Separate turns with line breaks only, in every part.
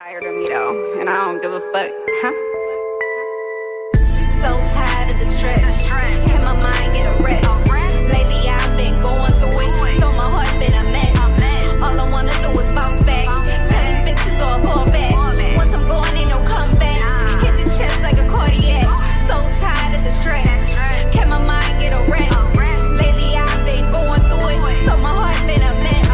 tired of me though, and I don't give a fuck. Huh? So tired of the stress. Can my mind get a rest? Lately I've been going through it, so my heart been a mess. All I wanna do is bounce back. Tell these bitches all fall back. Once I'm gone, ain't no comeback. Hit the chest like a cardiac. So tired of the stress. Can my mind get a rest? Lately I've been going through it, so my heart been a mess.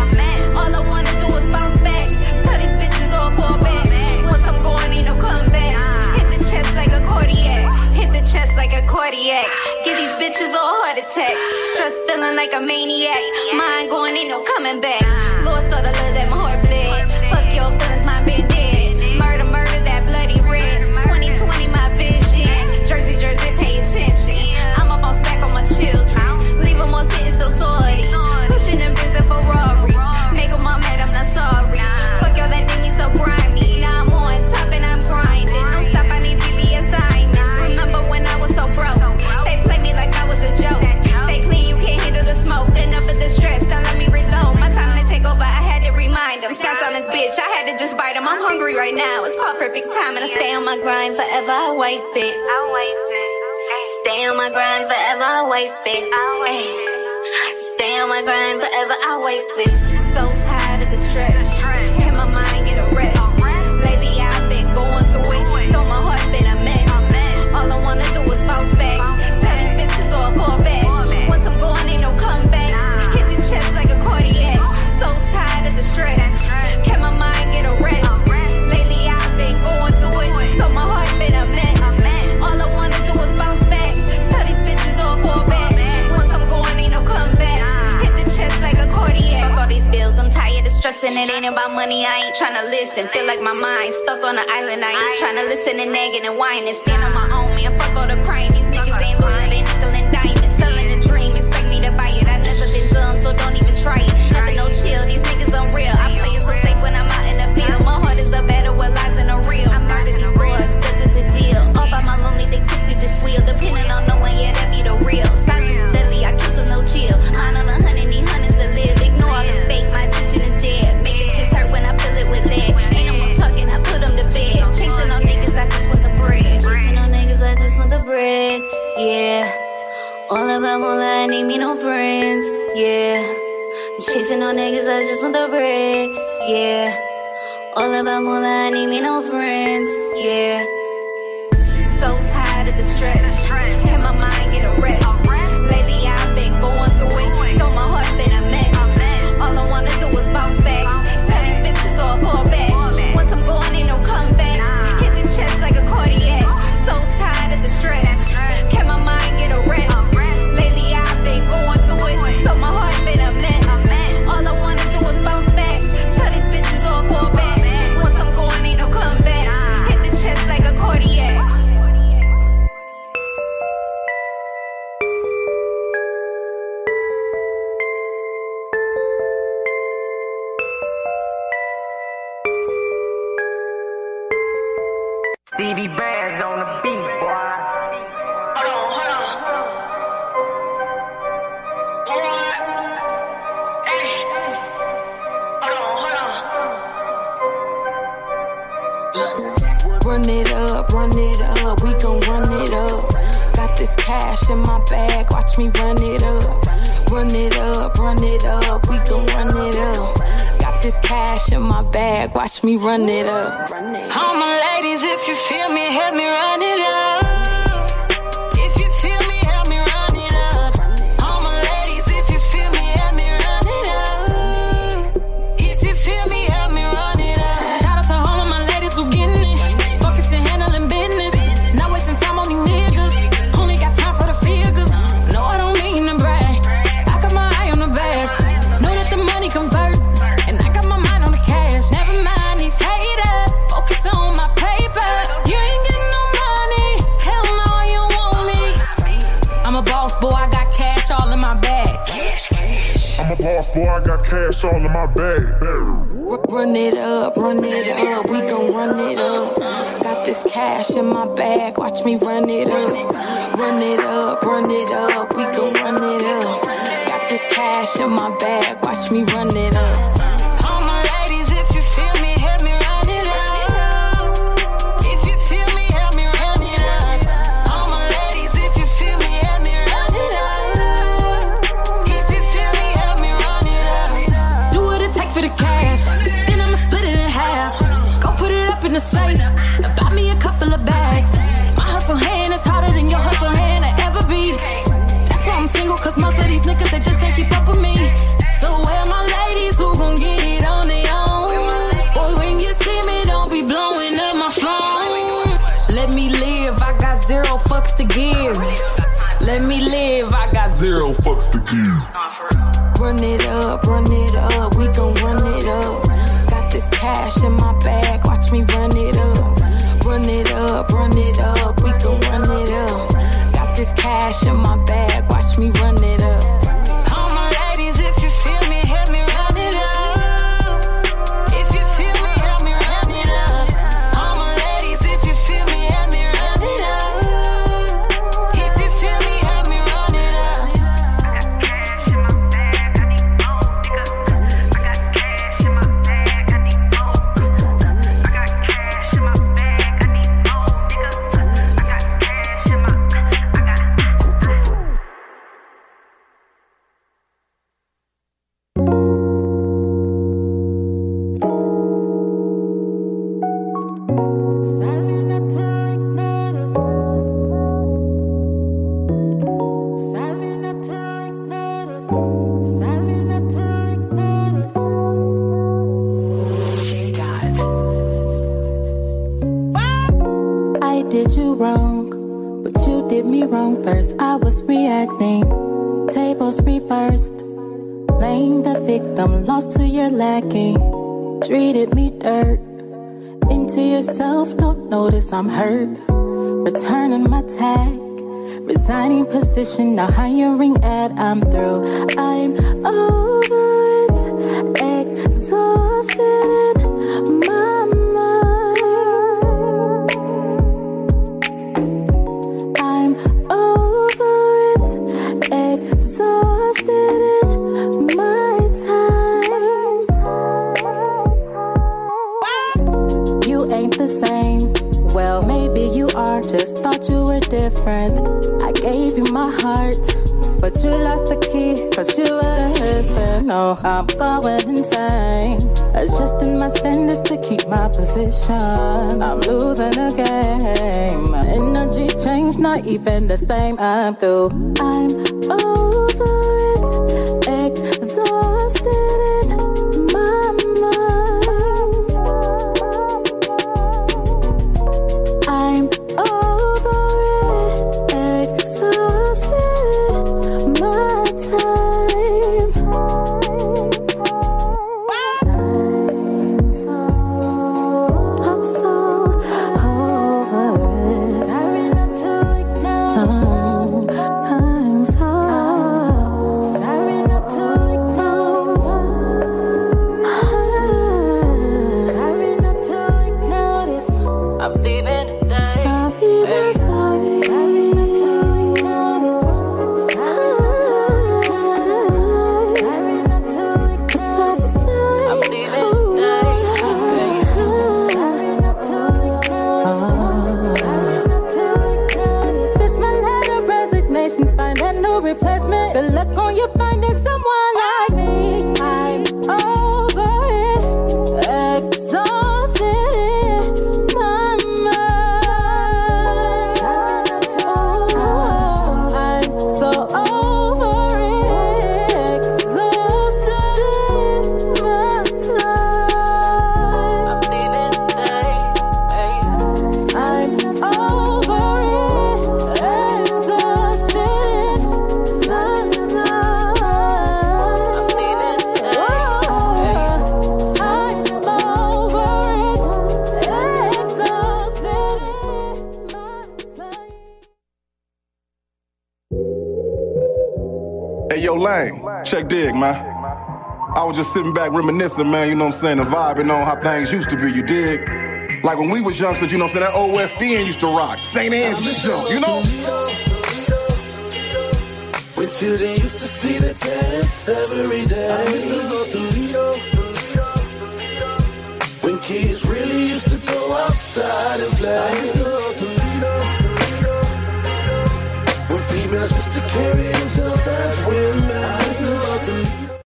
All I wanna do is bounce back. Tell these bitches all fall back. Once I'm gone, ain't no comeback. Hit the chest like a cardiac. Hit the chest like a cardiac. Give these bitches all heart attacks. Stress feeling like a maniac. Mind going, ain't no coming back. Lost all the love that my heart bled. Fuck your feelings, my been dead. Murder, murder, that bloody red. 2020, my vision. Jersey, Jersey, pay attention. I'm a boss back on my children. Leave them all sitting so sorry. Pushing them prison Ferraris. Make 'em all mad, I'm not sorry. Fuck y'all that did me so grimy. Now I'm on top and I'm grinding. Don't stop, I need VVS diamonds. Remember when I was so broke? They play me like I was a joke. Stay clean, you can't handle the smoke. Enough of the stress, now let me reload. My time to take over, I had to remind them. Snapped on this bitch, I had to just bite him. I'm hungry right now. It's called perfect time, and I stay on my grind forever. I wipe it. I wipe it. Stay on my grind forever. I wipe it. I wipe it. Stay on my grind forever, I wait for it. So tired of the stress. Can my mind get a rest? Lately I've been going through it, so my heart been a mess. All I wanna do is bounce back. Tell these bitches all fall back. Once I'm gone, ain't no comeback. Hit the chest like a cardiac. So tired of the stress. Can my mind get a rest? Lately I've been going through it, so my heart been a mess. All I wanna do is bounce back. Tell these bitches all fall back. Once I'm gone, ain't no comeback. Hit the chest like a cardiac. Fuck all these bills, I'm tired of stressing. It ain't about money, I ain't tryna listen. Feel like my mind stuck on an island. I ain't tryna listen to nagging and whining. Stand on my own, man. Fuck all the crying. These niggas ain't loyal, they nickel and diamonds. Selling a dream, expect me to buy it. I never been dumb, so don't even try it. Nothing no chill, these niggas unreal. I play it so safe when I'm out in the field. My heart is a battle with lies and a real. I murder these boys, good as a deal. All by my lonely, they quickly just wheel. Depending on no one, yeah, that be the real. Silence deadly, I kill 'em, no chill. Mine on a hundred, need hundreds to live. Ignore all the fake, my attention is dead. Make the kids hurt when I fill it with lead. Ain't no more talking, I put 'em to bed. Chasing on niggas, I just want the bread. Chasing on niggas, I just want the bread. Yeah. All about Mola, I need me no friends, yeah. Chasing on niggas, I just want the bread, yeah. All about Mola, I need me no friends, yeah. So tired of the stress, can my mind get a rest? Lately I've been going through it, so my heart been a mess. All I wanna do is bounce back, tell these bitches all fall back. Once I'm gone, ain't no comeback. Hit the chest like a cardiac, so tired of the stress. Can my mind get a rest? Lately I've been going through it, so my heart been a mess. All I wanna do is bounce back, tell these bitches all fall back. Once I'm gone, ain't no comeback. Hit the chest like a cardiac.
BB Brands on the beat, boy. Hold on, hold on. Boy. Hey. Hold on, hold
Run it up, run it up, we gon' run it up. Got this cash in my bag, watch me run it up. Run it up, run it up, we gon' run it up. Got this cash in my bag, watch me run it up.
All my ladies, if you feel me, help me run it up. If you feel me, help me run it up. All my ladies, if you feel me, help me run it up. If you feel me, help me run it up.
Shout out to all of my ladies who gettin' it. Focus and handling business. Not wasting time on these niggas. Only got time for the figures. No, I don't mean to brag. I got my eye on the bag. Know that the money converts. And I got my mind on the cash. Never mind these haters. Focus on my paper. You ain't getting no money. Hell no, you don't want me. I'm a boss, boy. I got cash all in my bag.
I'm a boss boy, I got cash all in my bag.
R- Run it up, run it up, we gon' run it up. Got this cash in my bag, watch me run it up. Run it up, run it up, we gon' run it up. Got this cash in my bag, watch me run it up.
All my ladies, if you feel me, help me run it up.
most of these niggas that just can't keep up with me. So where my ladies who gon' get it on their own? Boy, when you see me, don't be blowing up my phone. Let me live, I got zero fucks to give. Let me live, I got
Zero fucks to give.
Run it up, run it up, we gon' run it up. Got this cash in my bag, watch me run it up. Run it up, run it up, we gon' run it up. Got this cash in my bag, watch me run it up.
All my ladies, if you feel me, help me run it up. If you feel me, help me run it up. All my ladies, if you feel me, help me run it up. If you feel me, help me run it up.
I did you wrong, but you did me wrong first. I was reacting, tables reversed, playing the victim, lost to your lacking. Treated me dirt, into yourself, don't notice I'm hurt. Returning my tag, resigning position, now hiring ad. I'm through, I'm over it, exhausted in my mind. I'm over it, exhausted in my time. You ain't the same. Well, maybe you are, just thought you were different. I gave you my heart, but you lost the key, cause you were listen. No, I'm going insane. Adjusting my standards to keep my position. I'm losing the game. My energy change, not even the same. I'm through. I'm over it, exhausted in my mind. I'm over it, exhausted my time. I'm so, I'm so over it. Sorry not to ignore. I'm so, sorry not to ignore. Sorry not to ignore this.
I'm leaving today.
Sorry, not sorry. Sorry, not sorry. Sorry, not sorry. But that
I'm
is
leaving today.
This my letter resignation. Find a new replacement. Good luck on you finding someone like me. I'm over it, exhausted in my mind. Oh, I'm so over it, exhausted in my time.
I'm leaving today. Hey.
I'm over it, exhausted. I'm over it, exhausted.
Hey, yo, Lane, check dig, man. I was just sitting back reminiscing, man, you know what I'm saying, and vibing on how things used to be, you dig? Like when we was youngsters, you know what I'm saying, that old West End used to rock. St. Anne's used to, you know?
With you, they used to see the tennis every day. I used to go to Lido. When kids really used to go outside and play. I used to go to Lido. When females used to carry themselves as women. I used to go to Lido.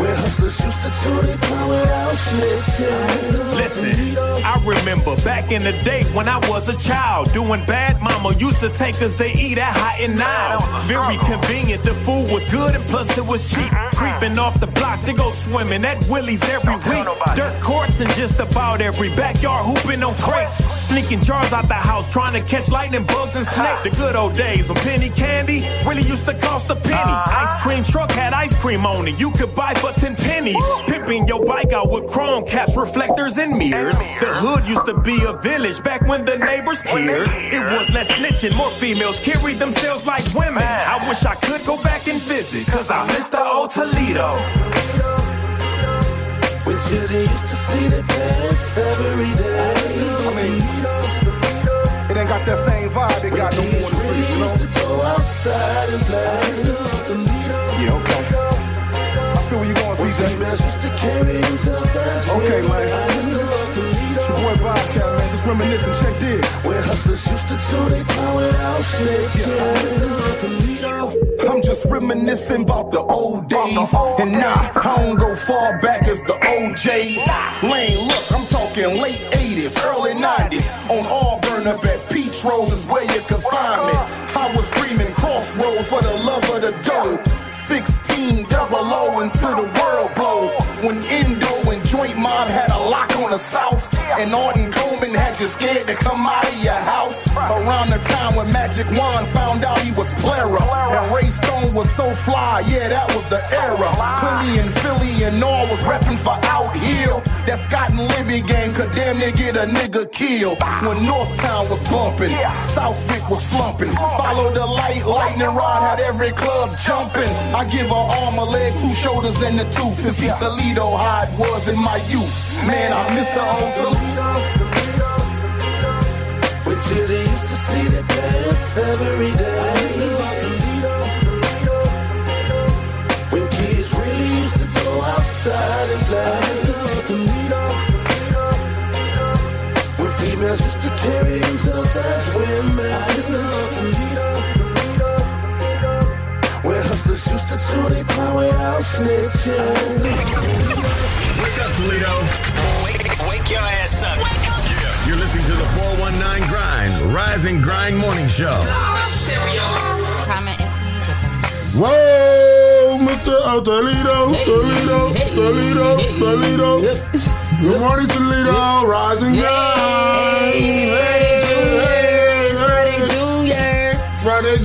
Where hustlers used to toot it down without snitching. I used to go to
Listen,
Lido.
I remember remember back in the day when I was a child. Doing bad, mama used to take us to eat at Hot and Now. Very convenient, the food was good and plus it was cheap. Creeping off the block to go swimming at Willie's every week. Dirt courts in just about every backyard, hooping on crates. Sneaking jars out the house, trying to catch lightning bugs and snakes. The good old days when penny candy really used to cost a penny. Ice cream truck had ice cream on it, you could buy for 10 pennies. Pimping your bike out with chrome caps, reflectors, and mirrors. The hood used to be a village back when the neighbors cared. It was less snitching, more females carried themselves like women. I wish I could go back and visit, cause I miss the old Toledo.
When children used to see the test every day. I mean,
It ain't got that same vibe it got no more than
really
you know?
used to go outside and play. I used to love to meet
Yeah, okay. I feel where you going, CJ.
Females used to carry themselves as
Okay,
women.
man.
I used to love to meet
It's your boy Bobcat, man. Just reminiscing. Check this.
Where hustlers used to chew their time without snitching. I used to love to meet 'em.
I'm just reminiscing about the old days. And nah, I don't go far back as the OJs. Lane, look, I'm talking late 80s, early 90s. On Auburn up at Peach Rose is where you can find me. I was screaming crossroads for the love of the dope. 16 double O until the world blow. When Indo and Joint Mob had a lock on the South. And Arden Coleman had you scared to come out of your house. Around the time when Magic Wand found out he was Plera. And Ray Stone was so fly, yeah, that was the era. Philly and Philly and all was repping for Out Hill. That Scott and Libby gang could damn near get a nigga killed. When North Town was bumping, Southwick was slumping. Follow the light, lightning rod had every club jumping. I give her arm, a leg, two shoulders, and a tooth to see Toledo how it was in my youth. Man, I miss the old Toledo.
When children used to see the test every day. I used to love to meet 'em. When kids really used to go outside and play. I used to love to meet 'em. When females used to carry themselves as women. I used to love to meet 'em. When hustlers used to chew their time without snitching.
Wake up, Toledo.
Wake, wake your ass up. Wake up.
You're listening to the 419 Grind, Rise and Grind Morning Show.
Comment and tease.
Whoa, Mr. Oh, Toledo, Toledo, Toledo, Toledo. Good morning, Toledo. Rise and grind. Hey, hey, Friday, Junior.
Not Friday,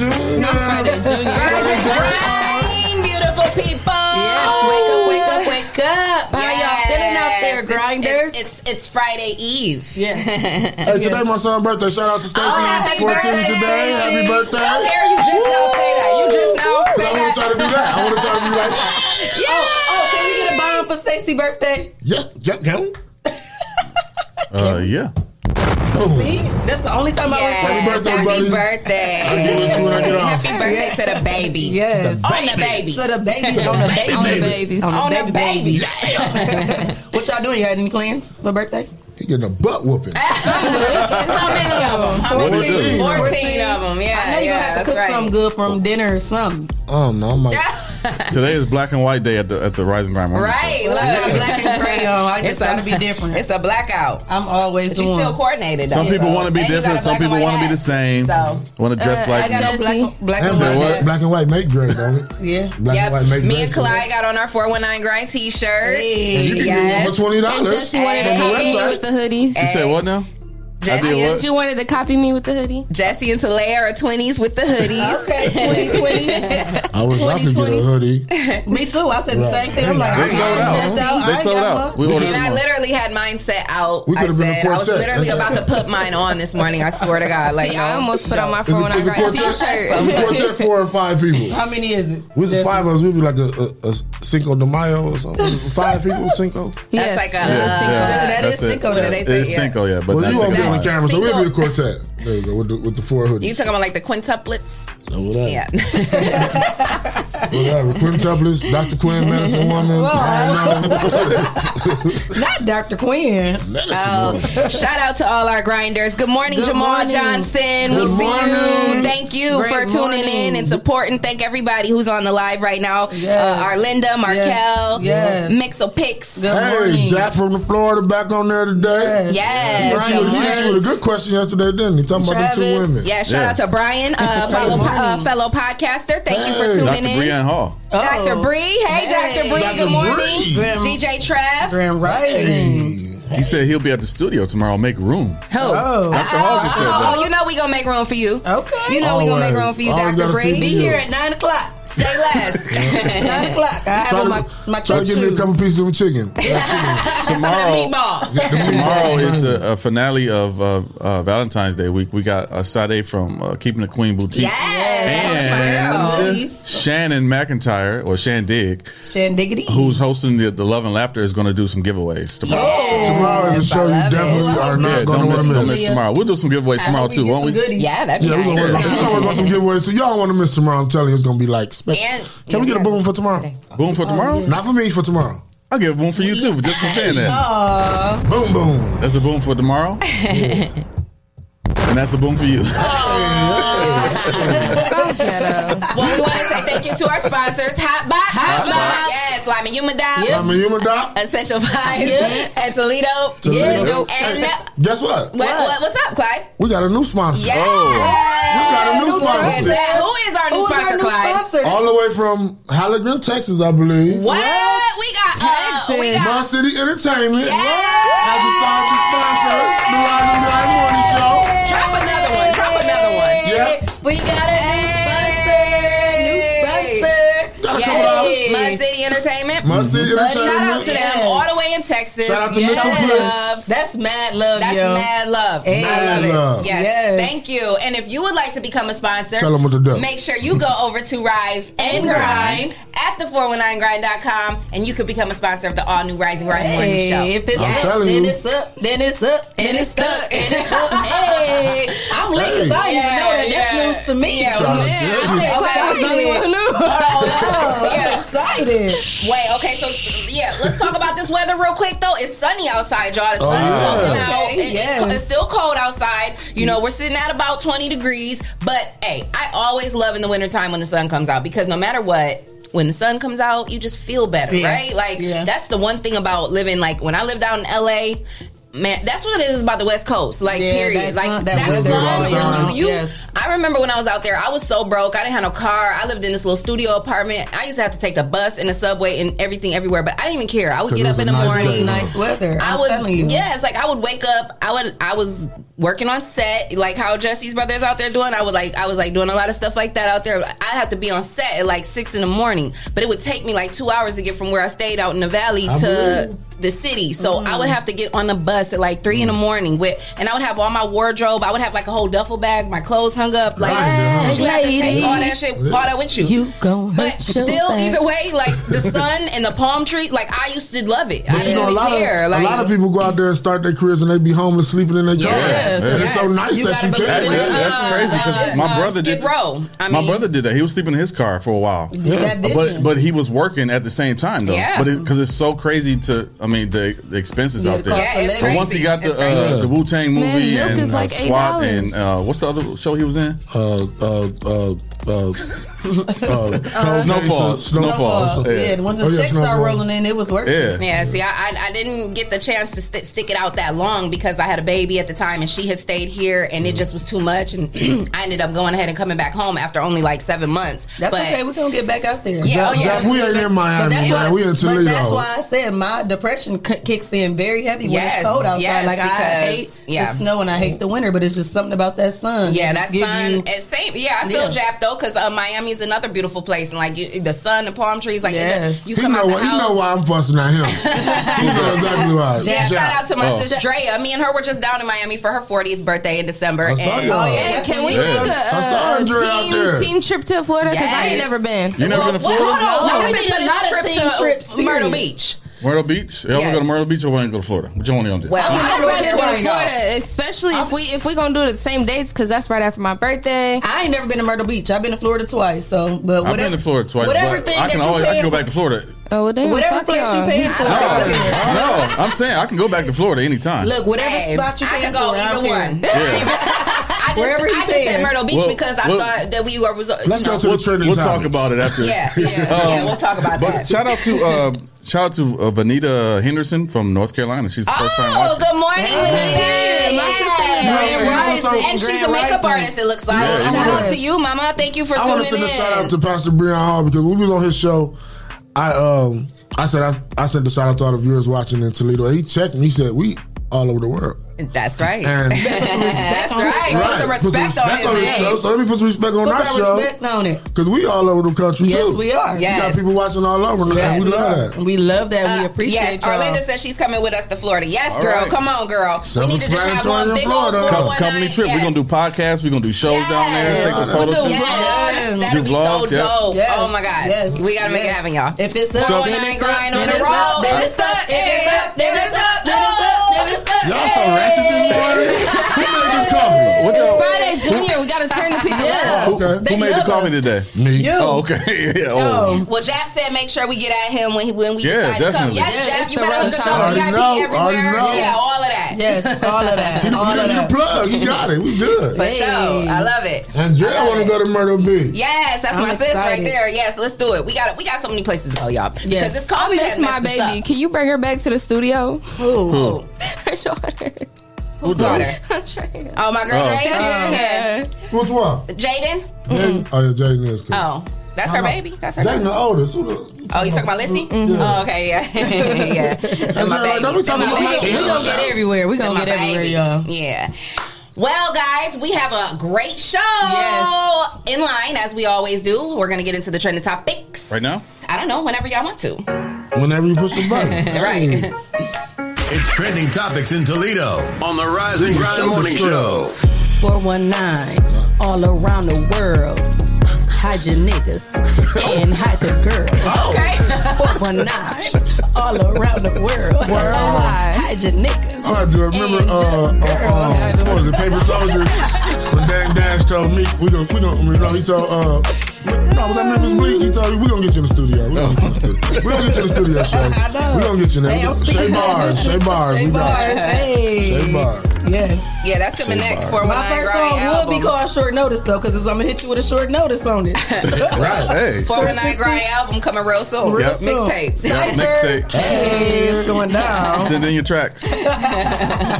Junior.
Rise and
Grind, beautiful people. Yes, wake up, wake up, wake up. How y'all feeling out there, grinders? It's, it's, it's Friday e- Eve. Yes.
Hey, today my son's birthday. Shout out to Stacy.
Oh,
He's
happy
14
birthday,
today. Happy
Stacey.
birthday.
How dare you just now say that. You just now
Woo!
say
I want to
that.
try to do that. I want to try to be like,
Yeah. Oh, oh, can we get a bomb for Stacey's birthday?
yes, yes, can we?
Uh, yeah.
See? That's the only time I
Happy
work.
birthday, buddy.
Oh. birthday.
I'll give it to you when I get off.
Happy birthday to the babies.
Yes.
On the babies. To the babies. On the babies. On the babies. On the babies. What y'all doing? You had any plans for birthday?
He getting a butt whooping.
How many of them? How
Fourteen.
many? 14 of them. Yeah. I know you're going to have to cook something good from dinner or something.
Oh no, I'm like,
Today is Black and White Day at the at the Rise and Grind Morning
Right.
Show.
Look, I'm black and crayon. I
It's
just
a-
got to be different. It's a blackout. I'm always
the
but
one.
you still coordinated.
Some
though,
people
so.
want to be
And you got
different.
a
Some
black and
people
white
want to be
hat.
the same.
So- Uh,
Want to
Uh,
dress like.
I got no black, black and
Say
white.
what?
hat.
Black and white make great, don't it?
Yeah.
Black and white make
yep.
great.
Me and Clyde got on our 419 grind t shirts.
And you can get one for twenty dollars.
And just wanted to
From the
come in
website.
with the hoodies.
You said what now? I
Jesse,
did
you
what?
wanted to copy me with the hoodie. Jesse and Talaya are twenties with the hoodies.
Okay, 2020s.
I wish I could get a hoodie.
Me too. I said the same thing. I'm like,
They
I
sold out.
got one.
They
I ain't
sold
got
out.
one.
We ordered
and I
tomorrow.
literally had mine set out.
We
I
could've been a
said I was
quartet.
literally about to put mine on this morning. I swear to God. Like
See,
no,
I almost put on my
Is it, is it quartet? Is it quartet four or five people?
How many is it?
We was five of us. We'd be like a, a, a Cinco de Mayo or something. Five people, Cinco.
That's like a
Yeah,
uh,
yeah,
That is
that's it.
Cinco,
what they
It
say,
is
yeah.
Cinco, yeah. But
well,
that's
you won't be on the
Cinco.
camera, so we'll be the quartet. There you go with the, with the four hoodies.
you talking about like the quintuplets?
Know what I-
Yeah.
Whatever. Quintuplets, Dr. Quinn, medicine woman. I don't know.
Not Dr. Quinn.
Oh, shout out to all our grinders. Good morning,
Good
Jamal
morning.
Johnson. we
Good
see you.
morning.
Thank you
Great
for tuning in
morning.
and supporting. Thank everybody who's on the live right now. Uh,
Yes.
Arlinda, Markel,
Yes.
Mixo Picks.
Hey, Jack from the Florida back on there today.
Yes. Yes.
Brian, he hit you with a good question yesterday, didn't he? Talking about the two women.
Yeah, shout out to Brian, uh, fellow, uh, fellow podcaster. Thank you for
Hey.
tuning
Dr.
in.
Breanne Hall.
Dr. Bree. Hey, Dr. Bree.
Dr.
Good morning.
Bree. Grand-
DJ Trav. Grand
He said he'll be at the studio tomorrow. Make room.
Who? Oh.
Dr. Hogan said that.
Oh, you know we gonna make room for you. Okay. You know we gonna
Always.
make room for you,
Always
Dr.
gotta
Bree.
see Be you. here at
nine o'clock. Say less. nine o'clock. I have
Try
on
to-
my my
Try to
church
give me a
shoes.
couple pieces of chicken.
tomorrow, tomorrow is the uh, finale of uh, uh, Valentine's Day week. We got uh, Sade from uh, Keeping the Queen Boutique.
Yes.
And Shannon McIntyre, or Shandig,
Shandiggity.
who's hosting the, the Love and Laughter, is going to do some giveaways tomorrow.
Tomorrow is a show you definitely are
Yeah,
not going to
don't miss, don't
want to
miss
miss.
tomorrow. We'll do some giveaways tomorrow, too, won't we?
Yeah, that'd be
yeah,
nice.
we're gonna work on some giveaways. So y'all want to miss tomorrow? I'm telling you, it's gonna be like. spe-
And-
Can we get a boom for tomorrow?
Boom
Oh,
for tomorrow?
Not for me, for tomorrow.
I'll give a boom for you, too, just for saying that.
Oh.
Boom, boom.
That's a boom for tomorrow. And that's a boom for you.
Well, we want to say thank you to our sponsors, Hot Box. Hot Box. Yes, Lyman Humidop.
Yep. Lyman Humidop.
Essential Vibes.
Yes.
And Toledo.
Toledo.
And
Guess what?
what, what, what's up, Clyde?
We got a new sponsor. Oh.
Yeah.
We got a new
Who is
sponsor.
that? Who is our new
Who is our
sponsor,
new
Clyde?
All the way from Halligan, Texas, I believe.
What? We got uh, we got
My City Entertainment.
Yes.
As a sponsor, sponsor, the Rise and Grind Morning Show.
Drop another one. Drop another one.
Yep.
We got a new sponsor. New sponsor.
Gotta come out.
Mud City Entertainment.
Mud City
Shout out
Entertainment.
to them
Yes.
all the way in Texas.
Shout out to Mr. Bliss.
Love. That's mad love. That's
yo.
mad love.
Hey.
I
Mad
love it.
love.
Yes.
Yes.
Thank you. And if you would like to become a sponsor,
Tell 'em what to do.
Make sure you go over to Rise and Grind at the 419grind.com and you could become a sponsor of the all new Rise and Grind morning
Hey,
show.
if it's I'm up, telling then you. it's
up, then it's up, then it's stuck, and it's up. Hey,
I'm lit 'cause I didn't even know that. That's news to me.
Yeah,
Tryna
well, yeah.
tell
I'm
you.
excited.
I'm the only one who knew.
Oh, wow.
I'm
yeah.
excited.
Wait, okay, so yeah, let's talk about this weather real quick though. It's sunny outside, y'all. The
Oh,
sun's
yeah.
poking out.
Okay,
It- it's,
yes.
co- it's still cold outside. You know, we're sitting at about 20 degrees, but hey, I always love in the wintertime when the sun comes out because no matter what, when the sun comes out, you just feel better,
Yeah.
right? Like that's the one thing about living like when I lived out in LA, man, that's what it is about the West Coast. Like
Yeah,
period.
that
like
sun-
that,
that weather all
sun,
the time.
you, you-
Yes.
I remember when I was out there, I was so broke. I didn't have no car. I lived in this little studio apartment. I used to have to take the bus and the subway and everything everywhere, but I didn't even care. I would
'Cause
get
it
up
was
in
a
the
nice day.
morning.
Nice weather.
I
I'm
would.
telling you.
Yeah, it's like I would wake up. I would. I was working on set, like how Jesse's brothers out there doing. I would like. I was like doing a lot of stuff like that out there. I'd have to be on set at like six in the morning, but it would take me like two hours to get from where I stayed out in the valley
I
to
believe.
the city. So I would have to get on the bus at like three in the
Mm.
morning with, and I would have all my wardrobe. I would have like a whole duffel bag, my clothes hung up. Like you have to take all that shit, all that with you.
You gon' hurt
Still, either way, like the sun and the palm tree, like I used to love it. I
But you
didn't
know, a
even
lot,
care.
of,
like,
a lot of people go out there and start their careers and they be homeless sleeping in their cars.
Yes,
And it's so
yes.
nice
You
that
gotta
you
believe
can.
it. Yeah, that's Uh, crazy 'cause uh, my uh, brother Skid did- Row.
I
My
mean-
brother did that. He was sleeping in his car for a while.
Yeah. That did you.
But but he was working at the same time though.
Yeah.
But because it's so crazy to, I mean, the, the expenses
Yeah,
out there.
the cost of Yeah, it's
but once
crazy.
he got the
It's crazy.
uh, the Wu Tang
Man,
movie
milk
and
is
uh,
like
SWAT
$8.
and uh, what's the other show he was in?
Uh, uh, uh, uh,
Snowfall. Snowfall.
Snowfall. Yeah, once the checks start rolling in, it was worth it.
Oh, Yeah, see, I, I I didn't get the chance to st- stick it out that long because I had a baby at the time and she had stayed here and it
Mm-hmm.
just was too much and I ended up going ahead and coming back home after only like seven months.
That's
But-
okay. We're gonna get back out there.
Yeah, Jack- oh, yeah. Jack, we ain't in Miami,
But that's
man.
why-
We in
but
Toledo.
that's why I said my depression c- kicks in very heavy when
Yes,
it's cold outside.
yes,
like I
because-
hate
yeah.
the snow and I hate the winter, but it's just something about that sun.
Yeah,
It
that
just give
sun.
you-
and same. Yeah, I feel
Yeah.
japped though because uh, Miami's another beautiful place, and like you, the sun, the palm trees, like it-
Yes.
you
He
come
know,
out the
why- he
house.
know why I'm fussing at him. he know exactly why.
Yeah, shout out to my
Oh.
sister Drea. Me and her were just down in Miami for her 40th birthday in December.
I saw
and,
y'all. Oh, yeah,
and
can we Yeah. make a, I saw uh, Andrea out team- there. team
trip to
Florida? 'Cause I ain't never
been.
You never been to Florida?
Hold on,
No,
what
we
happened
need
to
a lot of
this
team
trip
trips,
to Myrtle
period.
Beach?
Myrtle Beach? Y'all want to go
Yes.
to Myrtle Beach or want to go to Florida? Which one you going to do?
Well, I'd rather go to
Florida.
Florida, especially if we if we gonna do the same dates because that's right after my birthday.
I ain't never been to Myrtle Beach. I've been to Florida twice. So, but
I've
whatever.
been to Florida twice.
whatever
but
thing
I can
that you
always I can go
paying
back to Florida.
Oh, well, damn,
Whatever
fuck
place
y'all.
you paying for.
No, I'm saying I can go back to Florida anytime.
Look, whatever
Hey,
spot you
I
paying
can go
for, I don't
either
care.
one.
Yeah.
I just,
Wherever
I
you
just
been.
said Myrtle Beach
Well,
because I
well-
thought that we were. resor- you know,
we'll, We'll talk about it after. Um,
Yeah, yeah, yeah. We'll talk about
but
that.
shout out to uh, shout out to uh, Vanita Henderson from North Carolina. She's the first time.
Oh,
watching.
good morning. Yeah, my sister
Yeah.
Grand Rising.
Yeah.
And she's a
Grand
makeup
Rising.
artist, it looks like.
Yeah,
Shout
yeah.
out to you, mama. Thank you for
I want to
tuning
send a
in.
shout out to Pastor Breon Hall because when we was on his show, I um I said I, I sent a shout out to all the viewers watching in Toledo. He checked and he said we all over the world.
That's right.
And-
That's
on
right.
it.
Put some respect on
Put some respect on his
it.
show. So let me put some respect on
Put
our
that
show
respect on it.
because we all over the country
Yes,
too.
we are.
We got
Yes.
people watching all over. now.
Yes,
we
we
love
are.
that.
We love that. we
Uh,
appreciate
yes,
y'all.
Orlando said she's coming with us to Florida. Yes,
All
girl.
right.
Come on, girl. We need to just have one big old
Co-
419.
company trip. We're
Yes.
gonna do podcasts. We're gonna do shows down there. Take some
We
photos.
do vlogs. That'd
Do
be
vlogs,
so
yeah.
dope.
Yes.
Oh my god.
Yes.
We gotta make it
Yes.
happen, y'all.
If it's up,
So-
then it's up,
grind on
then
the
it's
road.
up, then
it's up. Then it's up. Then it's up. Then it's up.
Y'all so ratchet this morning. Who made this coffee? What
It's
y'all-
Friday, Junior. We gotta turn the people
Yeah.
up.
Okay.
Who made the coffee today?
Me.
Oh, okay. yeah. Oh.
Well, Jap said make sure we get at him when he when we decide
Yeah, definitely.
to come. Yes,
Yeah,
Jap,
it's
you
the
better
road
hook us
show.
up.
Already
VIP
know, already
everywhere.
know.
Yeah, all of that.
Yes, all of that.
You,
all of
you, you
that.
the plug. You got it. We good.
For sure. I love it.
And Jay,
I love
want to
it.
go to Myrtle Beach.
Yes, that's
I'm
my sis right
excited.
there. Yes, let's do it. We got we got so many places to go, y'all. Because
Yes.
this coffee
Miss
has
my
messed us
baby.
up.
Can you bring her back to the studio?
Hmm.
Who?
Her daughter.
Who's daughter?
Andrea.
Oh my girl,
Oh.
Jaden. Yeah.
Which one?
Jaden. Mm-hmm.
Jaden- Oh, yeah, Jaden is cool.
Oh, that's her baby. That's her.
Jaden the
daughter.
oldest. Who the?
Oh, you talking about Lissy?
Mm-hmm.
Oh, okay, yeah, yeah. That's my baby.
right. Don't be
That's
talking
my
about my
baby.
kids.
We gonna get everywhere. We
That's
gonna
my
get everywhere,
babies.
y'all. Yeah. Well, guys, we have a great show.
Yes.
In line, as we always do, we're gonna get into the trending topics.
Right now?
I don't know. Whenever y'all want to.
Whenever you push the button.
Right.
It's trending topics in Toledo on the Rise and Grind Morning Show.
419 all around the world. Hide your niggas and hide the girls.
Okay.
419 all around the world. Hide your niggas.
Oh, I do remember. Uh, uh, uh, what was it? Paper Soldiers. When Dame Dash told me, we gonna, we gonna, you know, he told, uh, no, was that Memphis Bleak? He told me, we gonna get you in the studio. We gonna get you in the studio. We gonna get you in the studio, Shay. We gonna get you in
Hey,
there.
I'm
Shay
speaking
Bars,
business.
Shay Bars, we got you.
Hey.
Shay Bars.
Yes.
Yeah, that's coming
Shit,
next for
Barb.
My first song will be called Short Notice though, because I'm gonna hit you with a short notice on it.
Right. Hey.
Four
so-
One Nine Grind album coming real soon.
Real Yep. soon.
Mixtape.
Yeah, mixtape.
Hey, it's going down.
Send in your tracks.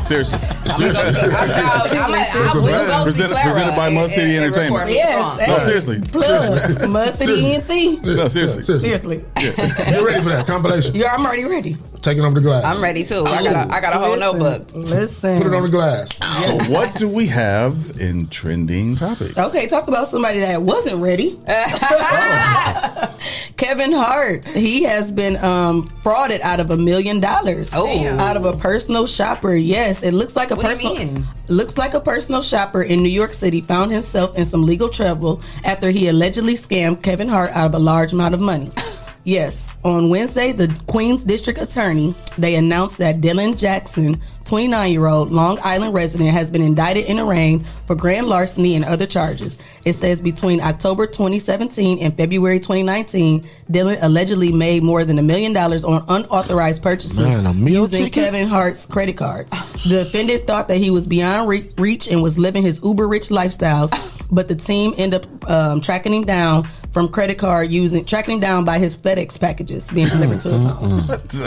Seriously. Seriously.
I'm, out. I'm, a- I will go see
Presented,
Clara
presented by
and-
Mud City
and- and
Entertainment.
record me a song.
Yes.
No,
Hey.
seriously.
Plug. Mud City E ENT.
No, seriously.
Seriously.
Get ready for that compilation.
Yeah, I'm already ready.
Taking off the glass.
I'm ready too. I got a, I got a whole notebook.
Listen.
Put it on the glass.
So, what do we have in trending topics?
Okay, talk about somebody that wasn't ready. Kevin Hart, he has been um, frauded out of a million dollars.
Oh. Damn.
out of a personal shopper. Yes, it looks like a
What do you
personal.
mean?
Looks like a personal shopper in New York City found himself in some legal trouble after he allegedly scammed Kevin Hart out of a large amount of money. Yes, on Wednesday, the Queens District Attorney they announced that Dylan Jackson, 29-year-old Long Island resident, has been indicted and arraigned for grand larceny and other charges. It says between October 2017 and February 2019, Dylan allegedly made more than a million dollars on unauthorized purchases
Man, a meal
using
ticket?
Kevin Hart's credit cards. The defendant thought that he was beyond re- reach and was living his uber rich lifestyles, but the team ended up um, tracking him down from credit card using tracking him down by his FedEx packages being delivered to his home.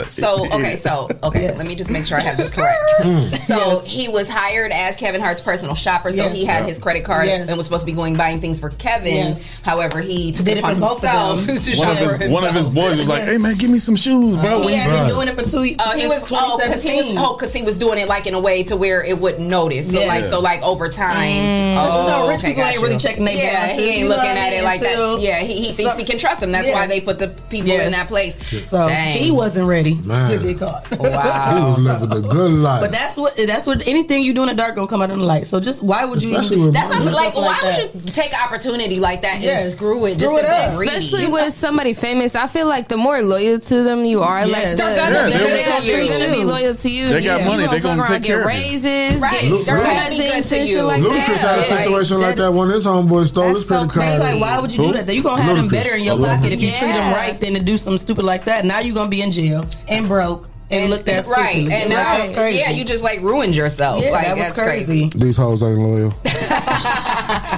So okay, so okay, let me just make sure I have this correct.
Mm.
so he was hired as Kevin Hart's personal shopper, so
Yes.
he had
Yeah.
his credit card
Yes.
and was supposed to be going buying things for Kevin.
Yes.
However, he took
Did
it
it
upon
for both of
himself
them.
to
One
shop
of,
for
his,
himself.
one of his boys was like, hey, man, give me some shoes, bro.
He had
Bruh.
been doing it for two years.
Uh, he was oh, because he was oh, 'cause he was doing it like in a way to where it wouldn't notice. So
Yeah.
like so like over time. Oh,
But you know, rich
okay,
people
got
ain't really
you.
checking their
Yeah,
balances,
he ain't
you know
looking
what I
at it
mean,
like
until-
that. Yeah, that he, he thinks he can trust him. That's
Yeah.
why they put the people in that place.
So
Dang.
he wasn't ready
Man.
to get caught.
He was living a good life.
But that's what that's what anything you do in the dark gonna come out in the light. So just why would you?
Especially with
That's why I was like, why
that.
would you take an opportunity like that and
Yes.
screw it?
Screw
just
it
to be
up.
greedy?
Especially with somebody famous, I feel like the more loyal to them you are,
Yes.
like the,
They're gonna
Yeah, be they're-
they're
loyal to you.
gonna be loyal to you.
They got
You
money.
gonna
They
fuck
gonna
around,
take
get
care of you.
raises, get
Right. They're gonna be good
cousins
to
and
you.
shit like
Ludacris had a
that.
situation like that when his homeboy stole his credit card.
It's like, why would you do that? You gonna have them
Ludacris.
better in your
Ludacris.
pocket if you treat them
Yeah.
right than to do something stupid like that. Now you're gonna be in jail and broke and, looked at
right,
stupidly.
and
Right.
now yeah, you just like ruined yourself.
Yeah,
like,
that was
that's
crazy.
crazy.
These hoes ain't loyal.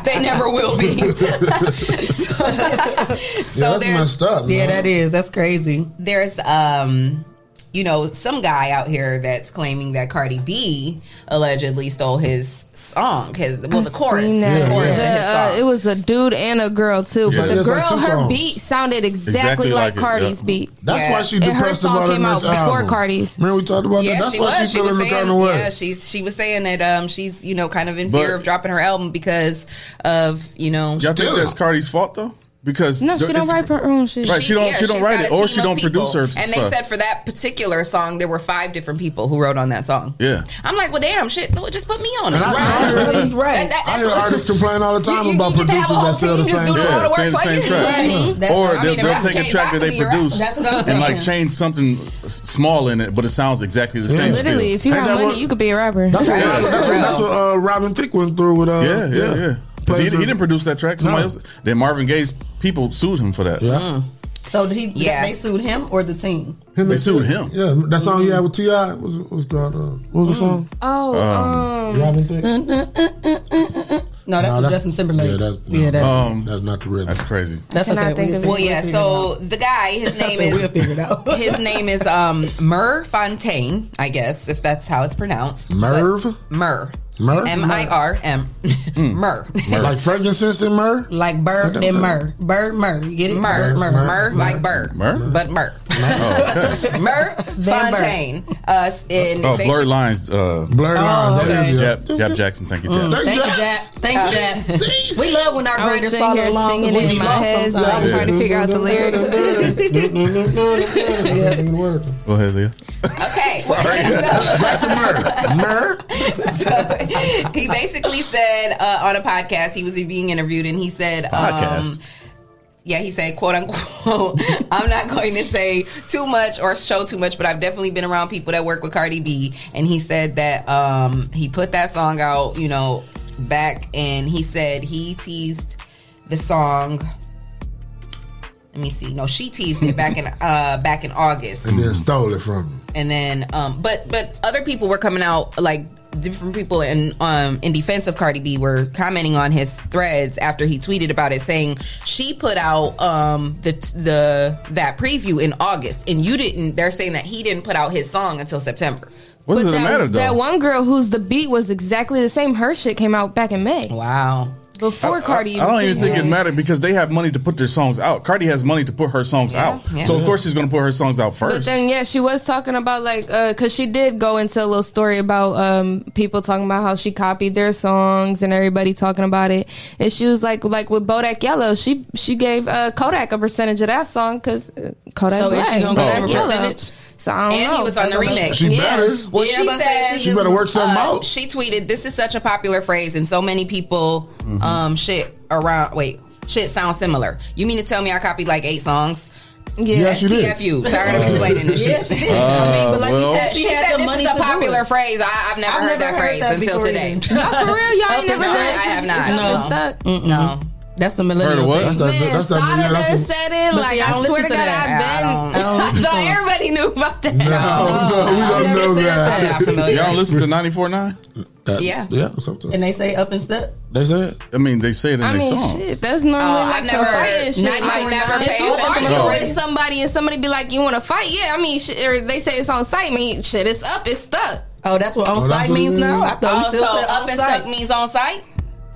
They never will be.
yeah, that's
there's-
messed up.
Yeah,
man.
that
is. That's crazy.
There's um you know, some guy out here that's claiming that Cardi B allegedly stole his song, his well the
I
chorus.
seen that.
The chorus
It was
in his
a-
song.
uh, it was a dude and a girl too,
Yeah.
but the
It's like
girl,
two
her
songs.
beat sounded exactly,
Exactly
like,
like it,
Cardi's
yeah.
beat.
That's why she
and her
depressed
song
about her
came out
next
before
album.
Cardi's.
Man, we talked about
yeah,
that. That's
she
why
was.
she's
She was
feeling the
saying,
kind of way.
yeah, she's she was saying that um she's you know kind of in fear
But-
of dropping her album because of you know.
Y'all think that's Cardi's fault though? Because
No,
the-
she don't write
it's-
her own shit.
Right, she don't.
yeah,
she don't
she's
write
got
it,
a
or
team
she
of
don't
people.
produce her.
And they
stuff.
said for that particular song, there were five different people who wrote on that song.
yeah.
I'm like, well, damn, shit, well, just put me on it.
And I-
Right, right.
I hear artists complain all the time
you-
about
you get to have
producers
a whole
that sell the
team just
same
doing
shit.
all the work
Say the
for
same
you.
track,
Right. That's-
or
I mean,
they'll,
if
they'll
that's
take
the
a
case, I
track that
could
they
be around.
produced
That's what I'm
and like
saying.
change something s- small in it, but it sounds exactly the same.
Literally, if
still.
you
Ain't
have
that
money,
what-
you could be a rapper.
That's what, that's what, that's what uh, Robin Thicke went through with. Uh,
yeah, yeah, yeah. 'Cause he, he didn't produce that track. Somebody
No.
else. Then Marvin Gaye's people sued him for that.
Mm.
So did he?
Yeah.
they sued him or the team.
Him
They
and-
sued him.
Yeah, that song he had with Ti
Mm-hmm.
was was called. Uh, what was the song?
Oh,
Um, Robin Thicke.
Uh, No, that's
Nah,
with Justin Timberlake.
Yeah, that's,
Yeah, that-
Um,
that's not the rhythm.
That's crazy.
That's
Can I
okay.
think
We'll
of
figure-
Well, yeah.
we'll figure it out.
So the guy, his name
said we'll figure it
is his name is um Murr Fontaine, I guess, if that's how it's pronounced.
Merv.
Murr.
Murr?
M I R M.
Hmm.
Murr.
Like frankincense and myrrh.
Like bird, then myrrh. Bird, myrrh. You get it?
Murr.
Bird,
Murr. Murr. Like Burr.
Murr?
Mm. But Murr. Murr Fontaine. Uh, in
Oh, blurred lines. Uh, blurred
Oh,
lines.
Yeah,
that is it.
Jap, Jap Jackson. Thank you, Jap.
Mm, Thank you, Jap.
Uh,
Thanks, Jap. we love when our
I was
graders
sitting
follow
here
along.
singing
'cause we
it
be
in my
lost
head,
sometimes.
like, trying to figure out the lyrics.
Mm.
Go
ahead, Leah.
Okay. So, he basically said uh, on a podcast, he was being interviewed, and he said,
Podcast.
Um, yeah, he said, quote unquote, I'm not going to say too much or show too much, but I've definitely been around people that work with Cardi B. And he said that um, he put that song out, you know, back, and he said he teased the song. Let me see. No, she teased it back in uh, back in August
And then stole it from me.
and then um but but other people were coming out like different people in um in defense of Cardi B were commenting on his threads after he tweeted about it saying she put out um the the that preview in August and you didn't they're saying that he didn't put out his song until September.
What does
But
it
that,
matter though?
that one girl whose the beat was exactly the same. Her shit came out back in May.
Wow.
Before Cardi.
I don't even
did
think it
that.
mattered because they have money to put their songs out. Cardi has money to put her songs out,
yeah.
so of course she's going to put her songs out
But
first.
then, yeah, she was talking about like, uh, cause she did go into a little story about um people talking about how she copied their songs and everybody talking about it. And she was like, like with Bodak Yellow, she she gave uh, Kodak a percentage of that song, cause uh, Kodak
So is
Black,
she gonna
Oh.
Bodak
give a
Yellow.
percentage?
So I don't
And
know.
he was on the remix.
She better.
Well,
Yeah,
she
I'm about to say,
said
she You better work something out.
She tweeted, "This is such a popular phrase, and so many people,
Mm-hmm.
um, shit around. Wait, shit sounds similar. You mean to tell me I copied like eight songs?
Yeah.
Yes, you did.
TFU. Tired of explaining this
Yeah,
shit.
she Uh, did. I mean, but like
well.
you said, she,
She
had
said
the
this
money
is a
to do
popular
it.
phrase. I, I've never
I've
heard
never heard
that phrase
that
until
before
today.
Y'all for real? Y'all
Up
ain't never
and
heard
stuck.
it?
I have not.
It's up
No.
and stuck.
No.
That's the millennial
Heard of what?
thing.
That's that.
Man,
That's that.
Sada
yeah,
done
that's the-
said it.
But
Like,
see, I
I
don't
swear to
listen
God,
to that.
I've
I don't
been.
listen
So
to it.
everybody knew about that.
No,
Oh,
no, we
I've
don't
never
know
said that.
that.
I'm familiar.
Y'all listen to 94.9?
Uh,
Yeah.
yeah, something.
And they say up and step.
They said
I mean, they say it in
I
their
mean,
song.
shit, that's normally
Oh,
like
I've
some
never-
fighting shit.
not-
Like,
I never
if
paid
you
attention
argue
to
with
it.
somebody and somebody be like, "You want to fight?" Yeah, I mean, shit, or they say it's on site. I mean, shit, it's up, it's stuck.
Oh, that's what on
that's
site
what
means
it
now.
is.
I thought we
Oh,
still
so
said
up and stuck means on site.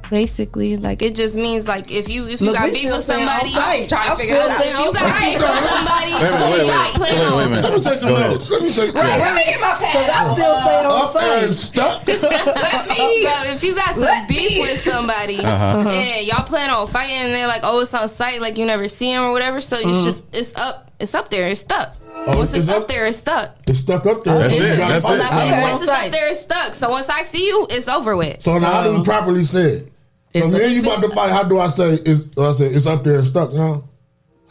Basically, like it just means like if you if you
Look,
got
we
beef
still
with
saying
somebody,
outside.
trying
I'm
to figure
still
it out. If
saying
you got
outside.
beef with somebody,
Wait a minute, wait a minute.
stop playing.
Wait, wait a minute.
Let me take some
Go ahead.
notes. Let me take
Right, let me get my pad. Uh,
Because
I'm still saying
Up
outside.
and stuck.
So if you got some
Let
beef
me-
with somebody
Uh-huh.
and y'all plan on fighting and they're like, oh, it's on site, like you never see him or whatever, so it's
Mhm.
just it's up, it's up there, it's stuck.
Oh,
Once it's
it's
up, there, it's stuck.
It's stuck up there.
That's
So
it,
you gotta
that's
fight
it.
for
Once
it.
it's up there, it's stuck. So once I see you, it's over with.
So now,
Um,
how do we properly say it? So me and you about to fight. How do I say it's? I say it's up there and stuck now.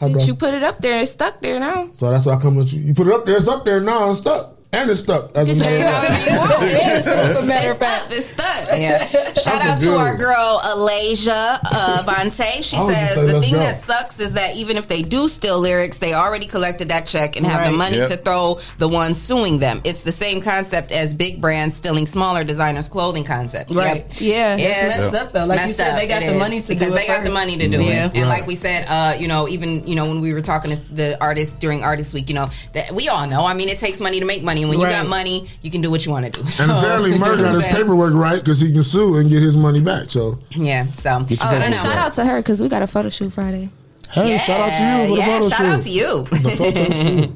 How do I,
You put it up there, it's stuck there now.
so that's why I come at you. You put it up there. It's up there now. It's stuck and it's stuck. That's
Just
what
say
I'm
however
saying.
you want.
It's stuck, a matter
It's stuck. It's stuck.
Yeah.
I'm
Shout out to
confused.
our girl Alasia uh, Vontae. She
I
Oh,
was gonna
says
say,
the
let's
thing
go.
that sucks is that even if they do steal lyrics, they already collected that check and have
Right.
the money
Yep.
to throw the one suing them. It's the same concept as big brands stealing smaller designers' clothing concepts.
Right.
Yep.
Yeah.
Yes.
It's messed up, though. Like you
Messed
said,
up.
they got
It
the
is.
money to do
because
it
they got the
first.
money to do
Yeah.
it. And
Right.
like we said, uh, you know, even you know when we were talking to the artists during Artist Week, you know that we all know. I mean, it takes money to make money, and when you
Right.
got money, you can do what you want to do.
And
Oh,
apparently, Murray got his paperwork right because he can sue and get his money back. So
yeah, so
Get your
Oh, and
paperwork
shout
right.
out to her because we got a photo shoot Friday.
Hey, shout out to you for the
yeah,
photo
shout
shoot.
out to you.
The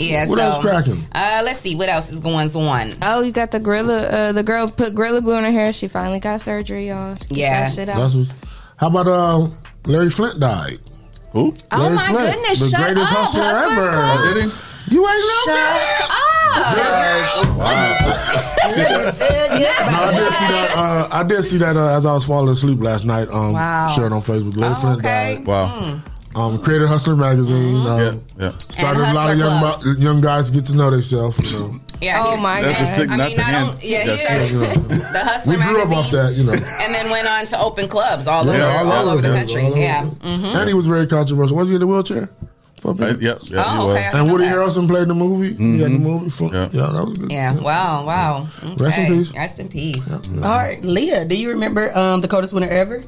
Yeah.
What
so,
else cracking?
Uh, let's see what else is going on.
Oh, you got the gorilla. Uh, the girl put gorilla glue in her hair. She finally got surgery, y'all. to get
Yeah.
that shit out.
That's what, how about uh, Larry Flint died?
Who?
Oh my goodness,
The
shut
greatest
up,
hustler
Hustler's
ever.
Club.
Oh, did he?
You ain't know No, I did see that. Uh, I did see that uh, as I was falling asleep last night. Um,
Wow.
shared on Facebook. Larry
Oh,
Flint died.
Wow.
Um, created Hustler magazine.
Mm-hmm.
Um,
Yeah.
Started a lot of young bu- young guys to get to know themselves. You know.
Yeah.
Oh my
That's
god.
the sick- not the hand.
yeah,
That's
yeah.
the-
the Hustler
we grew up
magazine,
off that, you know.
Mm-hmm.
and then went on to open clubs all
Yeah,
over, all,
all over
over the
the-
country.
all over.
Yeah. Mhm.
And he was very controversial. Was he in the wheelchair? For a bit.
Yep.
yeah, Oh, he was. okay, I
And
know
Woody
that.
Harrelson played the movie. He had the movie. For, Yeah, that was good.
Yeah. Wow. Wow.
Rest in
Okay.
peace.
Mm-hmm. Rest in peace.
All
Oh,
right, Leah, do you remember um, the coldest winter ever?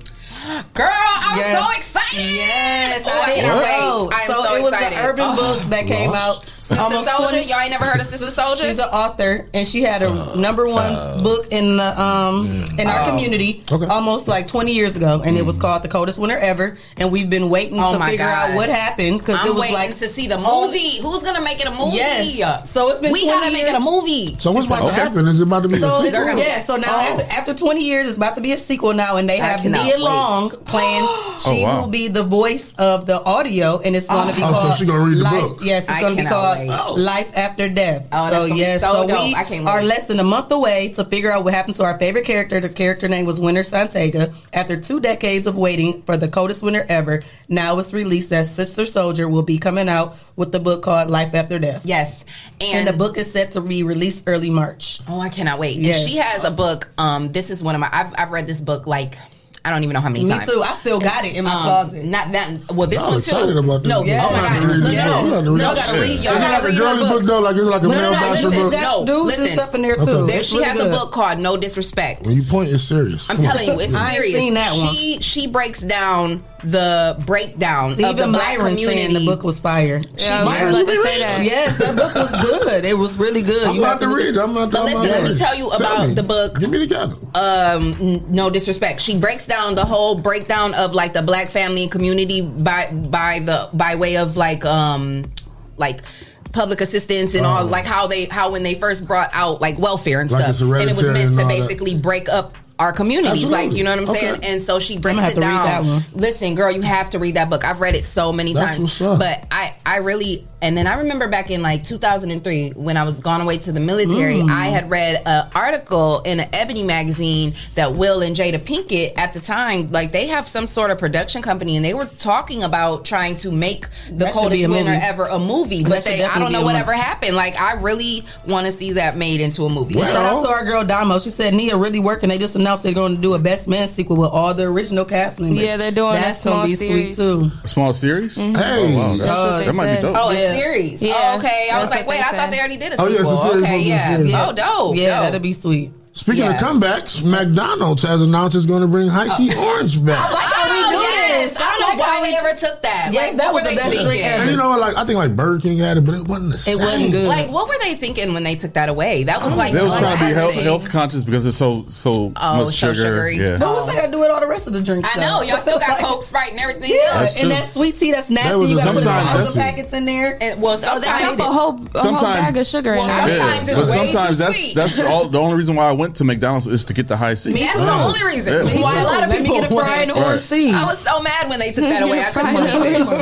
Girl, I'm
Yes.
so excited. Yes,
I
I
didn't
can't
know.
wait. I'm
So
so,
it was an
excited. Oh.
urban book that came out
Sister
almost
Soldier,
20
y'all ain't never heard of Sister Soldier?
She's an author, and she had a
Uh,
number one book in the um
mm.
in our
Oh.
community almost like 20 years ago, and it was called The Coldest Winter Ever. And we've been waiting
Oh
to
my
figure
God.
out what happened because
I'm
it was
waiting
like
to see the movie. Who's gonna make it a movie?
Yes. So it's been
we
20
gotta make
years.
it a movie.
So what's about
Okay.
to happen? Is it about to be? a
So it's,
sequel?
yeah, so now
Oh.
after, after 20 years, it's about to be a sequel now, and they have
cannot
Nia
wait.
Long playing. She
Oh, wow.
will be the voice of the audio, and it's going to be
Oh, so
called.
she gonna read the
Life-
book.
Yes, it's
I
going to be
cannot
called
wait.
Oh. Life After Death.
Oh, that's
so
gonna be
yes,
so
so,
dope.
we
I can't wait.
are less than a month away to figure out what happened to our favorite character. The character name was Winter Santega. After two decades of waiting for the coldest winter ever, now it's released that Sister Soldier will be coming out with the book called Life After Death.
Yes,
and,
And-
the book is set to be released early March.
Oh, I cannot wait. And
Yes.
she has a book. Um, this is one of my. I've, I've read this book like. I don't even know how many
Me
times. Um,
too. I still got it in my closet.
Not that. Well, this
I'm
one
excited
too.
about this
No.
book. Yeah.
Oh my
I'm
god.
about to read this book. I'm
No.
about to
No.
read
Y'all
this
gotta
book.
read. Y'all
Is it
gotta
like a
read
girly
her
book,
books.
though? Like, is it like a
No, no, no,
mailboxer
listen,
book?
No.
Dudes and
Listen.
stuff in there, too.
There-
It's
she
really
has a
good.
book called No Disrespect.
When you point, it's serious.
I'm
Come on.
telling you, it's
I ain't
serious.
seen that one.
She she breaks down the breakdown
See,
of the
even
black
Myron saying
community.
the book was fire.
Yeah, I was
Myron,
about to
you
say
read
that.
it? Yes, that book was good. It was really good.
I'm about to read. it. I'm about to.
But
I'm
listen,
about
let
to
me
read it.
tell you about
me.
the book.
Get me together.
Um, n- no disrespect. She breaks down the whole breakdown of like the black family and community by by the by way of like um like public assistance and all
Oh.
like how they how when they first brought out like welfare and
Like
stuff,
it's
and it was
hereditary
meant
and
to
all that.
basically break up our communities
Absolutely.
like you know what i'm
Okay.
saying and so she breaks
I'ma have
it
to read
down
that one.
listen girl you have to read that book i've read it so many
That's
times
what's up.
but i i really and then i remember back in like 2003 when i was gone away to the military
Mm.
i had read an article in an ebony magazine that will and jada pinkett at the time like they have some sort of production company and they were talking about trying to make the
That should be
coldest
a
winter
movie.
ever a movie
That
but
should
they i
definitely
don't
be
know
a
whatever
movie.
happened like i really want to see that made into a movie
Shout
Oh,
out to our girl Damo. She said Nia really working. They just announced they're going to do a Best Man sequel with all the original cast members.
Yeah, they're doing a
That's gonna
small
be sweet
series.
too.
A small series?
Mm-hmm.
Mhm.
Hey.
Oh, wow.
That's what
That
they
might be
said.
dope.
Oh,
Yeah.
a series.
Yeah,
Oh, okay. I
that's
was like,
what
wait,
they
I
said.
thought they already did a
Oh,
sequel.
yeah, it's a series,
Okay,
it's a
yeah.
series.
Oh, dope.
Yeah,
dope.
that'll be sweet.
Speaking
Yeah.
of comebacks, McDonald's has announced it's going to bring High C Orange back.
Oh. I like how we do
yes.
this. I don't know why they ever took that.
Yes,
like,
that
what
was
were
the
they
best
thinking?
drink
And you know what? Like I think like Burger King had it, but it wasn't the same.
It wasn't good. Like, what were they thinking when they took that away? That was like
They was trying to be health,
classic.
health conscious because it's so so
Oh,
much
so
sugar.
sugary.
Yeah.
But what's that got to do with all the rest of the drinks?
I know y'all still got Coke, Sprite, and everything. else.
That's true.
and that sweet tea that's nasty.
That was
you
just
got put
sometimes
all the
that's it.
packets in there.
And, well,
So
sometimes
that's
it-
a whole-
a whole bag of sugar in
Well,
there.
sometimes
Yeah.
it's
But
way
sometimes
too
that's
sweet.
that's all. The only reason why I went to McDonald's is to get the high C. Mm.
Me that's the only reason
Yeah.
why a lot of
uh, Let me
people
get a fried
went.
orange seed.
I was so mad when they took
Get
that
a
away. I couldn't
fried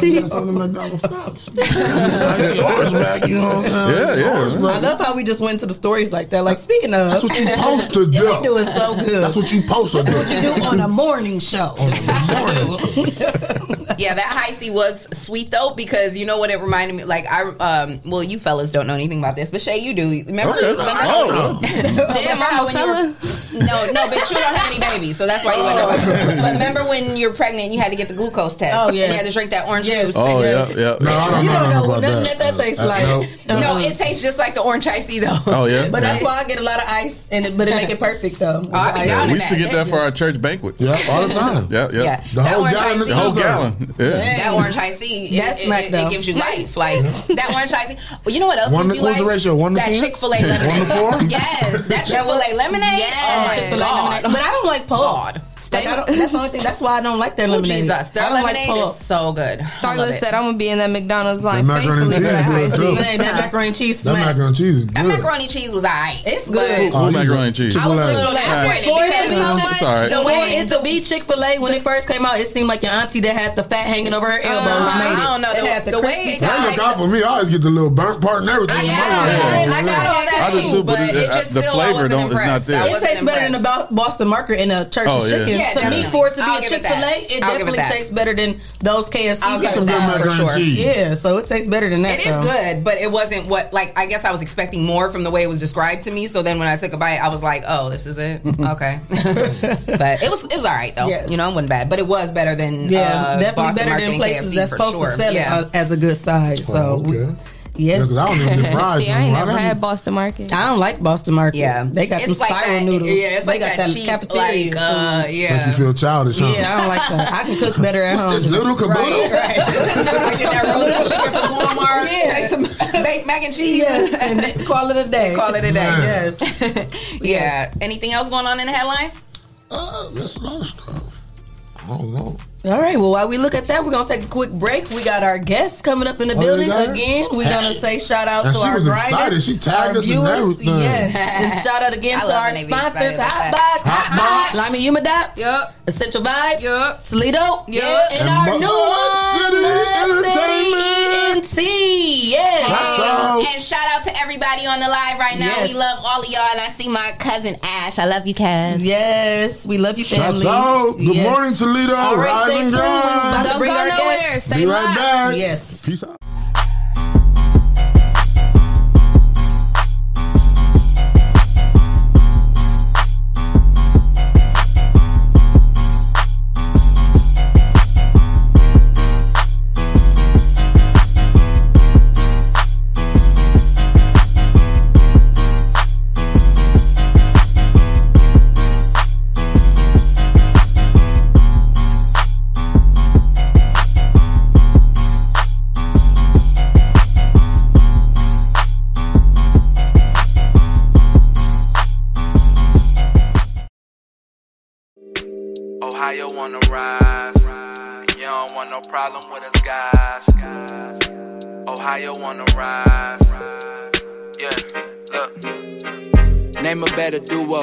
believe
orange
it.
Orange bag, you know.
Yeah, yeah.
I love how we just went to the stories like that. Like speaking of,
That's what you supposed to do.
You're doing so good.
That's what you supposed to do.
That's what you do on a morning show.
yeah, that high C was sweet though because you know what it reminded me. Like I, um, well, you fellas don't know anything about this, but Shay, you do. Remember?
Okay.
remember
Oh.
Damn,
I'm
how
a
when you were- no, no, but you don't have any babies, so that's why you wouldn't know. it. But remember when you're pregnant, and you had to get the glucose test.
Oh,
yeah,
yes.
you had to drink that orange juice.
Oh yeah, yeah.
No, I don't
You
know
don't know
nothing
what
about Uh,
nothing that, that tastes like.
Nope.
No, it tastes just like the orange high C though.
Oh yeah.
But that's why I get a lot of ice, and it, but it make it perfect though.
I be down
We
in
used to get that for our church banquet.
Yeah, all the time.
Yeah, yeah.
Yeah,
The
that
whole
orange
gallon
high
of
C.
The whole
Those are-
gallon. Yeah.
That orange high C, it,
That's
it,
smack,
it,
though.
it gives you life. Like that orange high C. Well, you know what else
One to-
gives you
what's
life?
the ratio? One to
that
ten?
Chick Fil A lemonade.
One to four?
Yes, that Chick Fil A lemonade.
Yes.
Oh my God.
But I don't like pulp.
God.
Like, I don't, that's the only thing. That's why I don't like that
Oh,
lemonade.
Jesus,
I
their
don't like
lemonade
pulp.
is so good. I love
Starla
it.
said, "I'm gonna be in that McDonald's line
That macaroni
faithfully
and
for
cheese
that high
is
C."
good, too.
Hey, that macaroni and cheese
That
smack.
macaroni and cheese is good.
that macaroni cheese was alright.
It's
but
good.
What
Oh,
macaroni and cheese?
I was a
Chick-fil-A.
little disappointed
For it
because
so
so
much,
It's all right.
the
Well,
way
it
it's
to be Chick Fil A when it first came out, it seemed like your auntie that had the fat hanging over her elbows.
Uh,
made it.
I don't know.
It
The-
had the,
the way
crispy
it
top.
That look out for me. I always get the little burnt part and everything.
I,
in
I, I,
my mouth.
I got all that
I do
too,
too, but
but
it-
it
I-
just
the
still
flavor
I wasn't
don't- it's not
impressed. I
there. It
It
wasn't
tastes better than
impressed.
the Bo- Boston Market and a Church's
Oh, yeah.
Chicken.
Yeah,
to me,
definitely.
for it to be
I'll
a
give
Chick
it
Fil A,
that.
it
I'll give it
definitely
that.
tastes better than those KFC.
I'll give
type
it
of-
that for
macaroni and
sure.
cheese.
Yeah, so it tastes better than that.
It is
though.
good, but it wasn't what like I guess I was expecting more from the way it was described to me. So then when I took a bite, I was like, "Oh, this is it." okay, but it was it was all right though.
Yes.
You know, it wasn't bad, but it was better than
Yeah,
uh,
definitely
Boston
better
Market
than
and
places
KFC
that's
for
supposed
sure.
to sell
yeah.
it uh, as a good size. So,
Okay. Yeah,
yes.
'cause I don't even get fries.
See, I ain't
no more.
never
don't
had
even-
Boston Market.
I don't like Boston Market.
Yeah.
they got them
It's like
spiral
that-
noodles.
Yeah, it's
they
like
got
that cheap, like, uh,
Make you
yeah.
feel childish, huh?
yeah, I don't like that. I can cook better at home.
This little
Right,
kaboodle.
right. I get that roast chicken from Walmart.
Uh, Yeah.
Make some baked mac and cheese.
Yes, and then call it a day.
Call it a day.
Man.
Yes.
Yeah. Anything else going on in the headlines?
Uh, that's a lot of stuff. I don't know.
All right. Well, while we look at that, we're gonna take a quick break. We got our guests coming up in the
Oh,
building
we got her?
again. We're gonna say shout out
And
to
she
our
was
grinders,
excited. She tagged
our
us and everything.
Yes. and shout out again
I
to
love
our
when they be
sponsors:
excited like
Hotbox,
that. Hotbox.
Lima Yuma Dot,
Yup.
Essential Vibes,
Yup.
Toledo,
Yup.
and,
And
our
Mud
new one,
City
Mud City ENT. Yes.
That's all.
um, And shout out to everybody on the live right now.
Yes.
We love all of y'all. And I see my cousin Ash. I love you, cuz.
Yes, we love you, family.
Shots out. Oh, Good
Yes.
morning, Toledo.
All right,
Rise
stay
and
tuned. We're about
grind.
to
Don't
bring
go
our guests.
nowhere. Stay
Be right
locked.
back.
Yes.
Peace out.
Ohio on the rise. And you don't want no problem with us guys. Ohio on the rise. Yeah, look. Name a better duo.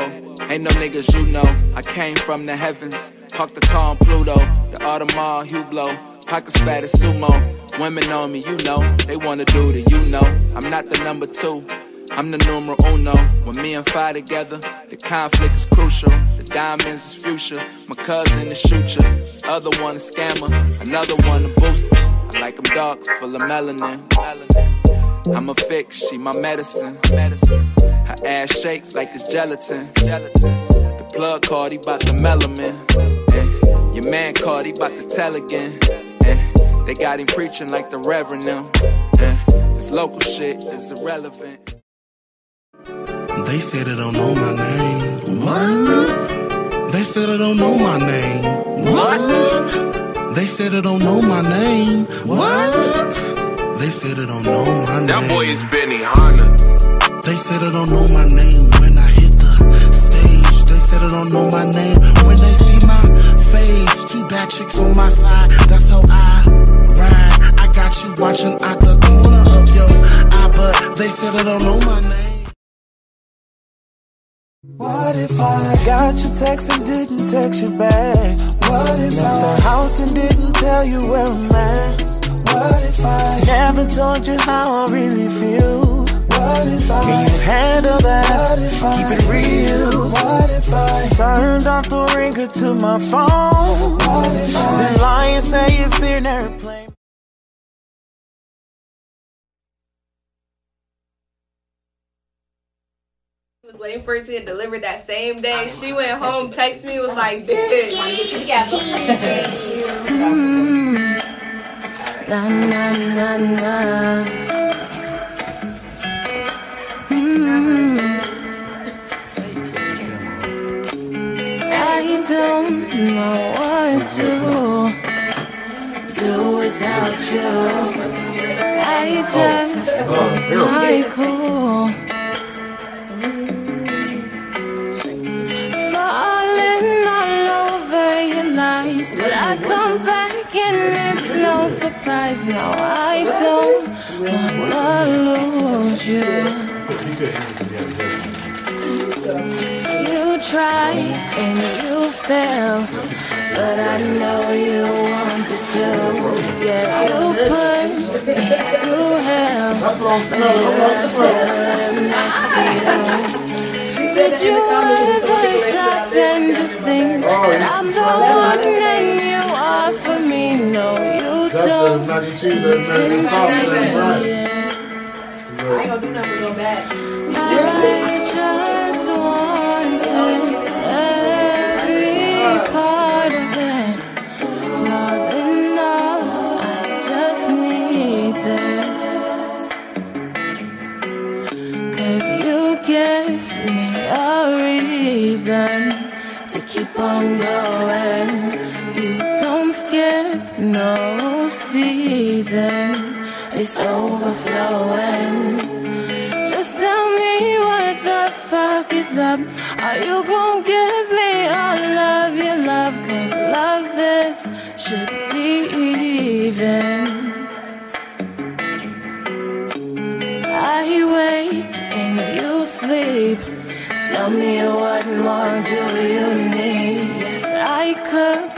Ain't no niggas you know. I came from the heavens. Park the car on Pluto. The Audemars Hublot. Pockets fat as sumo. Women on me, you know. They wanna do the you know. I'm not the number two. I'm the numero uno. When me and Fi together, the conflict is crucial. The diamonds is future. My cousin is shooter. Other one a scammer. Another one a booster. I like 'em dark, full of melanin. melanin. I'm a fix, she my medicine. medicine. Her ass shake like it's gelatin. gelatin. The plug card, he bout to melanin. Eh. Your man called, he bout to tell again. Eh. They got him preaching like the reverend now. Eh. This local shit is irrelevant.
They said they don't know my name. What? They said they don't know my name. What? They said they don't know my name. What? They said they don't know my name.
That boy is Benny Hanna.
They said they don't know my name when I hit the stage. They said they don't know my name when they see my face. Two bad chicks on my side. That's how I ride. I got you watching out the corner of your eye, but they said they don't know my name.
What if I got your text and didn't text you back? What if left the house and didn't tell you where I'm at? What if I never told you how I really feel? What if I can you handle that? Keep it real. What if I turned off the ringer to my phone? What if I then lie and say it's in airplane?
was waiting for it to get delivered that same day. She went home, texted me, was like, "Bitch,
Mm-hmm. Na na na na. Mm-hmm. I don't know what to do without you. I just
Oh, oh,
oh, my cool. Falling all over your lies, but I come back and it's no surprise. Now I don't wanna lose you. You try and you fail, but I know you want this too. Yeah, you put me through hell. That's what I'm smelling. I'm like, Did you ever stop and just think
Oh,
that I'm the one and you are for me? No, you
That's a
don't.
magic cheese that man. It's something that's right.
I just want this every part of it. Not enough, I just need this. Cause you give me a reason to keep on going. You don't skip no season, it's overflowing. Just tell me what the fuck is up. Are you gonna give me all of your love? Cause love this should be even. I wake and you sleep. Tell me what more do you need? Yes, I cook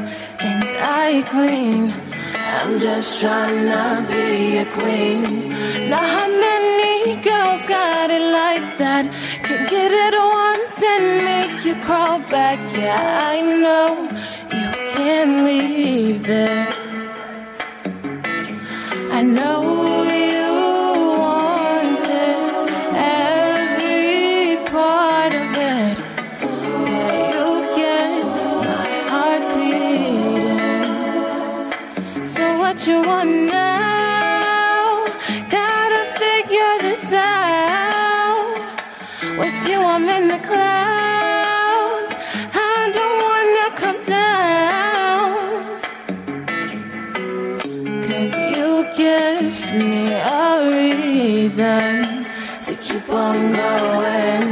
and I clean. I'm just tryna be a queen. Now, how many girls got it like that? Can get it once and make you crawl back. Yeah, I know you can leave this. I know you want this, every part of it. Yeah, you get my heart beating. So what you want now? Gotta figure this out. With you, I'm in the clouds. I don't wanna come down. Cause you give me a reason to keep on going.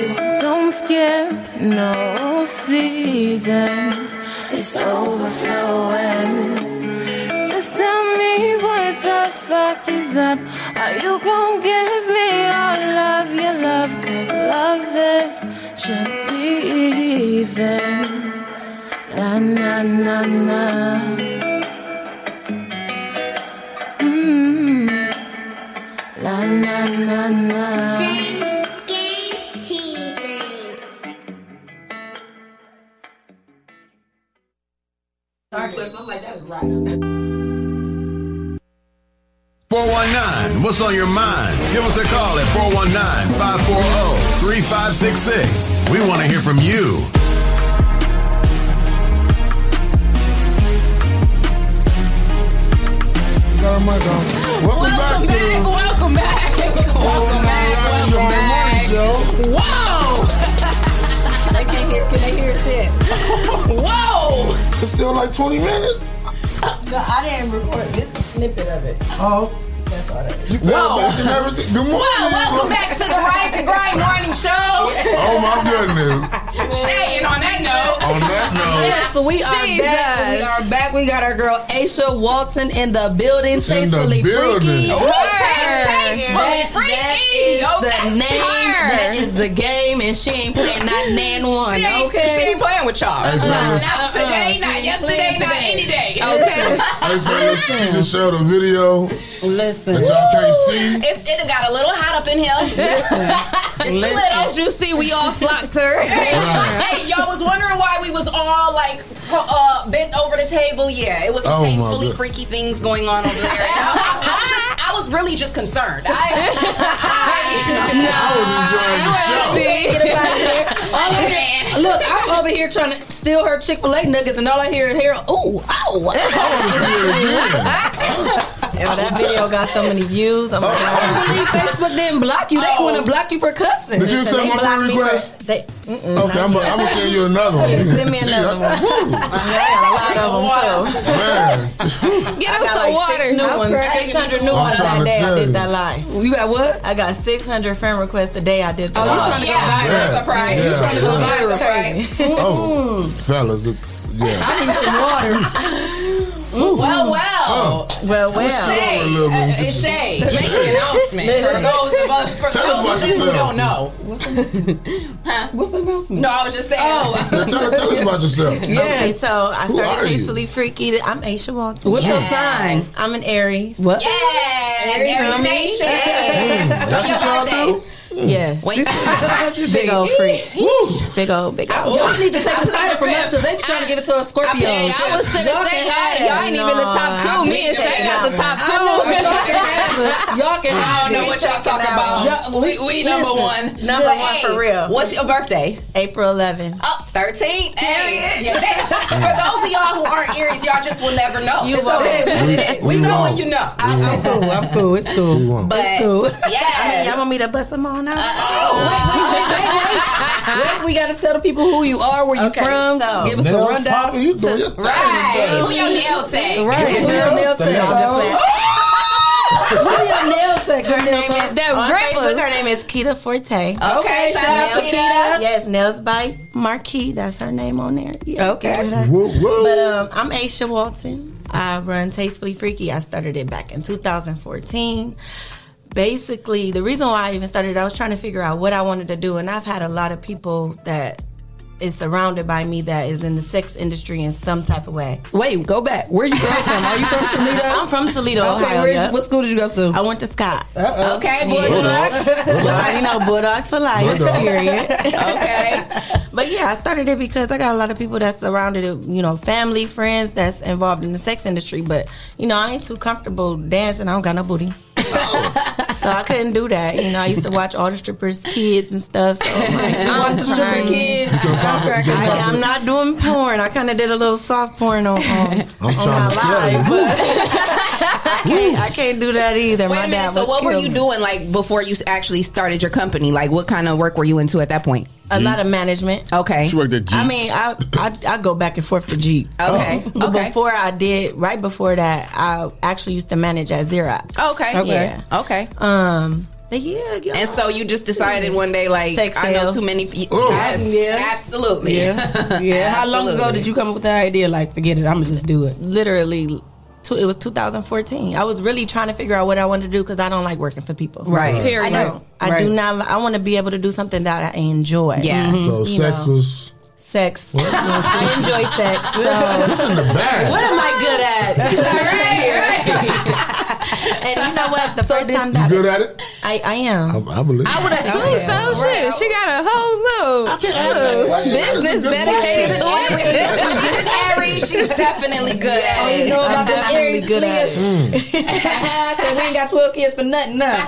You don't skip no seasons, it's overflowing. Just tell me what the fuck is up. Are you gonna give me all of your love? Cause love this should be even. Na na na na. Mm. La na na na.
I'm like, that was right.
419, what's on your mind? Give us a call at 419 540 3566. We want to hear from you.
Oh my God. Welcome, back, to
Welcome back. Welcome back. Welcome back. Whoa. they can't hear. Can they hear shit? Whoa.
It's still like 20 minutes.
No, I didn't record this is a snippet of it.
Oh.
That's all that is.
You fell back and everything. Good morning.
Well, welcome back to the Rise and Grind Morning Show.
Oh my goodness.
Shay, and on that note,
On that note.
Yeah, so we are back. We
Jesus.
are back. We got our girl Aisha Walton in the building. Tastefully
building.
freaky.
Word.
Tastefully
That-
freaky.
That is
Okay.
the name.
Her.
That is the game, and she ain't playing not nan one.
She ain't-
okay,
she ain't playing with y'all.
Hey,
Nah,
fellas.
not today,
She
not
ain't
yesterday,
playing
not
today.
any day.
Uh-uh. Okay.
Hey, fellas, she just showed a video
Listen.
that y'all can't see.
It's, it got a little hot up in here. Just a
Listen,
little.
As you see, we all flocked her.
hey, y'all was wondering why we was all like pro- uh, bent over the table. Yeah, it was some
Oh, my
tastefully
God.
freaky things going on over there. And I, I was just- I was really just concerned.
Get
I, I,
up out of here. All I
Man.
hear- Look, I'm over here trying to steal her Chick Fil A nuggets, and all I hear is hair. Ooh, oh, ow.
Yo, that video got so many views. I'm like,
I can't believe Facebook didn't block you. They want to block you for cussing.
Oh. Did you
Listen, they
accept my
blocked
friend
me for-
request?
They,
Mm-hmm.
mm-mm,
Okay, I'm
not
gonna send you another one.
yet. Send me
Gee,
another
I-
one. I got a lot of them too.
Man,
Get
I
us
got
some
like
water.
six new ones.
trying to
600 new
I'm
ones
trying
that day
to
I
tell you.
did that live.
You got what?
I got 600 friend requests the day I did that
Oh, you trying to go
live.
viral?
Yeah.
surprise.
Yeah.
You trying to go
Yeah.
viral, surprise.
oh, fellas, it- yeah.
I need some water.
Well,
Oh.
well.
Well, well.
Shay,
Sure, little
uh,
bit.
it's Shay, make an announcement for those of us, for
Tell
those
us about
of you who
yourself.
don't know.
What's the announcement?
No, I was just saying.
Oh. Now, tell, tell us about yourself.
Okay, so I
Who are
started
you?
Tastefully Freaky. I'm Aisha Walton.
What's your sign?
I'm an Aries.
What?
Yes,
You feel
Aries
me?
Nation.
That's what y'all do.
Hmm.
Yes.
She's
Big old freak. Big old, big old.
Y'all need to take the title from us because they be trying to give it to a Scorpio.
Hey, I was finna
Y'all
say
can
y'all,
have
y'all ain't even the top two. Me and Shay got the top
it.
two.
Y'all can have us. Y'all can
I
have
don't know
it.
what y'all talking about.
Y'all-
we, we number one.
Number
But
one
hey,
for real.
What's your birthday?
April 11th.
Oh, 13th. Hey. Yeah, that- for those of y'all who aren't Aries, y'all just will never know.
You
it's
won't.
okay. It's what it is.
We-
We,
we
know
won't.
when you know.
I- I'm cool. I'm cool. It's
Who
cool.
won?
But Uh,
It's cool.
I mean, y'all
yeah.
want me to bust them on out?
Wait, we gotta tell the people who you are, where you
Okay,
from.
so-
give us the
Nails
rundown.
popping, you doing your thing.
Right. Who your nail tech?
Right. Who your nail
Stay
tech?
out.
Who your nail tech? Who
Her
nail
name
tech?
is,
Them
on
rippers.
Facebook, her name is Kita Forte.
Okay, shout out to
Nails.
Kita.
Yes, Nails by Marquis. That's her name on there. Yeah,
Okay.
get with her.
Woo, woo.
But um, I'm Aisha Walton. I run Tastefully Freaky. I started it back in 2014. Basically, the reason why I even started, I was trying to figure out what I wanted to do, and I've had a lot of people that is surrounded by me that is in the sex industry in some type of way.
Wait, go back. Where you from? from? Are you from Toledo?
I'm from Toledo,
Okay,
Ohio.
where's,
yeah.
what school did you go to?
I went to Scott.
Okay, boy.
Hold on. Hold on.
you know, Bulldogs for life.
Bulldog.
Period.
Okay.
But yeah, I started it because I got a lot of people that's surrounded, it, you know, family, friends that's involved in the sex industry. But you know, I ain't too comfortable dancing. I don't got no booty,
Oh.
so I couldn't do that. You know, I used to watch all the strippers' kids and stuff. So I'm like,
You watch the stripper kids.
You gonna pop it, you gonna
I,
pop
I'm
it.
not doing porn. I kind of did a little soft porn on, on,
I'm
on my
trying to tell
live,
you.
but I can't, I can't do that either.
Wait
my
a minute.
dad
So,
would
what were
kill
you
me.
doing like before you actually started your company? Like, what kind of work were you into at that point?
A lot of management.
Okay.
She worked at Jeep.
I mean, I, I I go back and forth to Jeep.
Okay.
But
Okay.
before I did, right before that, I actually used to manage at Xerox.
Okay.
Okay.
Okay.
Um, but yeah, yeah.
And so you just decided one day, like,
Sex
I know
sales.
too many people.
Oh.
Yes,
Yeah.
absolutely.
Yeah. Yeah. How long ago
Absolutely.
did you come up with that idea? Like, forget it. I'm gonna just do it.
literally, two, it was 2014. I was really trying to figure out what I wanted to do because I don't like working for people.
Right.
I
Period.
don't. I
Right.
do not. li- I want to be able to do something that I enjoy. Mm-hmm.
Yeah.
So
You
sex
know.
was.
Sex. I enjoy sex. So.
It's in the
What
bag.
am I good at? and you know what? The first time
You
that
good at it?
I, I am.
I, I believe.
I would assume so. Shit, she got a whole little
question.
business
That's a
dedicated
good
to it.
she's an Aries. She's definitely good at
Oh, You
it.
know about
I'm
them
definitely
Aries
good at
kids. so we ain't got twelve kids for nothing. Nah.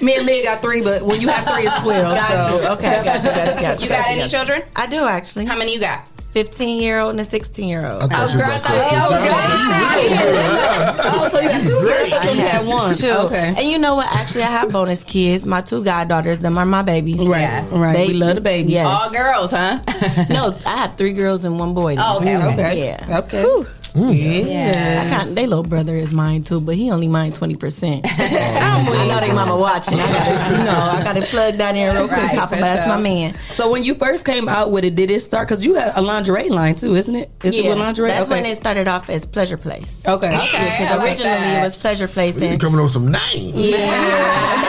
Me and Lynn got three, but when you have three, it's twelve.
Got
so.
you. Okay, got you, got you, got you.
You got any children?
I do actually.
How many you got?
15 year old and a 16 year old.
thought you
girl,
about
I thought-
sex.
oh,
You
God.
good at it.
Oh, so you got two. I thought you only had one.
Two.
Okay.
And you know what? Actually, I have bonus kids. My two goddaughters, them are my babies.
Right, right.
They
we love the babies.
Yes.
All girls, huh?
No, I have three girls and one boy. now.
Oh, okay, okay.
Yeah.
Okay.
Yeah, I kind they little brother is mine too, but he only mine twenty percent. I know they mama watching. I got you know I got to plug that in real quick.
Right,
Papa,
for
that's my
sure.
man.
So when you first came out with it, did it start? Because you got a lingerie line too, isn't it? Is it with lingerie?
That's
Okay.
when it started off as Pleasure Place.
Okay.
Okay, I like originally that. it was Pleasure Place.
You
And
coming on some names.
yeah.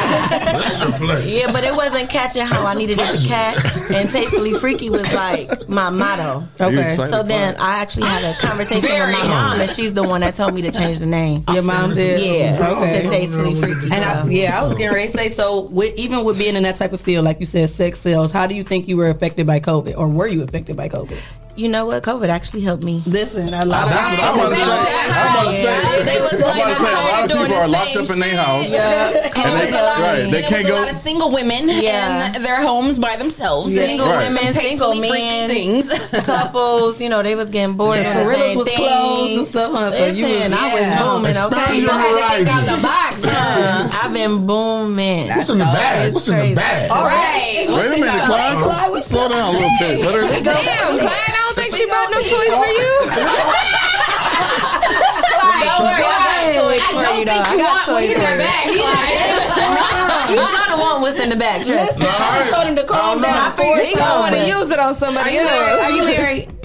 Pleasure place.
Yeah, but it wasn't catching how I needed it to catch. And Tastefully Freaky was like my motto.
You Okay. excited
So then
for it?
I actually had a conversation
Very.
with my mom, and she's the one that told me to change the name.
Your mom did?
Yeah.
Okay.
To Tastefully Freaky.
And I,
So-
yeah, I was getting ready to say. So with, even with being in that type of field, like you said, sex sales. How do you think you were affected by COVID, or were you affected by COVID?
You know what? COVID actually helped me.
Listen, I love
I'm about to say, I'm about to say,
They was
I'm about
like, I'm
to say, a lot of
tired of
people
doing
are
the
locked
same
up in their
shit.
house.
Yeah. And
And
it was
they-
a lot
right,
of,
they
and it
can't
was a
go.
lot of single women
Yeah.
in their homes by themselves.
Yeah.
Single
Single Right.
women,
women,
single
single
men,
men.
things.
couples, you know, they was getting bored.
Yeah.
of the
Gorillas
same
was
thing.
closed and stuff, huh? So
Listen,
you was-
I was
yeah.
booming.
Expand
Okay,
your You had to think out the horizons. box, huh?
I've been booming.
What's in the bag?
It's
What's in the
crazy.
bag? All right. Wait a What's in minute, the- Clyde. Clyde, what's
Slow down a little bit. Let her.
Damn, Clyde, I don't think she bought no toys for you.
Don't worry, I got toys
I
for
don't
you, though.
think
I
you
got
want what's
toys
in
for
the
you.
bag, Clyde.
you gotta want what's in the bag, trust me.
Listen, I told him to calm down.
He gonna wanna use it on somebody
Are you married?
else.
Are you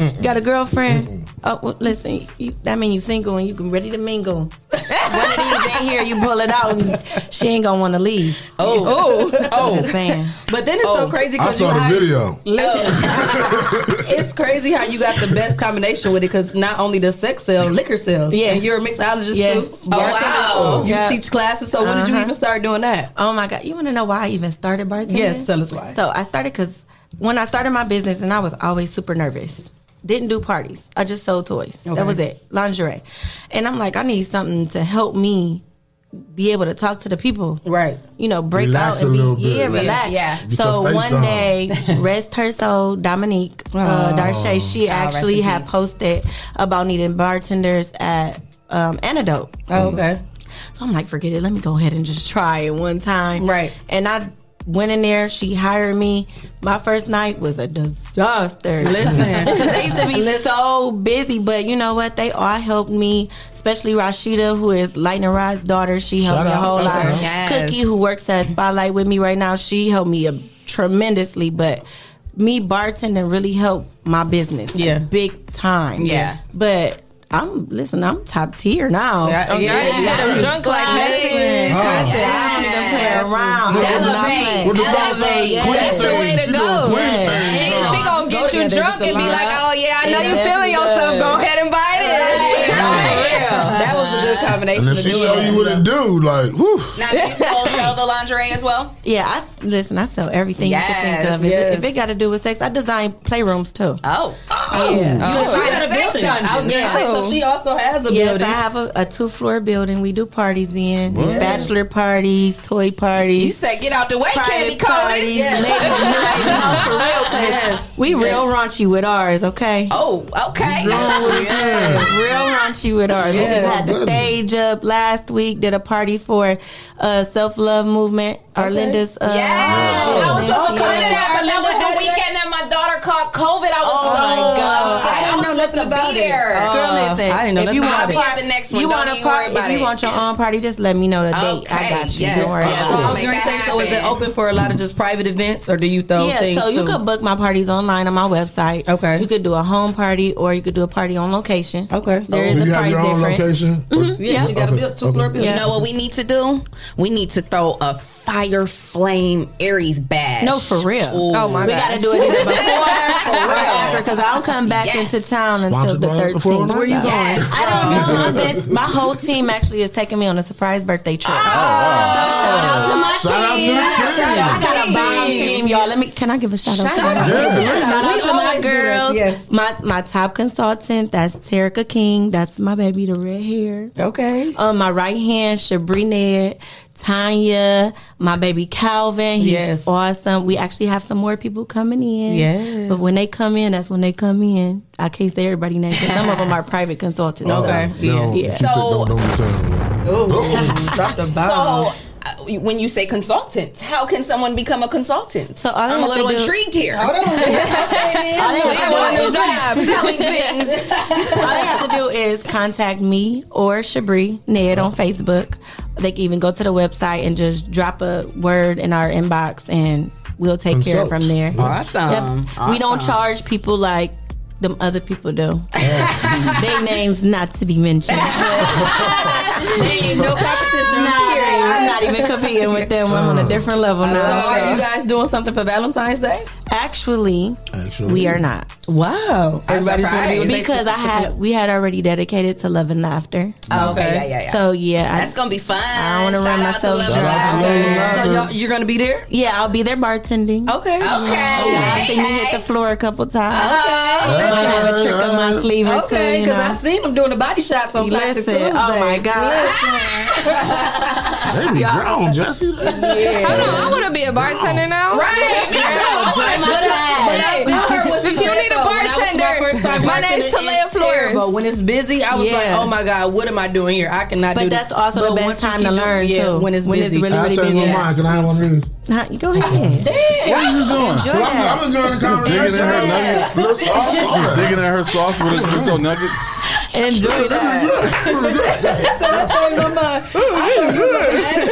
married? Got a girlfriend? Oh, well, listen, you, that mean you single and you can ready to mingle. One of these in here, you pull it out, and she ain't gonna want to leave.
Oh. Oh.
I'm just saying.
But then it's
Oh.
so crazy
I
because you
saw the
hide-
video.
Listen, it's crazy how you got the best combination with it because not only the sex sell, liquor sells. Yeah, and you're a mixologist
Yes.
too.
Oh,
Bartender.
wow.
You
Yeah.
teach classes. So when did you
Uh-huh.
even start doing that?
Oh my God. You want to know why I even started bartending?
Yes, tell us why.
So I started because when I started my business, and I was always super nervous. Didn't do parties. I just sold toys.
Okay.
That was it. Lingerie. And I'm like, I need something to help me be able to talk to the people.
Right.
You know, break
Relax
out and
a
be
little bit.
yeah,
Yeah.
relax.
Yeah. Get
So
your face
one
on.
day, rest her soul, Dominique uh,
Oh.
Darche, she
Oh, rest
actually
in
had
peace.
posted about needing bartenders at um, Antidote.
Oh, okay.
So I'm like, forget it. Let me go ahead and just try it one time. Right. And I went in there. She hired me. My first night was a disaster.
Listen.
they used to be so busy, but you know what? They all helped me, especially Rashida, who is Lightning Rod's daughter. She helped
Shout
me a
out,
whole
shout
lot.
out. Yes.
Cookie, who works at Spotlight with me right now, she helped me a, tremendously, but. Me bartending really helped my business, yeah, big time.
Yeah.
but I'm listen. I'm top tier now.
Yeah, yeah, you got 'em drunk like this.
Listen,
Yes.
I don't even play around.
Elevate.
It's not-
What the song Elevate. say? Queen
That's the way
thing.
to
She
go.
doing queen thing.
She,
Yeah.
she gonna
Go
get you
there, they
drunk
just
and be
line
like,
up.
oh yeah, I know
Yeah,
you
that's
feeling
good.
yourself. Go ahead and buy it.
That was a good combination.
And if she show you what it do, like, whew.
Now, do you still sell the lingerie as well?
Yeah, I s- listen. I sell everything you can
Yes,
think of. If it-
yes.
If it got to do with sex, I design playrooms too.
Oh,
yeah.
Oh, she had a building. I was gonna say, so she also has a
yes,
building.
I have a, a two floor building. We do parties in
What?
bachelor parties, toy parties.
You said get out the way, Candy
Private
Coated.
parties, ladies' night. No, for real, 'cause We real raunchy with ours, okay?
Oh, okay.
Oh,
Yes, real raunchy with ours. We just had the stage up last week. Did a party for uh, self love movement. Arlinda's. Uh,
Yes, Oh, I was supposed
Oh,
to come to that, but that was the
Arlinda-
weekend that my daughter caught COVID. I was
Oh
so
my God.
upset.
I
I,
didn't
was
know
supposed to be
nothing about it. Oh,
there.
Girl, listen.
I didn't know
if you
nothing
want
about it. I'll be at the next one.
You
Don't
want
even
a party?
worry about
if you
it.
want your own party, just let me know the date.
Okay,
I got you.
yes,
Don't worry.
yes.
about
So I
it.
was
Make
gonna
that
say, so is it
happen.
open for a lot of just private events, or do you throw
yeah,
things? Oh.
so you
too?
could book my parties online on my website. Okay, you could do a home party or you could do a party on location.
Okay,
there is a
do Oh. you have
price
your own
difference.
location?
Yeah.
Mm-hmm. she got
Okay,
a bill, two floor
okay.
bill. You know what we need to do? We need to throw a fire flame Aries bash.
No, for real.
Oh my
we
gosh.
gotta do it either before or after because I don't come back
Yes.
into town until
Sponsored
the
by the
thirteenth.
Where you going?
I don't know. My best, my whole team actually is taking me on a surprise birthday trip. So shout out to my
Oh, Shout out to the
team.
team.
I got a bomb team, y'all. Let me. Can I give a shout out?
Shout out. Yes.
Shout out
We
to my
always do this,
girls.
yes.
My my top consultant. That's Terica King. That's my baby, the red hair.
Okay.
On my right hand, Shabri Ned. Tanya, my baby Calvin, he's
Yes.
awesome. We actually have some more people coming in.
Yes.
But when they come in, that's when they come in. I can't say everybody's name because some of them are private consultants.
No,
Yeah.
you could- don't- don't be telling me.
Ooh, dropped a bomb.
So Uh, when you say consultant, how can someone become a consultant? So
all they
I'm a
have to
little
do-
intrigued here.
Hold on. Okay, then. All they have to
Yeah,
do
well,
is-
I'm doing selling things.
All they have to do is contact me or Shabri Ned on Facebook. They can even go to the website and just drop a word in our inbox, and we'll take care of it from there.
Awesome.
We don't
Awesome.
charge people like them other people do. Their names not to be mentioned.
no competition.
I'm not even competing with them. I'm on a different level
So,
now.
are you guys doing something for Valentine's Day?
Actually,
Actually,
we are not.
Wow, everybody's going to be
because I had we had already dedicated to love and laughter.
Oh, okay, yeah, yeah, yeah.
So yeah,
That's gonna be fun.
I don't want to run myself
Shout out to Love and
dry.
Laughter. So y'all-
you're gonna be there? Yeah, I'll be there bartending. Okay, okay. I think hit the floor a couple times.
Oh,
I might have a trick up my sleeve or two.
Okay,
you
because
know.
I seen them doing the body shots on Plastic Tuesday.
Listen, oh my
They be grown, Jesse.
Hold on, I want to be a bartender now.
Right.
Me too. Oh I wanna-
But I- but I- I heard what she
If you
said,
need a
though, when I was
bartender,
my first time
my name's
bartending,
Talia
it's
Flores.
terrible. When it's busy, I was like,
Yeah.
oh my god, what am I doing here? I cannot.
But
do
that's
this.
also the best
once you
time
keep
to
doing-
learn,
yeah,
too.
when it's
When it's
busy.
really,
I'll
really
tell you
busy.
what mine. Can I have one of these?
Huh, you go ahead.
What you doing?
Enjoy
Well, I'm-
that.
I'm enjoying the
Just digging in her nuggets.
Little sauce on
You
it.
digging in her sauce with, with your nuggets.
Enjoy that.
Wait, let me.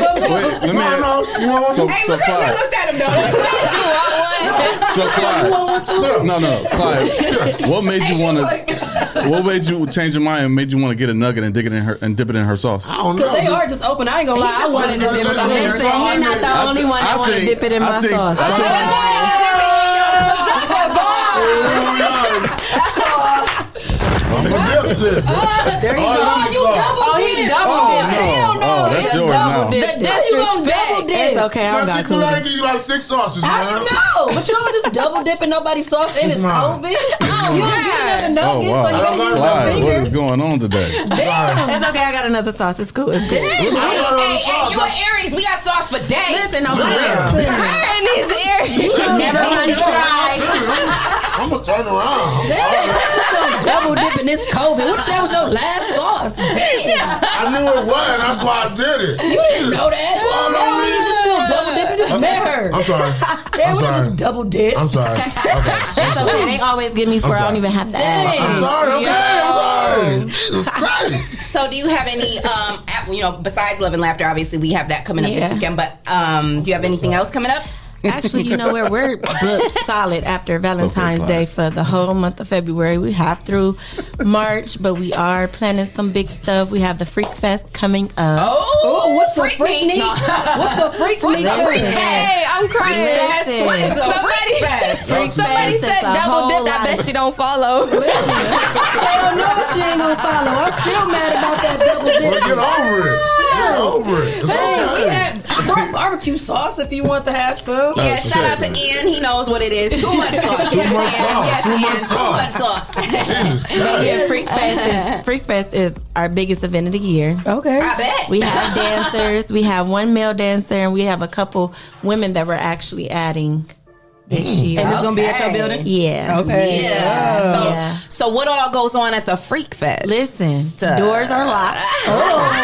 So,
Hey,
so
look how she
Clyde.
looked at him though. Look at you. I won.
So Clyde. No, no, Clyde. What made you want to? What made you change your mind and made you want to get a nugget and dig it in her and dip it in her sauce? I
don't
Because they are just open. I ain't gonna
He
lie. I
just
wanted
wanted
to
to
dip
dip
some
some
in her
in her
sauce.
sauce. You're not the
only one that wanna dip it in my sauce.
I think,
There you
Oh,
go.
let me
you
go.
double
Oh, he
dipped.
double
Oh,
dipped.
no. Oh, that's yours now.
The
disrespect.
It's okay. I'm
But
not
you could only
cool.
give you like six sauces,
How
man.
you know? But you don't just double dipping nobody's sauce and it's
Nah.
COVID. Oh, you don't get another
Oh
nugget,
wow,
so you don't use your
Clyde, what
fingers.
is going on today?
It's okay. I got another sauce. It's cool. It's good.
Hey, hey, hey, you an Aries. We got sauce for days.
Listen, I'm
Her and his Aries.
Never mind.
I'm gonna turn
Oh.
around.
Some double dipping this COVID. What if that was your last sauce? Damn.
I knew it was. That's why I did it.
You didn't know that.
Well, I
That
don't
means you still double dipping. You just met her.
I'm sorry.
They
I'm
would have
sorry.
just double dipped.
I'm sorry. Okay.
It's okay. They always give me four. I don't even have to ask.
I'm sorry. Okay. I'm sorry. Jesus Christ.
So, do you have any, um, app- you know, besides Love and Laughter? Obviously, we have that coming up
Yeah.
this weekend. But um, do you have anything else coming up?
Actually, you know where we're booked solid after Valentine's Day for the whole month of February. We have through March, but we are planning some big stuff. We have the Freak Fest coming up.
Oh, what's the
Freak
freak
me.
need?
No.
What's the freak
What's
need?
the freak
Hey, I'm crying.
Listen.
What is
It's
a freak fest.
somebody?
Freak
Somebody
fest.
said
It's a
double
whole
dip. I
lot
bet
of-
she don't
I
follow.
don't know if she ain't gonna follow. I'm still mad about that double
Well,
dip. Oh,
get over it. Get over it. It's
Hey, we
okay.
had bar- barbecue sauce if you want to have some.
Yeah,
Oh,
shout out to
shit.
Ian. He knows what it is. Too much sauce.
Too
yes,
much
Ian. Yes,
sauce. Too
Ian.
much sauce.
Too much sauce.
Jesus
But
Christ.
yeah, Freak Fest is Freak Fest is our biggest event of the year.
Okay.
I bet.
We have dancers. We have one male dancer, and we have a couple women that we're actually adding this year.
Mm. And it's gonna be at your
Okay.
building?
yeah.
Okay.
Yeah. So,
Yeah.
so what all goes on at the Freak Fest?
Listen, doors are locked.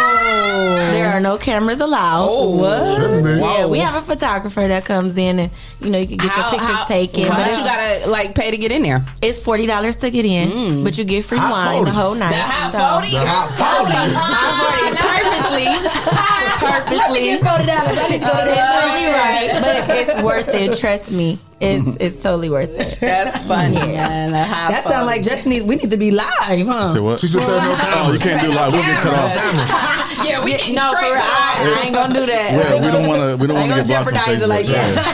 Oh.
There are no cameras allowed.
Oh, what?
Shouldn't be.
Yeah, we have a photographer that comes in, and you know you can get
How-
your pictures
how-
taken.
How
but
much
it's,
you gotta like pay to get in there? Mm.
it's forty dollars to get in, but you get free
Hot
wine the
40.
whole night.
The hot
So-
forty.
The
Hot
Purposely, purposely.
Get voted out. I need to go to
It's
Oh,
that.
totally right, but it's worth it. Trust me, it's it's totally worth it.
That's funny, man. The hot
That sounds like Jess needs. We need to be live, huh?
Say what?
She just said no
Oh, you
cameras.
can't do live. We'll get cut off.
forty. Yeah, we can
No, for
straight
real, I, I ain't gonna do that. I
Yeah,
ain't
we don't want to. We don't
I
want to
ain't
get
gonna
blocked from
jeopardize it like
Facebook.
that.
yeah.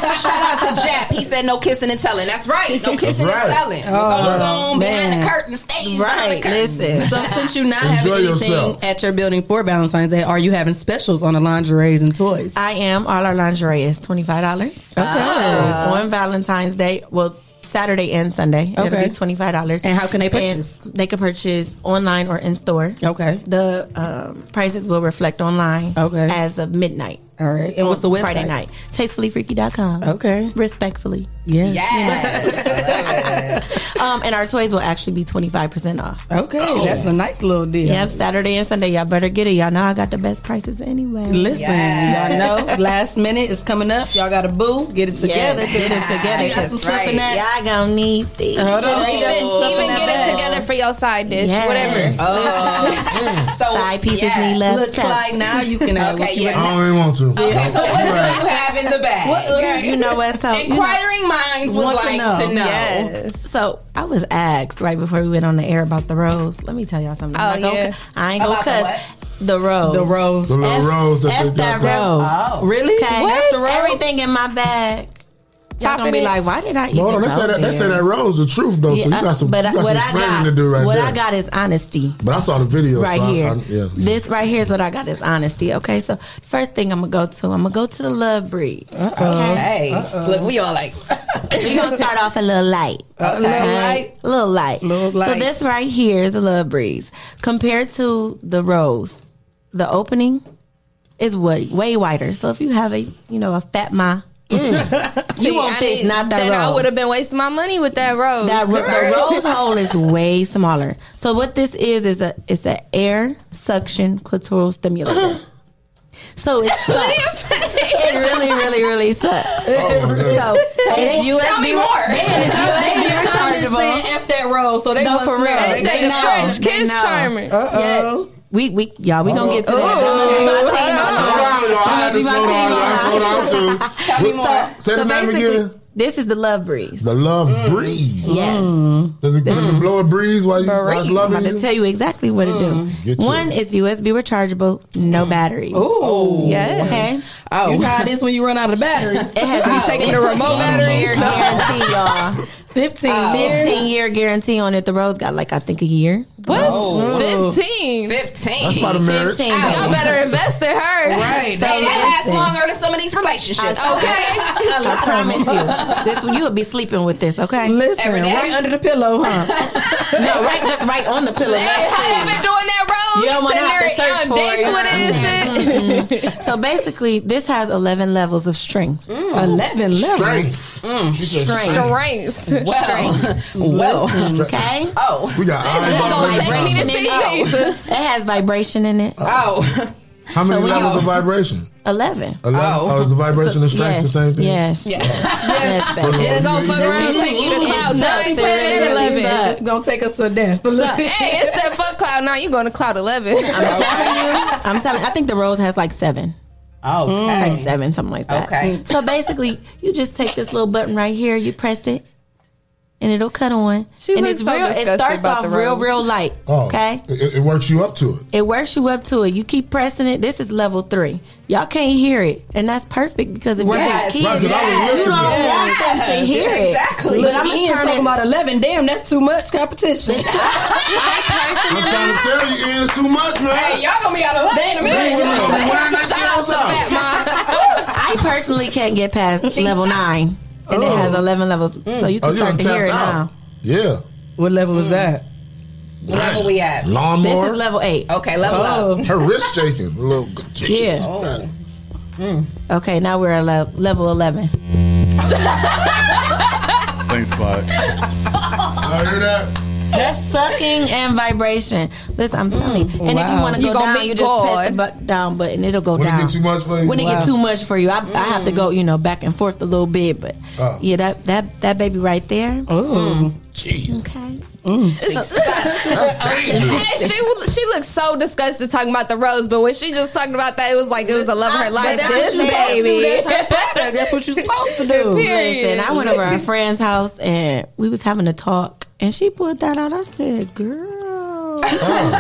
Shout out to Jap. He said no kissing and telling. That's right. No kissing
That's
and
right.
telling. What goes on behind the
Oh, man.
curtain stays behind the
Right,
curtain.
listen.
So since you not
Enjoy
having anything
yourself.
at your building for Valentine's Day, are you having specials on the lingeries and toys?
I am. All our lingerie is twenty five dollars. Okay. on Valentine's Day, well, Saturday and Sunday,
Okay.
it'll be twenty five dollars.
And how can they purchase?
they can purchase online or in store.
Okay.
The um, prices will reflect online.
Okay.
As of midnight.
All right. And what's the website?
Friday night. Tastefullyfreaky.com.
Okay.
Respectfully.
Yes.
Um, and our toys will actually be 25% off.
Okay, that's a nice little deal.
Yep, Saturday and Sunday. Y'all better get it. Y'all know I got the best prices anyway.
Listen, y'all know last minute is coming up. Y'all got to boo, get it together,
Yes.
get it together.
She got
Get
some
some
stuff
stuff in that.
Y'all gonna need these.
Hold on, she got some stuff
even
in that
get
bag.
it together for your side dish,
Yes. Oh.
whatever.
so
side pieces need love.
Look, Clyde, now you can have
Okay,
what you
yeah.
want.
I don't even want to.
Okay, so what do you have in the bag?
What- you know what? So you know-
inquiring minds would
Want
like to know.
So I was asked right before we went on the air about the rose. Let me tell y'all something. I'm
Oh,
not
yeah.
gonna, I ain't gonna
About the
cuss. The rose.
The rose.
The little
F-
rose that
F
they
that
got.
rose. Oh,
Oh.
back.
Really?
Okay.
What?
That's Everything in my bag. Y'all gonna
Topping
be
it.
like, why did I eat?
Hold on, they said that, they said that rose the truth though, so you got some,
uh, but
you
I-
got some
what I
explaining
got,
to do right
what
there.
I got is honesty.
but I saw the video
right
so I-
here.
I, yeah.
This right here is what I got is honesty. Okay, so first thing I'm gonna go to, I'm gonna go to the love breed.
Hey, look, we all like
We're gonna start off a little light.
A little
light. Little light.
light.
So this right here is a love breeze. Compared to the rose, the opening is way way wider. So if you have a you know a fat ma, you
I
won't think
need-
not that
Then I
rose.
would have been wasting my money with that rose.
that ro- the rose hole is way smaller. So what this is is a it's an air suction clitoral stimulator. So it sucks. it Oh. really, really, really sucks. so it's USB.
Tell me more.
USB
They're
rechargeable.
saying F that rose, so they
No,
must
for real.
know.
They said the
know.
French
They
kiss
know.
charmer.
Uh-oh.
We we y'all we gonna get to
Oh. Ooh.
Slow
that.
down, y'all. I had to slow down. y'all. I had to slow down too.
Tell me
What-
more.
Say
So
the name
basically,
again.
This is the love breeze.
The love breeze.
Mm. Yes.
Does it, does it blow a breeze while you while it's
Breeze. I'm
loving
about to
you?
tell you exactly what
Mm.
it do.
Get you.
One is USB rechargeable, no batteries.
Ooh.
Yes.
Okay.
Oh. You know how it is when you run out of batteries.
It has
Oh.
You taking the remote batteries.
year guarantee, y'all.
15 years.
15 year guarantee on it. The road's got like I think a year.
What?
Oh.
Fifteen.
That's
fifteen.
part of marriage.
15.
Y'all better invest in her.
Right.
Hey, that lasts
listen.
longer than some of these relationships. Okay,
I promise you. This one you would be sleeping with this, okay?
Listen,
Every day.
right under the pillow, huh?
No, right just right on the pillow.
Hey,
not
how
sitting.
you been doing that, Rose?
You don't wanna
Sitting
have to
there on dates
search for it.
with it and shit. Mm.
So basically, this has 11 levels of strength.
11 levels.
Strength.
Strength.
Well, well.
Okay?
Oh,
We got eyes.
Let's go
on
take me to
vibration.
see
Oh.
Jesus.
It has vibration in it.
Oh,
How many levels of vibration?
11.
Eleven.
Oh.
Oh, is the vibration and
yes.
strength the same thing?
Yes.
Yeah.
yes. babe.
It's
It's gonna fuck around, take you to cloud nine, ten, and
Really
eleven.
sucks.
It's going to take us to death. But look.
Hey, it said fuck cloud nine. You going to cloud eleven?
I'm telling you. I'm telling I think the rose has like seven. It's like
okay.
seven, something like that.
Okay.
So basically, you just take this little button right here, you press it, and it'll cut on.
She
and
looks so
real. It
disgusted
starts
about
off
the
real,
rose.
real light.
Oh,
Okay.
It, it works you up to it.
It works you up to it. You keep pressing it. This is level three. Y'all can't hear it, and that's perfect because if
Yes.
you got
Right,
kids,
'cause I was
you
listening.
don't
Yes.
want them to hear it.
Exactly.
But
Look,
I'm gonna
Ian
turn
talking
it.
about 11. Damn, that's too much competition.
I'm trying to tell you, it is too much, man.
Hey, y'all gonna be out of luck in a minute. Shout out to Fat Mom.
I personally can't get past level nine, and it has eleven levels, so you
Oh,
can
you
start
done
to hear
tapped
it
out.
now.
Yeah.
what level
Mm.
was that?
Level we at?
This is
Lawnmower. Oh.
level eight.
Okay, level up. Oh.
Her wrist shaking. Oh. A little.
Yeah. Okay, now we're at le- level eleven.
Thanks, Clyde.
I hear that.
That's sucking and vibration. Listen, I'm telling you. And if you want to
You
go
gonna
down,
meet
you just press the
God.
bu- down button. It'll go
When it
down.
get too much for you?
When it
Wow.
get too much for you, I, I have to go,
Mm.
you know, back and forth a little bit. But
Oh.
yeah, that that that baby right there.
Mm-hmm.
Mm.
Oh.
Okay.
Mm. Hey, she she looks so disgusted talking about the rose, but when she just talked about that, it was like it was a love of her life.
That's
This
what you
baby.
supposed to do. That's her product. That's what you're supposed to do.
Period.
Listen, I went over to a friend's house and we was having a talk, and she pulled that out. I said, "Girl,
Oh.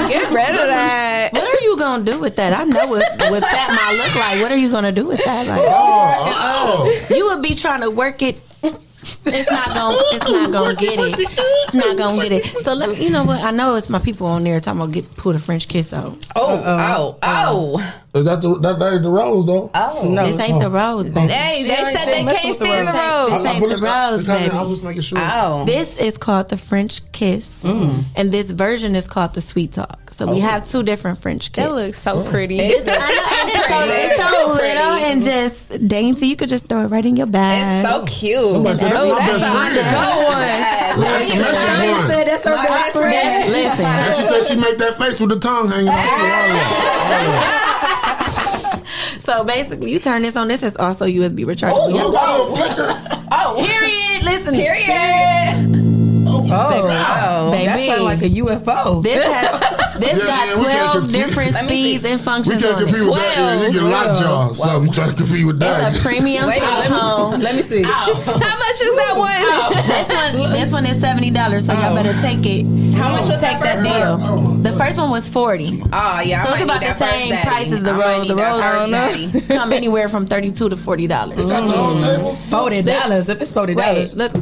Get rid of that.
what are you gonna do with that? I know what what that might look like. What are you gonna do with that? Like,
Oh,
you would be trying to work it. It's not gonna. It's not gonna get it. It's not gonna get it. So let me. You know what? I know it's my people on there talking about get put a French kiss on.
Oh, oh, oh,
oh. Is that the, that, that ain't the rose, though?
oh.
No,
This ain't the rose, baby.
Hey, they
already
said
said
they
mess
can't
with the
stand the
rose.
rose.
This ain't the rose,
I,
baby.
I was making sure.
Oh.
This is called the French kiss, and this version is called the sweet talk. So we have two different French kiss.
It looks so pretty.
It's, I know, and it's so- it's so, little and just dainty. You could just throw it right in your bag.
It's so cute. Oh,
said, "That's my
that's
best
an on
friend."
the go
Yes.
one.
That's the best
Shawty
one.
said that's her
My
best friend.
And she said she make that face with the tongue hanging out.
So basically, you turn this on. This is also USB rechargeable.
Oh, oh,
oh, period. Listen.
Period.
Oh, wow.
Baby.
That sounds like a UFO.
This has this
Yeah,
got
yeah, we can't
twelve
compete.
different
Let me
speeds and
We
functions.
can't
on it.
compete with that. Yeah, you get lockjaw. So we try to compete with that.
It's a premium
Wait,
cell
let me-
phone.
Let me see.
Ow.
How much is that one?
this one, this one is seventy dollars. So y'all better take it.
How much was
take
that
that
first
deal? The first one was forty.
Oh yeah,
so it's about the same price as the roll. The roll come anywhere from thirty-two to forty dollars.
Forty dollars. If it's forty dollars,
look.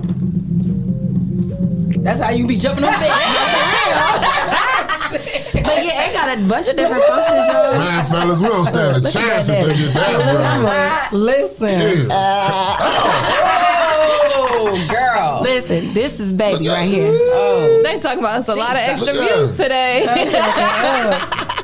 That's how you be jumping on
But yeah, it got a bunch of different functions. y'all.
Man, fellas, we don't stand a
Look at
chance
that
if they get that,
bed. Listen.
Oh, girl.
Uh, Listen, this is baby right here. Oh.
They talking about us a lot of
Jesus.
extra views today.
bro.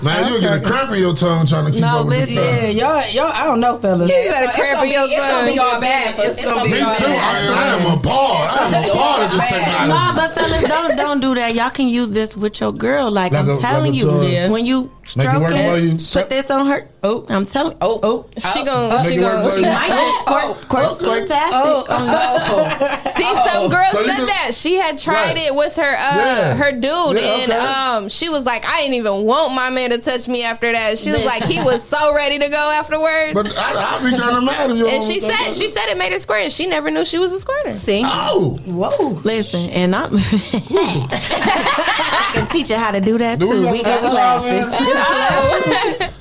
Man, you'll get a cramp in your tongue trying to keep
No,
up with
listen.
your
Yeah,
thing.
y'all, y'all. I don't know, fellas.
You gotta crap in your
It's gonna be all bad. for- It's gonna
Me
be
too.
all
I,
bad.
I am appalled. Oh, I am appalled at this technology.
No, but fellas, don't don't do that. Y'all can use this with your girl. Like,
Like
I'm
a- like
telling
a
you,
toy. Yeah.
when you
Make it
stroke
work for you.
it, put this on her. Oh, I'm telling.
Oh,
oh,
She gon'
Make
she
it work
gon'
for
she
you.
might
just squirt,
Oh,
squirt, squirtastic on you.
See, some girls
Oh, So you
said
just-
that she had tried
Right.
it with her uh,
Yeah.
her dude,
Yeah,
and
okay.
um, she was like, "I didn't even want my man to touch me after that." She was like, "He was so ready to go afterwards."
But I, I'll be kind of mad if you
and she said, "She said it made her squirt, and she never knew she was a squirter."
See,
Oh,
whoa.
listen, and I'm. I can teach you how to do that
Do we
too.
got
We got
some
classes.
classes?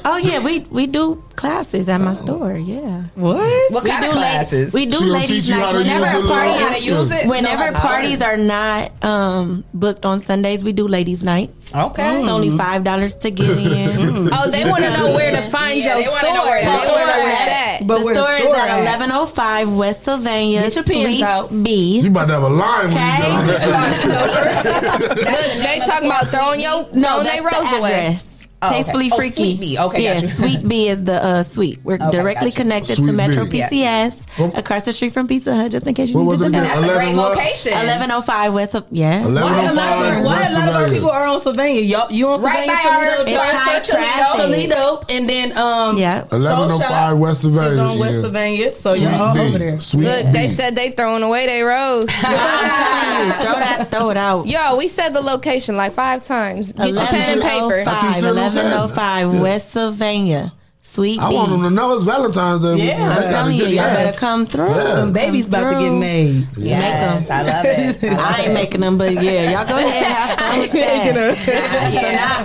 Oh yeah, we we do classes at my store. Yeah,
What?
What
we
kind
do
of
la-
classes?
we do
She gonna teach
ladies'
you
night.
how to
Whenever
use
a
the
party,
little-
How to use it?
whenever
No,
parties are not um, booked on Sundays, we do ladies' nights.
Okay.
It's only five dollars to get in.
Oh, they want to know where to find your
Yeah, they
store.
wanna know where-
They
they
want to know
wanna know
where
where
it's
that-
at.
But
the
where the
store is
store
at
at?
eleven oh five West Sylvania,
Get your pins
Suites
out.
you
B.
about to have a line when you get on that.
Look, they talking about throwing your
No,
throwing
that's
they rose
the
away.
address.
Oh, okay.
Tastefully
Oh,
freaky.
Suite B. Okay,
yeah,
gotcha.
Sweet B is the uh, suite. We're
Okay,
directly
gotcha.
connected
Suite
to Metro
B.
PCS,
Yeah.
across the street from Pizza Hut. Just in case you
Oh. What
need
was
to
it
know.
again?
That's a
11
great
what? oh
location.
Eleven oh five West. Of, yeah,
Why a
11
lot of, why a lot of our people are on Sylvania? Y'all, you on
Right
Sylvania?
by our-
Toledo,
our-
Toledo,
our traffic.
Toledo, and then um,
yeah.
Eleven oh five West Sylvania.
is on West
yeah.
Sylvania, so
Sweet
y'all all
B.
over there.
Sweet
Look,
B.
they said they throwing away they rose.
I'm telling you, throw that, throw it out.
Yo, we said the location like five times. Get your pen and paper.
I keep saying what I'm saying.
1105
Yeah.
West Sylvania. oh Sweet
I
B.
want them to know it's Valentine's
Yeah,
Day.
I'm
They gotta
I'm telling you,
get
y'all
that.
better come through.
Yeah.
Some
Baby's about to get made.
Yes, I love it.
I ain't making them, but yeah, y'all go ahead have fun with that. So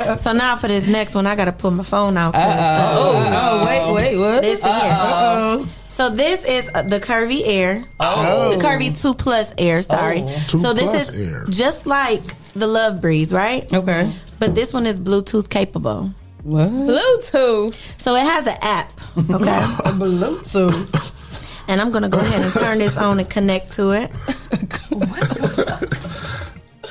now, so now for this next one, I gotta put my phone out. 'cause,
Oh, wait, wait, what?
This
Uh-oh.
So this is uh, the Curvy Air. Oh. The Curvy 2 Plus Air, sorry.
Oh. Two
so this
Plus
is
Air.
just like the Love Breeze, right?
Okay.
But this one is Bluetooth capable.
What?
Bluetooth.
So it has an app, okay?
Bluetooth.
and I'm gonna go ahead and turn this on and connect to it.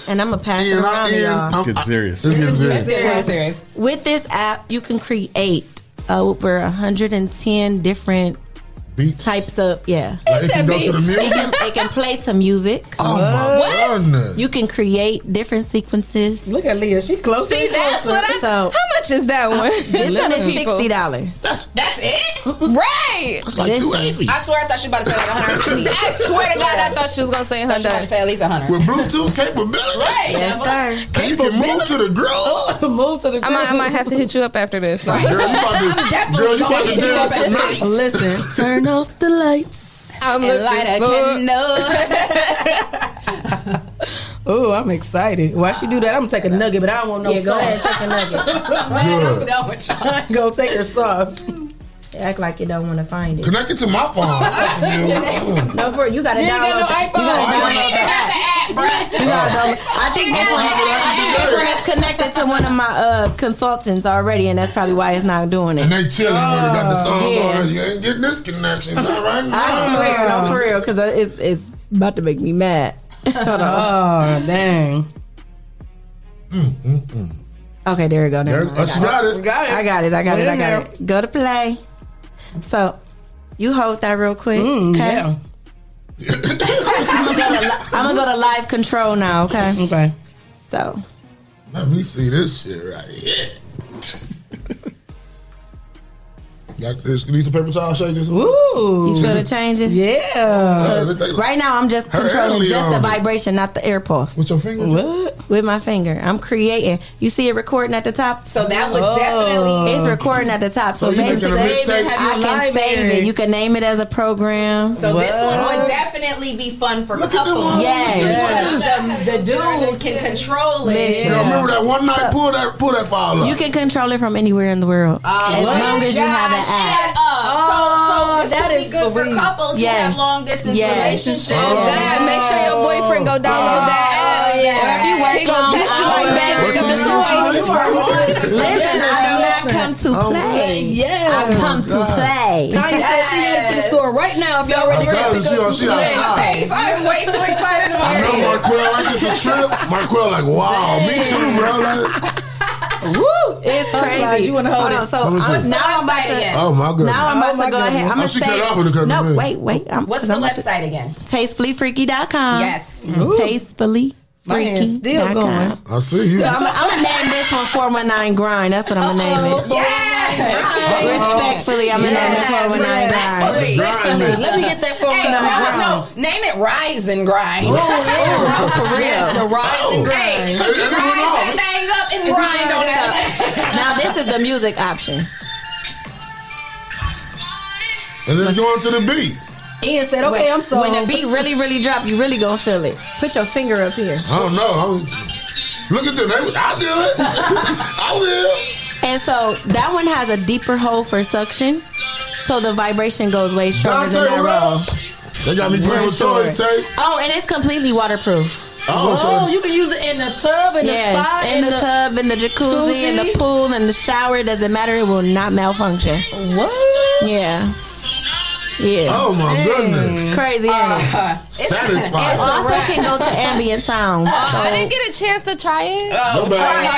and I'm gonna pass it
Ian,
around
I'm
to
Ian.
y'all.
I'm-
Let's get serious.
Let's get serious.
Serious, serious.
With this app, you can create over 110 different
Beats.
types of yeah.
Like, it can go to the
beats.
It
music.
can, it can play to music.
Oh my goodness.
You can create different sequences.
Look at Leah. She close.
See, that's what I.
So-
how much is that one?
This one
Telling
is
people.
sixty dollars.
That's it?
Right.
It's like two
Listen.
Avies.
I swear I thought you about to say like 150.
I swear to God, I thought she was gonna say
I thought you about to
hundred.
say at least 100.
With Bluetooth capability.
Right.
Yes,
Devil.
sir. Oh.
And you can move to the girl.
Move to the.
I might, I might have to hit you up after this. Like,
Girl, you about to,
definitely
girl, you
gonna
about to
hit you
dance
up at
tonight.
Listen. Turn off the lights.
I'm
And light a
looking for.
candle.
Oh, I'm excited. Why she do that? I'm gonna take a nugget, but I don't want no
Yeah, go ahead,
sauce.
take a
Man,
nugget.
I'm done with y'all.
go take her sauce.
Act like you don't want to find it.
Connect it to my phone.
No, for you gotta
You ain't got no
download.
iPhone.
You gotta download the app. You gotta download- I think this one, I think this one is connected to one of my uh, consultants already, and that's probably why it's not doing
and
it.
they chilling when they got the song
Oh, Yeah.
on. You ain't getting this connection. Not right
I
now.
swear, no, for real, because it's, it's about to make me mad. Hold on.
Oh, dang.
Okay, there we go. Never
There-
mind.
oh, she got it.
I got it. I got it. I got it. Go to play. So You hold that real quick.
Mm,
okay.
yeah.
I'm gonna go to li- I'm gonna go to live control now. Okay.
Okay.
So
Let me see this shit right here. Got this need some paper towel shakers.
Ooh.
you feel the changes?
Uh,
Yeah.
So right now, I'm just
Her
controlling
early
just the
on.
vibration, not the air pulse. With
your finger?
What? With my finger. I'm creating. You see it recording at the top. Oh.
So that would definitely-
It's recording at the top. So,
So you making a
basically,
mixtape?
I
Have you
can
live
save
aired?
it. You can name it as a program.
So this one would definitely be fun for couples.
Yes.
Because um, The, the dude can control it.
Listen. Girl, remember that one night?
Pull that pull that file up.
You can control it from anywhere in the world as
what?
long as you have an
Shut
app.
up. so, so this
that
could be
is
good for
sweet.
couples who
Yes.
have long distance
Yes.
relationships.
Oh.
Dad, make sure your boyfriend go download that app.
Wherever you work
He gonna
on,
text you
I
like
work
that.
on
Because
it.
it's all you work on.
Listen, I do not come to play.
Yeah.
I come
Oh,
to play.
Tanya said she headed to the store right now. If y'all ready to
telling you, she on- she outside.
I'm way too excited about
I know Marquel like it's a trip. Marquel like, wow, Oh, me too, bro. Like,
Woo! It's
I'm
crazy.
glad you wanna hold it.
on,
Oh,
so
Let me
I'm-
see.
now I'm about
Website
to.
again.
Oh, my goodness.
Now I'm
Oh,
about
my
to go ahead.
goodness.
I'm gonna
Oh, she
say,
cut off when it comes to
no,
me.
wait, wait. I'm,
What's the
I'm about to-
website again?
Tastefullyfreaky.com.
Yes.
Ooh. Tastefully.
My hand's still
freaky dot
going.
com.
I see you.
So I'm, I'm gonna name this one 419 grind. That's what I'm gonna name it. Respectfully, I'm gonna name it 419 grind.
Respectfully.
Respectfully. Let me get that phone
Hey,
number.
no, no, name it Rise and Grind.
For
Yes,
real.
the rise and
Oh, Hey,
grind.
rise that thing up and grind on that.
Now this is the music option.
And then going to the beat.
Ian said, okay, I'm sorry.
When the beat really, really drop, you really gonna feel it. Put your finger up here.
I don't know. I'm, look at this. They- I do it. I will.
And so that one has a deeper hole for suction, so the vibration goes way stronger
Dante
than that roll.
Rowe. They got me playing with toys, Tay.
Oh, and it's completely waterproof.
Oh,
Oh,
so
you can use it in the tub, in
yes,
the spa,
in, the, tub, in the jacuzzi, in the
jacuzzi.
pool, in the shower. It doesn't matter. It will not malfunction.
What?
Yeah. Yeah.
Oh my goodness.
Uh-huh.
Crazy. ain't it?
Satisfied.
It also can go to ambient sound.
Uh,
Oh, I didn't get
Oh.
a chance to try it.
No bad.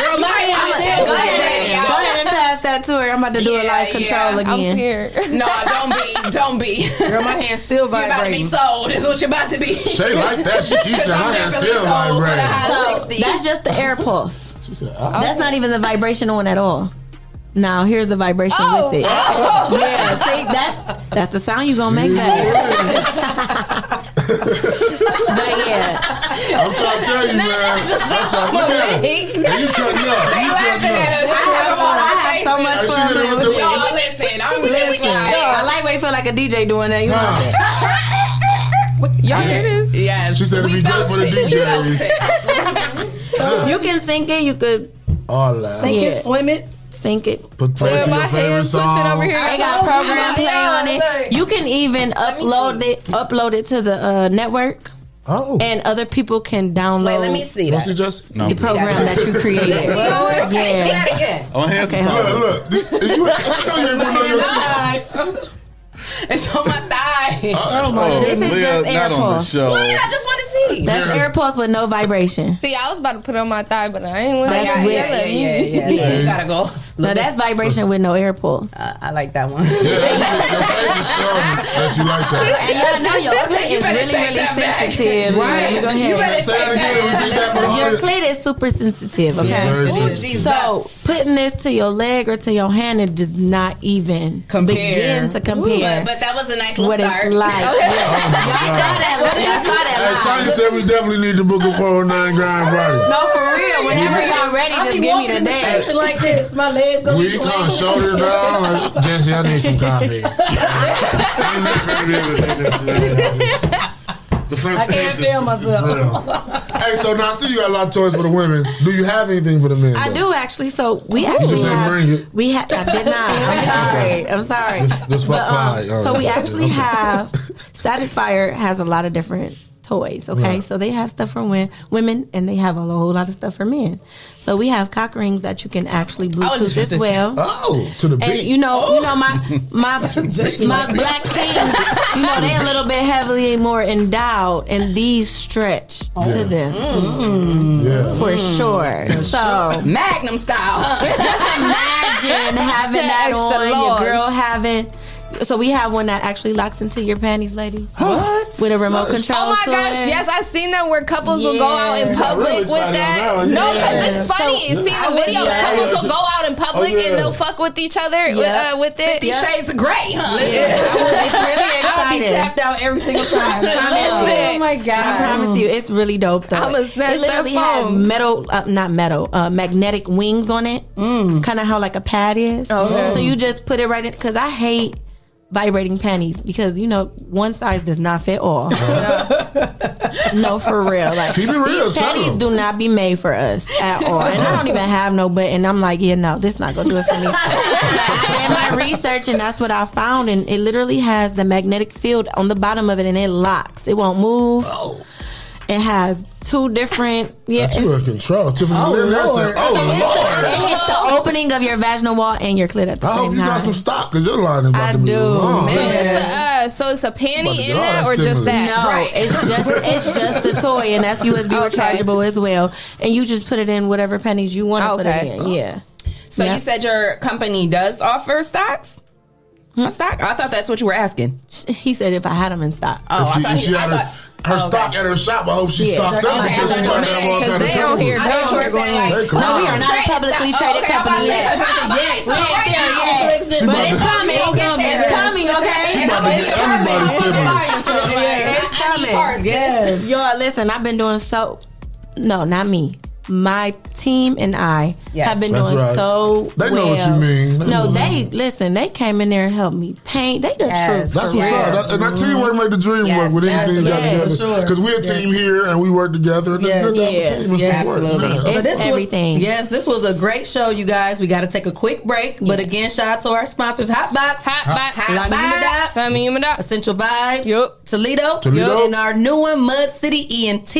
Girl, my
Go ahead, go ahead and pass that to her. I'm about to do a
Yeah,
live control
yeah.
I'm
again.
scared.
No, don't be. Don't be.
Girl, my hand's still
You're about to
vibrating.
be sold. Is what you're about to be.
She like that. She keeps her
I'm
hand
definitely
still
sold for the
vibrating.
high
So
60.
that's just the air pulse.
She said, ah.
That's not even the vibration on at all. Now here's the vibration
Oh.
with it. Yeah, see that's that's the sound you gonna make that. but yeah,
I'm trying to tell you, man. I'm trying to look at her. You cutting up.
They
You
laughing
cutting
at
up.
us. I have them on
I
our
have so
faces.
much
Hey, she
fun.
hit it
playing
with
with
the-
it.
Y'all listen. I'm really
Listen, I like when you feel like a DJ doing that. You know
Nah.
that?
Y'all hear this?
Yes.
She said it'd be good for the DJs.
You can sink it. You could
All that.
Sink
Yeah.
it, swim it.
sink it.
Put play
Yeah,
to
my
your favorite
hands switching over
song.
here.
They got program play on it. You can even upload it, upload it to the uh, network,
Oh.
and other people can download.
Wait, let me see
Don't she
that.
just?
No,
the program that you created.
Okay, say
Yeah.
that again.
I'm gonna have some
Okay.
time.
Look, look. Is you, I know you ain't gonna know your shit.
It's on my thigh.
Oh,
This is
Leah,
just
not on the
AirPods.
show.
Wait, I just want to see.
That's air pulse with no vibration.
See, I was about to put it on my thigh, but I ain't with
That's
it.
yeah,
weird.
yeah, yeah, yeah, yeah, yeah. You gotta go.
No, that's vibration with no air pulse.
Uh, I, I like that one.
Yeah, your favorite song that you like that.
And y'all know your clit
You
is
better
really,
take
really
that back.
sensitive.
Right.
You go
You
ahead.
better
Say it again. Repeat that for the
Your
audience.
clit is super sensitive. Okay.
Very
Ooh,
sensitive.
Jesus.
So putting this to your leg or to your hand, it does not even
Compare.
begin to compare
But, but that was a nice
what
little
it's
start.
like. Yeah.
Oh,
Y'all saw
my God.
that live. Y'all saw
Hey,
that live.
Tanya said we definitely need to book a 409 grind party.
No, for real. Whenever y'all ready,
I be
just give me
walking
the
in the
dance.
station like this. My legs gonna
We
be
come
swinging.
shoulders down. Like, Jesse, I need some coffee. I'm not gonna be able to take this today. The first I
can't feel myself.
hey, so now I see you got a lot of toys for the women. Do you have anything for the men?
I
though?
do actually. So we actually
just ain't bring
have
it.
we have. I did not. I'm sorry. I'm sorry.
This- this
But,
fuck
um,
pie. All
so
right.
we actually
Okay.
have Satisfier has a lot of different toys. Okay,
Right.
so they have stuff for wen- women and they have a whole lot of stuff for men. So we have cock rings that you can actually Bluetooth as well.
Oh, to the
And
beat. Oh.
you know, you know my my my black teens, you know they're a little bit heavily more endowed, and these stretch to them Mm.
yeah.
for sure. So
Magnum style. huh?
imagine having that
Extra
on
large.
your girl having So we have one that actually locks into your panties, ladies. What? With a remote control.
Oh my
to
gosh,
it.
yes, I've seen that where couples will go out in
Yeah.
public
Really
with
excited
that.
on that one,
No, because
yeah.
it's funny.
So-
See
I
the
would-
videos,
yeah.
couples will go out in public
Oh, yeah.
and they'll fuck with each other
Yeah.
with, uh, with it.
Fifty Shades of Grey, huh?
I'll be tapped
out every single
time.
Listen.
Oh my god! I promise you, it's really dope though.
I'ma snatch
it literally
that
has
phone.
metal, uh, not metal, uh, magnetic wings on it, kind of how like a pad is.
Mm. Oh, Okay.
So you just put it right in because I hate vibrating panties because you know one size does not fit all. no, for real. Like
Keep it real,
these panties
tell 'em.
do not be made for us at all, and I don't even have no button. I'm like, yeah, no, this not gonna do it for me. in my research, and that's what I found. And it literally has the magnetic field on the bottom of it, and it locks. It won't move.
Oh.
It has two different. Yeah,
That's you in control. Tiffany
Oh,
Lynn, that's
Lord.
it. Oh,
So it's a-
Lord.
it's a- it's the opening of your vaginal wall and your clit at the
I hope
same
you got
time.
some stock because your line is about
I
to be
do,
long.
So it's a uh, so it's a
About to
panty in
go,
that
that's
or just
stimulus.
that?
No, it's just it's just the toy, and that's USB rechargeable as well. And you just put it in whatever panties you want to
Okay.
put it in. Yeah.
So
Yeah.
you said your company does offer stocks? A stock? I thought that's what you were asking.
Hmm? He said if I had them in stock.
Oh, I
If she,
thought
if she
he- I
had her,
thought-
her stock at her shop, I hope she
Yeah.
stocked up
Okay,
because
I
she
thought
might have
you
all
meant-
kind of
'cause they don't hear- I thought you were saying, like,
come
No, we
on.
are not a publicly
Stop.
traded
Okay, I'm about
company
to
yet.
say, I'm about to say,
Yes, we ain't there
right
yet.
now, it's
But
expensive.
it's coming.
We'll
It's
get
coming.
there.
It's coming, okay?
She about to
It's
get
coming.
everybody's
It's
stimulus.
coming.
Yeah.
It's coming.
Parts.
Yes. Y'all, listen, I've been doing so. No, not me. My team and I
Yes.
have been
That's
doing
right.
so
They
well.
know what you mean. They know
no,
what
they
you
listen. They came in there and helped me paint. They the
Yes.
truth.
That's
for
what's
real.
up. That- and that teamwork made the dream work with anything you got together.
absolutely. Yeah,
Because
sure.
we're a team here and we work together. And
Yes.
that's good to have a team and support. Man.
So this was- yes, this was a great show, you guys. We got to take a quick break, but again, shout out to our sponsors: Hotbox,
Hotbox,
La Humidad,
Hotbox, La Humidad,
Essential Vibes, Toledo,
Toledo.
and our new one, Mud City E ENT.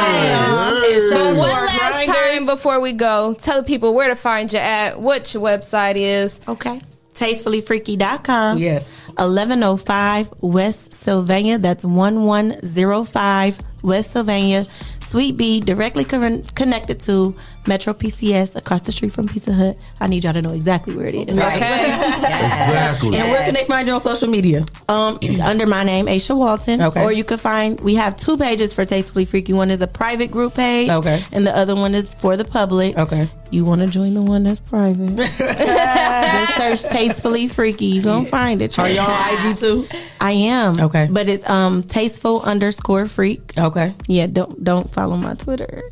But one last time before we go, tell the people where to find you at, what your website is.
Okay. tastefullyfreaky.com.
Yes.
1105 West Sylvania. That's 1105 West Sylvania. Suite B, directly con- connected to Metro PCS across the street from Pizza Hut. I need y'all to know exactly where it is.
exactly. And where can they find you on social media?
Um, under my name, Aisha Walton.
Okay.
Or you can find we have two pages for Tastefully Freaky. One is a private group page.
Okay.
And the other one is for the public.
Okay.
You want to join the one that's private? Just search Tastefully Freaky. You gonna find it.
Are you on IG too?
I am.
Okay.
But it's um tasteful underscore freak.
Okay.
Yeah. Don't don't follow my Twitter.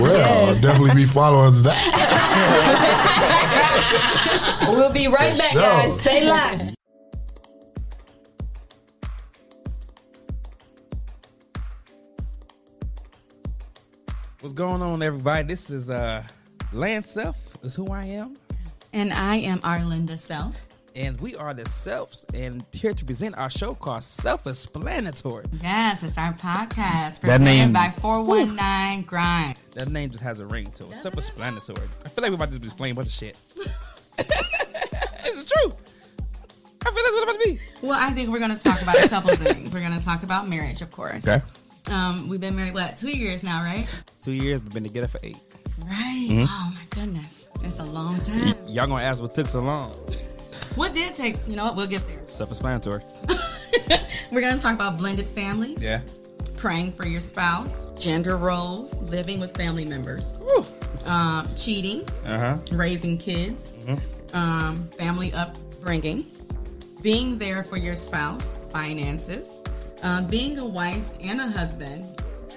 Well, I'll definitely be following that.
We'll be right
For
back,
sure.
guys. Stay live.
What's going on, everybody? This is uh, Lance Self, is who I am.
And I am Arlinda Self.
And we are the Selfs, and here to present our show called Self Explanatory.
Yes, it's our podcast presented
That name-
by 419 Grind.
That name just has a ring to it. Self Explanatory. I feel like we about to be explaining a bunch of shit. This is true. I feel that's what it's about to be.
Well, I think we're going to talk about a couple things. We're going to talk about marriage, of course.
Okay.
Um, we've been married, what, two years now, right?
Two years, but been together for eight.
Right.
Mhm.
Oh, my goodness. It's a long time.
Y'all gonna ask what took so long?
What did take, you know what, we'll get there.
Self Explanatory.
We're going to talk about blended families,
Yeah.
praying for your spouse, gender roles, living with family members, um, cheating,
Uh huh.
raising kids, um, family upbringing, being there for your spouse, finances, um, being a wife and a husband,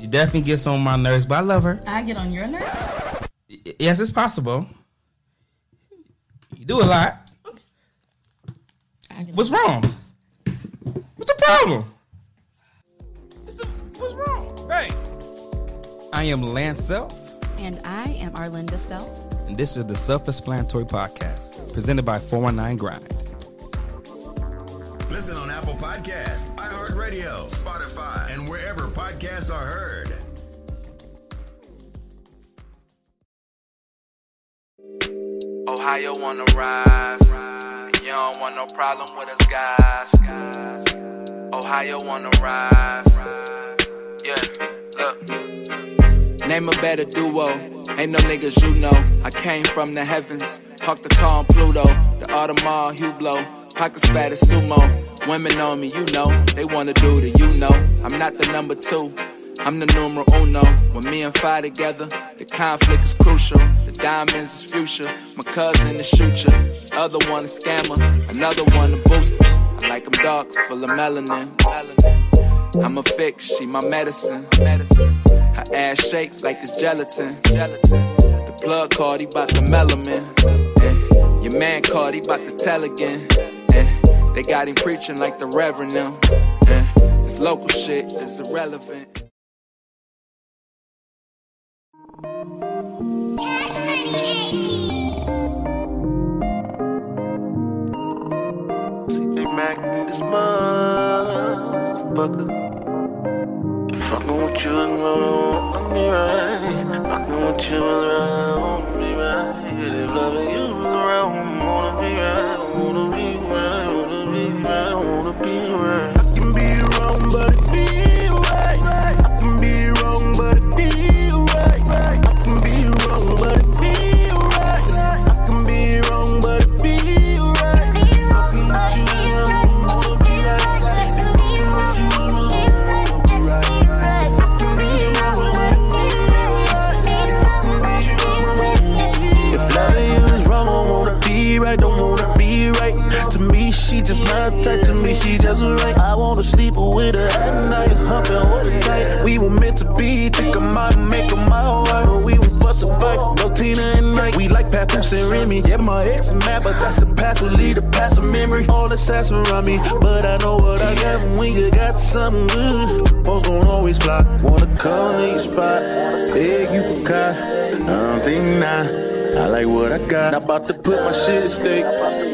She definitely gets on my nerves, but I love her.
I get on your nerve.
Y- Yes, it's possible. You do a lot. What's wrong? What's the problem? What's wrong? Hey. I am Lance Self,
And I am Arlinda Self.
and this is the Self Explanatory Podcast, presented by 419 Grind.
Listen on Apple Podcasts, iHeartRadio, Spotify, and wherever podcasts are heard.
Ohio on the rise. You don't want no problem with us guys. Ohio on the rise. Yeah, look.
Name a better duo. Ain't no niggas you know. I came from the heavens. Hawk the car on Pluto. The Audemars Hublot. Pockets fat as sumo. Women on me, you know. They wanna do the you know. I'm not the number two. I'm the numero uno. When me and Fi together, the conflict is crucial. The diamonds is future. My cousin is shooter. The other one a scammer. Another one a booster. I like 'em dark, full of melanin. Melanin. I'm a fix, she my medicine. Medicine. Her ass shake like it's gelatin. Gelatin. The plug card, he bout the melanin. Eh. Your man called, he bout to tell again. Eh. They got him preaching like the reverend now. Eh. This local shit is irrelevant.
CJ Mac, this motherfucker. Fucking with you and rolling me right. Fucking with you and rolling me right. If loving you is around, wanna be right. Wanna be right. Wanna be right. Wanna be right. I can be wrong, but it feel right. I can be wrong, but it feel right. I can be wrong, but it feel right. I can be wrong, but it feel right. Fucking with you is around, wanna be right. Fucking with you is around. If loving you is wrong, I wanna be right, don't wanna be right. To me, she just my type, to me, she just right. I wanna sleep with her at night, humping all tight. We were meant to be, think I might make her my wife. But we were bust a fight, no Tina and Mike. We like Papoose and Remy. Yeah, my ex mad, but that's the past, will lead the past of memory. All the sass around me, but I know what I got when you got something good. Bones gon' always fly. Wanna come to your spot, beg you for car. I don't think not. I like what I got. I'm about to put my shit at stake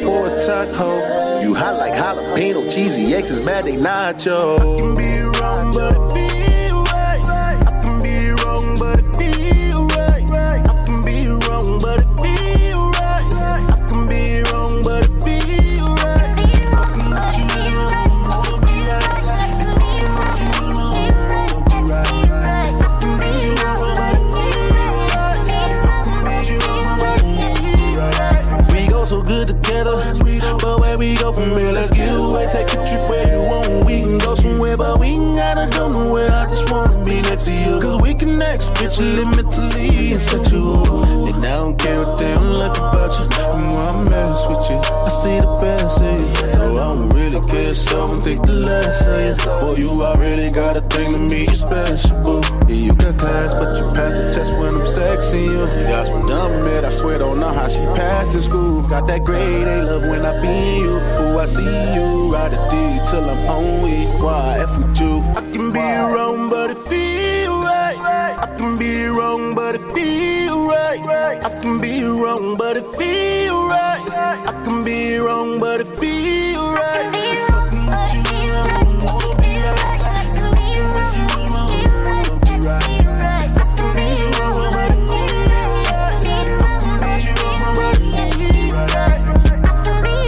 for a taco. You hot like jalapeno, cheesy X is mad they nacho. I can be wrong, but it feel right. I can be wrong, but it feel right. I can be wrong, but it feel right. I can be wrong, but it feel right. Fucking with you is wrong, wanna be right. Fucking with you is wrong, wanna be right. Fucking with you is wrong, but it feel right. Fucking with you is wrong, but it feel right. We go so good together, but where we go from here, let's get away. Take a trip where you want. We can go somewhere, but we ain't gotta go nowhere. I just wanna be next to you. Cause we connect spiritually, mentally, and sexual. And I don't care what they don't like about you. And when I mess with you, I see the best in you. So I don't really care if someone think the less of you. For you, I really got a thing to me, you special, boo. Yeah, you got class, but you pass the test when I'm sexing you. Y'all some dumb man, I swear don't know how she passed in school. Got that grade A love when I be in you. Ooh, I see you, ride a D till I'm on E. Why F with you? I can be wrong, but it feel right. I can be wrong, but it feel right. I can be wrong, but it feel right. I can be wrong, but it feel right. Fucking with you is wrong, wanna be right. Fucking with you is wrong, wanna be right. Fucking with you is wrong, but it feel right. Fucking with you is wrong, but it feel right.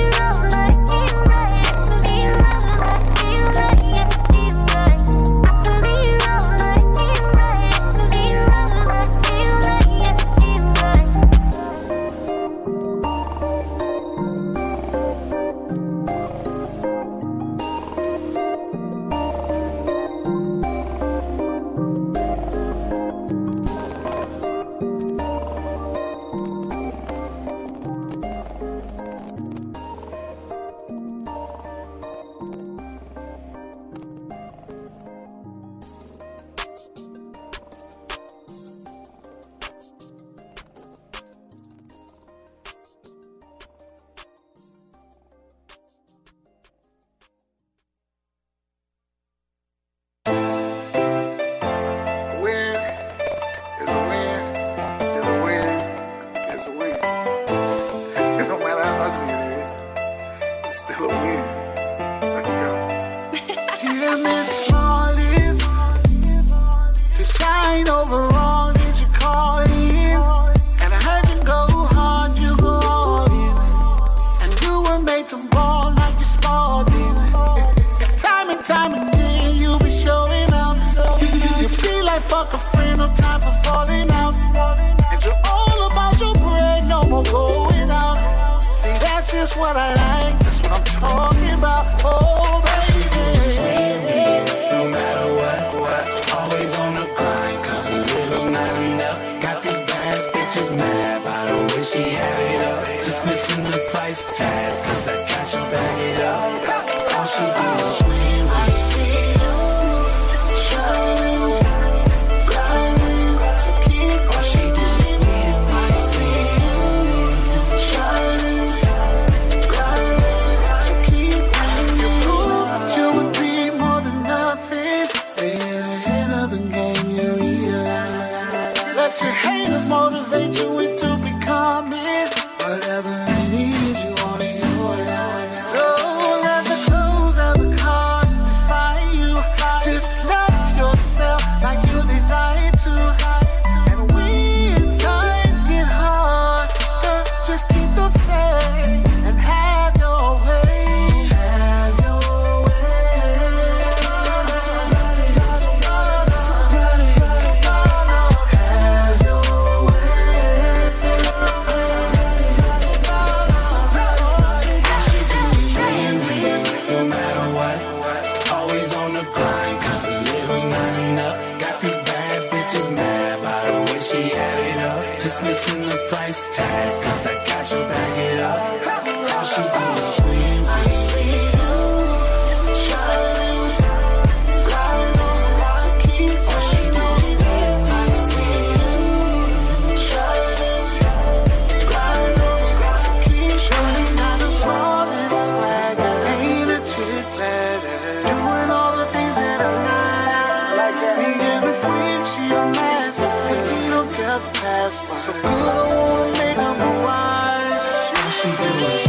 Win is a win is a win is a win. It don't matter how ugly it is, it's still a win. I
at the mall like you're sporting. Time and time again, you be showing up. You be like fuck a friend, no time for falling out. And you're all about your bread, no more going out. See, that's just what I like. That's what I'm talking about. Oh, baby.
No matter what, what, always on the grind, cause a little not enough. Got these bad bitches mad, but I wish she had it up. Just missing the price tag, cause I got you back it up. All she do is win. I see you shining, grinding, so keep All she do is win. I see you shining, grinding, so keep
You prove that you would be more than nothing. Stay ahead of the game, you realize. Let your haters motivate you into becoming whatever it is you want in your life. Don't let the clues of the cars define you. Just love yourself like you desire to. And when times get hard, girl, just keep the faith and have your way. Have your
No matter what, what, always on the grind, cause a little not enough. Got these bad bitches mad, but I wish she had it up. Just missing the price tag, cause I got your back it up. All she do is win. I see you shining, grinding, so keep All she do is win. I see you shining, grinding, so keep
Surely not the flawless swagger. Ain't a chick chatter. Doing all the things that I like. Being a freak, she a master. Thinking of death past. So good, I wanna make her my wife. All she do is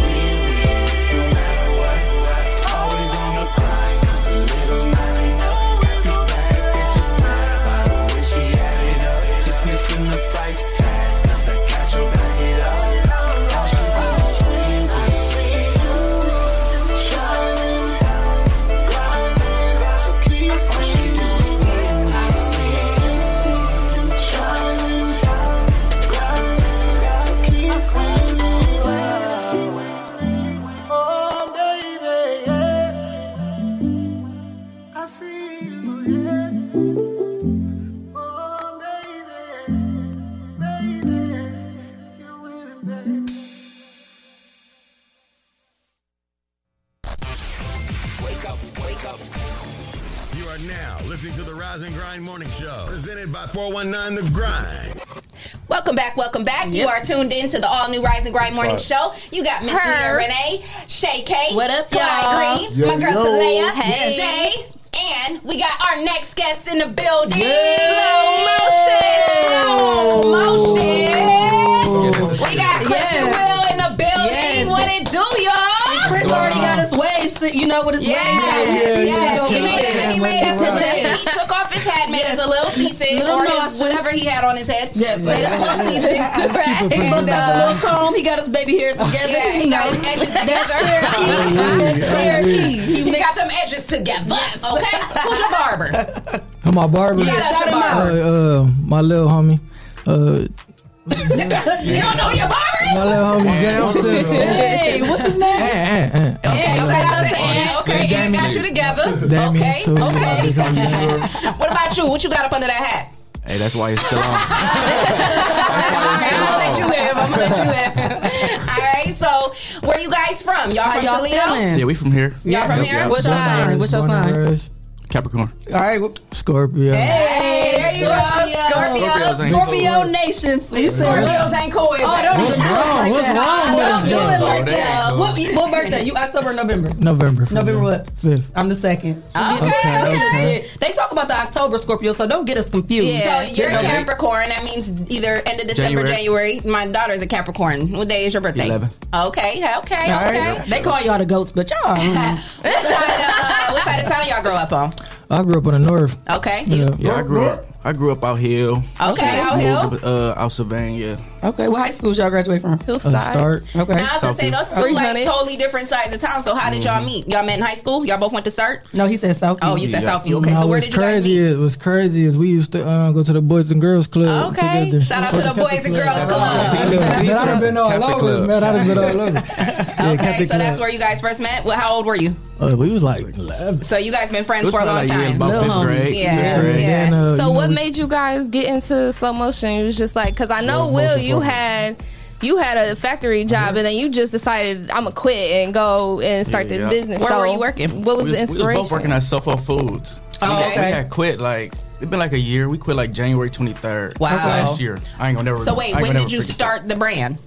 Always on the grind, 'cause a little not enough. These bad bitches mad, but I wish she had it up. Just missing the price tag, 'cause I got your back it up. All she do is win. I see you shining, grinding, so keep All she do is win. I see you shining, grinding, so keep winning.
Oh, baby, yeah. I see you, yeah. Oh, baby, baby, you're winning, baby.
Wake up, wake up.
You are now listening to the Rise and Grind Morning Show, presented by 419 The Grind.
Welcome back, welcome back. You
Yep.
are tuned in to the all new Rise and Grind Morning
Right.
Show. You got Miss Leah
Her.
Renee, Shay K,
What up,
Clyde
y'all?
Green,
Yo,
my girl
yo.
Talea,
Hey.
Jay, and we got our next guest in the building.
Yeah.
Slow motion, slow motion. We got Chris
Yes.
and Will in the building.
Yes.
What it do, y'all?
Chris already got his waves. so You know what his
Yes,
waves.
yes. He made us- he made us a little. He took off his hat, made
Yes.
us a little season,
Little
or his,
nauseous.
whatever he had on his head.
Yes.
made us a little season. right?
He
And,
busted
uh,
out the little comb. He got his baby hairs together.
yeah, he
you
got
know.
his edges together.
That Cherokee. That Cherokee.
He, got them edges together. Okay, who's your barber?
And my barber.
Yeah, shout him out.
Uh, uh, my little homie. Uh,
you don't know your barber?
my little homie Jamster.
Hey, what's his name?
Eh, eh, eh.
Yeah, shout out to Ann. Okay, Ann got you together.
Damn it,
Okay,
too.
okay. what about you? What you got up under that hat?
Hey, that's why it's still on.
I'll let you live. I'm gonna let you live. All right. So, where you guys from? Y'all
How
from
y'all
Toledo?
feeling?
Yeah, we from here.
Y'all from here? What's
Born
up?
and raised,
What's your
born and
sign?
raised.
Capricorn.
All right. well,
Scorpio.
Hey, there you go.
Scorpios
Scorpio.
ain't
Scorpio
cool.
Nation.
Scorpios ain't cool. is
Oh,
it?
don't do it like
What's
that.
wrong?
Don't
What's
do
wrong
it
with
like
this?
that. What, what birthday? You October or November?
November.
November what?
Fifth.
I'm the second.
Oh,
Okay,
Yeah,
okay.
yeah. They talk about the October Scorpio, so don't get us confused.
Yeah,
So
you're a
know,
Capricorn. That means either end of December, January.
January.
My daughter's a Capricorn. What day is your birthday?
11.
Okay, okay, okay.
All right. They call y'all the goats, but y'all. mm.
what, side, uh, what side of town y'all grow up on?
I grew up in the north.
Okay.
Yeah.
Yeah, I grew up. I grew up out here. Okay,
out
Moved, uh, out Savannah.
Okay, what high schools y'all graduate from?
Uh,
Hillside. Start.
Okay.
I was gonna say those two like totally different sides of town. So how did y'all
Mhm.
meet? Y'all met in high school. Y'all both went to start.
No, he said Southview.
Oh, you said Southview. Okay, so
No,
where
it's
did you guys
crazy
Crazy is what's crazy is we used to uh, go to the Boys and Girls Club
Okay.
together.
Shout out to the Boys and Girls Club.
Man, I'd have been all
Catholic
over,
Club.
man. I'd have been all over. Yeah,
Okay,
Catholic
so that's
Club.
where you guys first met. Well, how old were you?
Uh, we was like,
So you guys been friends
It was
for a long
probably like, yeah,
time.
about Little fifth homies. grade,
Yeah,
fifth grade.
yeah.
Then, uh,
so
you
what
know-
made you guys get into slow motion? It was just like because I know
Slow
Will,
motion
you
program.
had you had a factory job and then you just decided I'm gonna quit and go and start
Yeah.
this business.
Where
so
were you
working? What was
we
the inspiration?
We was both working at Suffolk Foods.
Oh,
we,
okay.
we had quit like it's been like a year. We quit like January twenty third.
Wow.
Last year. I ain't gonna never.
So wait,
I
when
ain't gonna
did
never
you
forget
start the brand?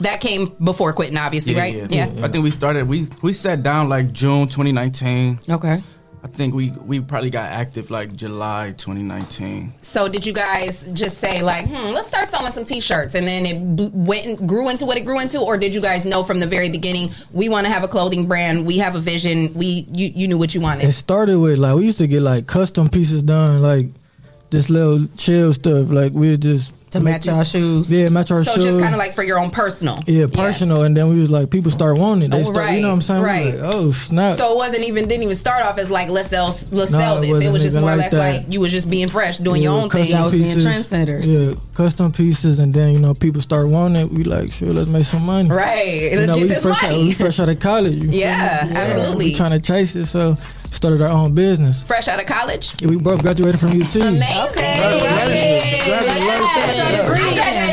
That came before quitting,
that.
obviously,
Yeah,
right?
Yeah. I think we started. We we sat down like June twenty nineteen.
Okay.
I think we we probably got active like July twenty nineteen.
So did you guys just say like, hmm, let's start selling some T-shirts, and then it bl- went and grew into what it grew into, or did you guys know from the very beginning we want to have a clothing brand, we have a vision, we you you knew what you wanted?
It started with like we used to get like custom pieces done, like this little chill stuff. Like we would just
To match our shoes.
Yeah, match our
so
shoes.
just kind of like for your own personal.
yeah, personal. And then we was like, people start wanting. it. They
Oh,
start, you know what I'm saying? We
right,
like, oh snap!
So it wasn't even didn't even start off as like let's sell let's
No,
sell
it
this. It
wasn't
was just
even
more or less
like that.
like you was just being fresh, doing your
Yeah,
own thing.
custom pieces. Yeah, custom pieces, and then you know people start wanting it. We like, sure, let's make some money.
Right, let's get
we
this
fresh Out,
money.
we fresh out of college. you feel
Yeah,
me?
absolutely.
We trying to chase it, so started our own business.
Fresh out of college.
Yeah, we both graduated from UT.
Amazing. Yes. I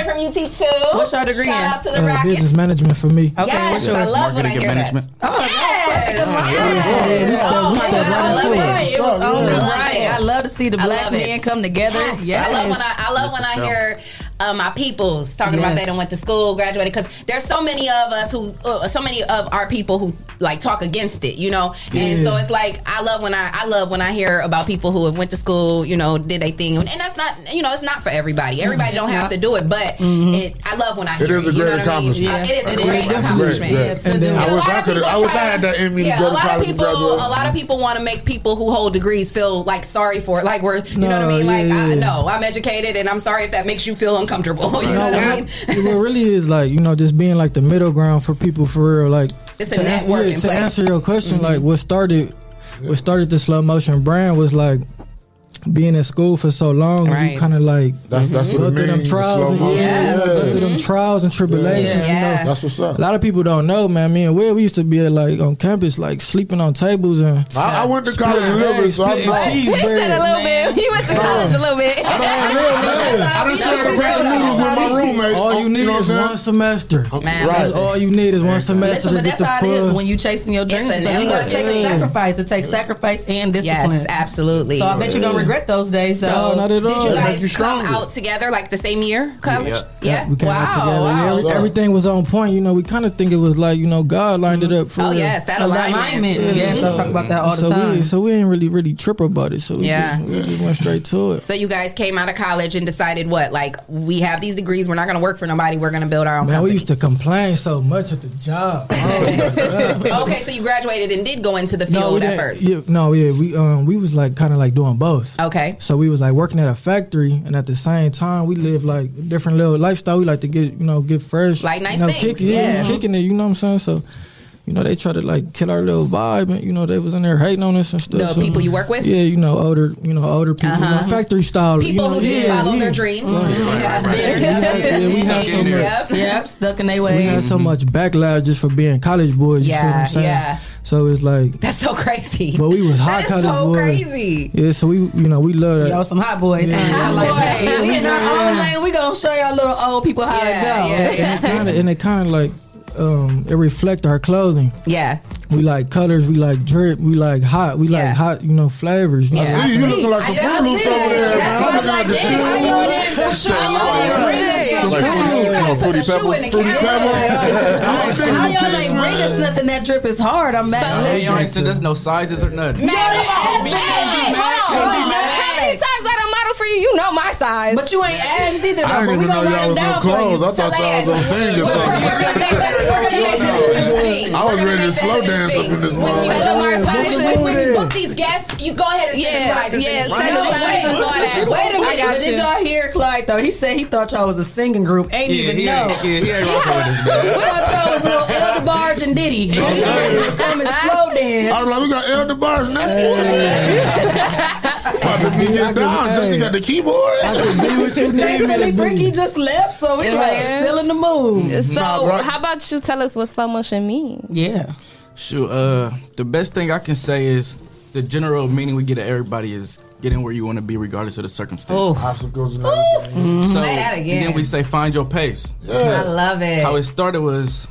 graduated from UT too.
What's your degree
Shout
in?
out to the
Uh,
Rockets.
business management for me.
Okay, Yes, what's yours? I love when I hear that.
Yes.
Oh,
we
my
stepped
God,
right
I
into
love
it.
it. It was
Yeah.
on the right.
I love to see the
I
black
love it.
men come together.
Yes. I love when I, I love when I hear uh, my peoples talking about
Yes.
they done went to school, graduated. Because there's so many of us who, uh, so many of our people who like talk against it, you know. And
Yeah.
so it's like I love when I I love when I hear about people who have went to school, you know, did they thing, and that's not you know it's not for everybody. Everybody don't have to do it, but it I love when I
It
hear
is a
you know what
great
I mean?
accomplishment.
Uh, It is a
It
great
is definitely
accomplishment.
great, great. And then- I wish I coulda- I wish I had that in me to go to
a lot
college
of
and
people,
graduate.
A lot of people want to make people who hold degrees feel like sorry for it, like we're you know what I
No,
mean. Like
yeah,
I,
yeah.
no, I'm educated, and I'm sorry if that makes you feel uncomfortable. You know what I mean?
It really is like you know just being like the middle ground for people for real. Like
It's a
to, an-
networking
to
place.
answer your question, like what started, what started the slow motion brand was like being in school for so long. and You
Right.
kind of like
That's- that's
go
what it
through them
means, slow
trials. And,
motion.
yeah,
Yeah.
go through them
Mhm.
trials and tribulations.
Yeah.
You know?
Yeah. That's what's up.
A lot of people don't know, man. Me and Will, we used to be like on campus, like sleeping on tables and.
I, I went to college a little bit, so I
Split and
know.
cheese He said bread. a little bit. He went to college a little bit.
I don't real man. I done shared a pack of noodles with my roommate.
All you need
know
is
what I'm
one semester.
Man.
That's all you need is one
Listen,
semester to
but
get
that's
the
how it is
full.
when you chasing your dreams.
It's a
So you gotta take a
networking.
sacrifice. It takes sacrifice and discipline.
Yes, absolutely.
So I bet you don't regret those days.
So,
Though.
Did you guys come out together like the same year? College? Yeah.
we came out
Wow,
together.
wow.
Every- everything was on point. You know, we kind of think it was like you know God lined it up for.
Oh,
real.
yes, that Oh, that alignment. alignment.
Yeah,
Yes, we talk about that all the
so We,
time.
so we ain't really really trip about it. So we,
Yeah.
just, we just went straight to it.
So you guys came out of college and decided what? Like we have these degrees, we're not going to work for nobody. We're going to build our own.
Man, we used to complain so much at the job.
company. okay, so you graduated and did go into the
we
field at
didn't-
first.
Yeah, no, yeah, we um we was like kind of like doing both.
Okay.
So we was like working at a factory, and at the same time we live like different little lifestyle. We like to get you know get fresh,
Like nice
you know,
things,
kick-
yeah.
kicking it. You know what I'm saying? So. You know they try to like kill our little vibe, and you know they was in there hating on us and stuff.
The
so-
people you work with?
yeah, you know older, you know older people, you know,
Uh-huh.
factory style, you
People
know,
who didn't
yeah,
follow
yeah.
their dreams. Yeah.
Yeah, we had so much-
Yep.
Yep, stuck in their
We
way.
had so much backlash just for being college boys. You feel what
Yeah,
I'm saying?
yeah.
So it's like
That's so crazy.
But we was
That
hot
is
college
so
boys.
crazy.
Yeah, so we you know we love that.
Y'all some hot boys.
Yeah.
Hot
boys.
boys. We in our own lane. We gonna show y'all little old people how
Yeah,
it goes.
and it kind of and it kind of like um it reflect our clothing.
Yeah.
We like colors. We like drip. We like hot. We like hot. You know flavors. You
I
know?
see you looking like some
I
Fruit Loops
see.
over there,
That's
man. I'm
why
looking at
I'm
the shoe.
like, damn, I
Some Fruit
wanna
Loops.
bring
Some
it.
Fruit Loops. Some Fruity
in
Pebbles.
the
Fruity Pebbles. I was thinking
How
the
y'all
chips,
like bring us
man.
nothing? That drip is hard. I'm mad.
Uh, they already said there's no sizes or nothing.
Man,
Hold on. Hold on. How many times I done model
down for you. You know my size. But you ain't asked either.
I didn't even know y'all was on clothes. I thought y'all was on singers or something. I was ready to slow dance up in this
Settle our
motherfucker.
sizes. When we book these guests, you go ahead and send
Yeah,
the sizes.
yeah,
and
send
no
the
way.
sizes, all that.
Wait a
I
minute.
got
Did
you.
y'all hear Clyde though? He said he thought y'all was a singing group. Ain't
Yeah,
even
he
know.
ain't- yeah, he ain't rocking with this, man.
We thought y'all was little Elder Barge and Diddy. Coming slow dance.
I'm like, we got Elder Barge About to be get down. Jesse got the keyboard. I can be with you.
Basically, Bricky just left, so we
Yeah.
like still in the mood.
So,
Nah, bro.
how about you tell us what slow motion means?
Yeah.
Shoot, uh, the best thing I can say is the general meaning we get at everybody is getting where you want to be regardless of the circumstance.
Oh. Obstacles and
Mm-hmm.
everything.
Mm-hmm. So,
Say that again.
And then we say find your pace.
Yes. I love it.
How it started was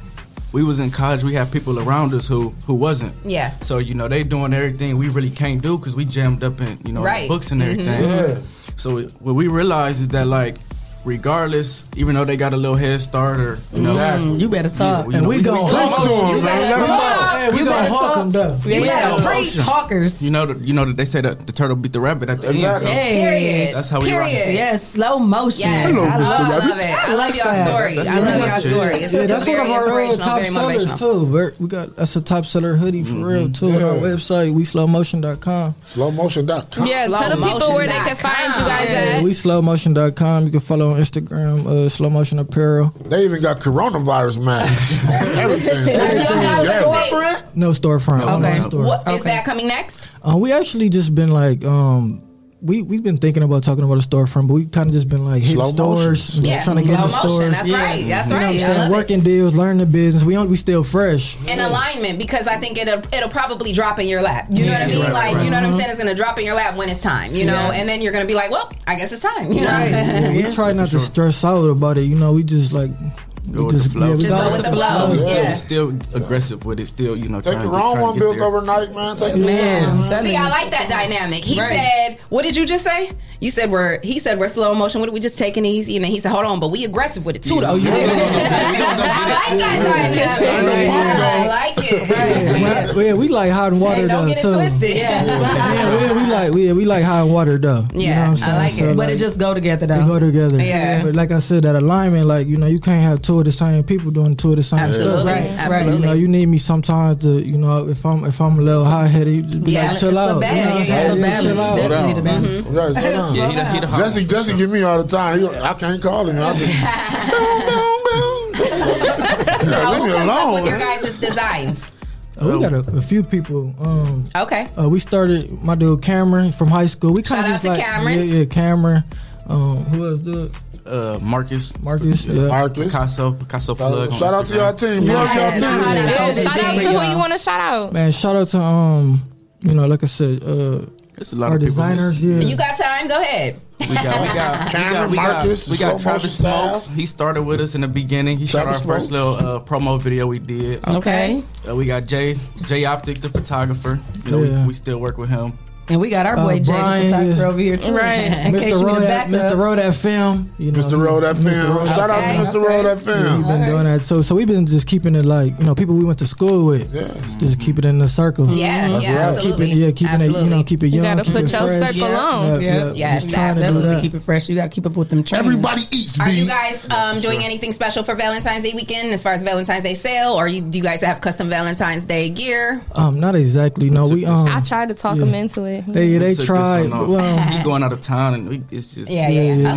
we was in college, we had people around us who who wasn't.
Yeah.
So, you know, they doing everything we really can't do because we jammed up in, you know,
Right.
books and
Mhm.
everything.
Yeah.
So what we realized is that like regardless, even though they got a little head start or you know
Exactly. You better talk.
you know,
And we gonna
slow
talk to 'em, You
motion.
man. better Let 'em talk. know. Hey, we
You
gonna
better
hawk
talk.
'em down.
We
Yeah.
slow
Great
motion.
hawkers.
You know, the, you know that they say that the turtle beat the rabbit at the end. so
Period.
That's how we rock. it.
Yes, slow motion.
Yes. Hello,
I
Mr.
love,
Rabbit.
it. I,
I
like
love y'all
that.
story. I love y'all story. It's
yeah, that's one
very
of our uh,
inspirational,
top
very
sellers
motivational.
too. We're- we got that's a top seller hoodie for
Mm-hmm.
real too. On our website, we slowmotion.com.
Slowmotion.com.
Yeah, tell the people where they can find you guys
Yeah,
at.
we slowmotion.com. You can follow on Instagram, uh, slow motion apparel.
They even got coronavirus masks. Everything. Everything
Oh,
together.
No storefront.
Okay.
online store.
What is that coming next?
Uh, we actually just been like, um, we we've been thinking about talking about a storefront, but we kind of just been like hitting
Slow
stores,
motion.
like,
Yeah,
trying to get in the
slow motion.
stores.
That's Yeah. right. That's
you
right.
Know what
I
I'm saying?
love it.
Working deals, learning the business. We on, we still fresh.
in alignment because I think it'll it'll probably drop in your lap. You know what I
Yeah.
mean?
Right,
like
right.
you know
Mm-hmm.
what I'm saying? It's gonna drop in your lap when it's time. You know,
Yeah.
and then you're gonna be like, well, I guess it's time. You know,
Right. Yeah, we try not to stress out about it. You know, we just like we
Go with the flow.
yeah, we
Just go with the flow.
It's
Yeah.
still, it's still aggressive with it. Still, you know,
Take the
trying to get-
wrong
trying
one
to get
built
there.
overnight, man. Take
Man.
the wrong one.
See, I like that dynamic. He
Right.
said, "What did you just say?" You said we're. He said we're slow motion. What did we just take it easy? And then he said, "Hold on, but we aggressive with it too, though." I like that dynamic. Yeah, I like it.
Yeah, we- yeah, we like hot water
Hey,
though
don't get it
too.
twisted. Yeah.
Yeah, we, we like we, we like hot water though.
Yeah,
you know what I'm
I
saying?
like it.
So,
But
like,
it
just go together
They
though.
go together.
Yeah.
But like I said, that alignment, like, you know, you can't have two of the same people doing two of the same
Absolutely.
stuff.
Right,
You
absolutely.
know, you need me sometimes to, you know, if I'm if I'm a little hot headed, you just be
Yeah,
like,
it's
chill
a
out.
balance.
You know what I'm
Yeah,
saying?
it's a balance.
Chill out.
Definitely the balance. Right, right.
Yeah, he done- he done hollered.
Jesse, Jesse, give me all the time. He, I can't call him. I just
Now,
leave
who
me
comes up
alone.
with your guys' designs?
Uh, we got a, a few people. Um,
Okay.
uh, we started my dude Cameron from high school. We kind
Shout
of
out
just
to
like
Cameron.
yeah, yeah, Cameron. Um, who else? Dude?
Uh, Marcus.
Marcus.
Yeah.
Marcus.
Picasso. Picasso plug. on
Uh, shout out to
Instagram.
y'all team. Plug y'all team.
Yeah, shout out to who you want to shout out.
Man, shout out to um, you know, like I said, uh,
There's a lot
our
of people
designers. Yeah,
You got time? Go ahead.
We got, we got,
Cameron
we got,
Marcus,
we
Slow
got
Motion
Travis Smokes. He started with us in the beginning. He shot our
Travis
first little uh, promo video we did.
Okay.
Uh, we got Jay, Jay Optics, the photographer. You know,
Yeah.
we, we still work with him.
And we got our
Uh,
boy Jay,
Brian
the
is-
photographer over here too. In case
Mr.
you
Road
need a
at Mr.
backup.
Road at Film. You know,
Mr. Road at Film. Shout out to Mr. Road at
Yeah,
Film.
we've been doing that. So so we've been just keeping it like, you know, people we went to school with.
Yeah.
Just keep it in the circle.
Yeah,
That's
yeah,
right.
absolutely.
Keep it, yeah, keeping it, you know, keep it
You
young.
gotta
keep
put
it
your
fresh.
circle on.
Yeah,
Yeah.
yeah.
Yes,
Just trying to do
Absolutely,
that.
keep it fresh. You got to keep up with them. Chains. Everybody
eats.
Are you guys um, doing anything special for Valentine's Day weekend as far as Valentine's Day sale? Or you, do you guys have custom Valentine's Day gear?
Um, not exactly. No, we um.
I tried to talk
yeah.
them into it.
They
We
they
took this
tried.
one off.
Well,
Uh-huh.
he going out of town, and we, it's just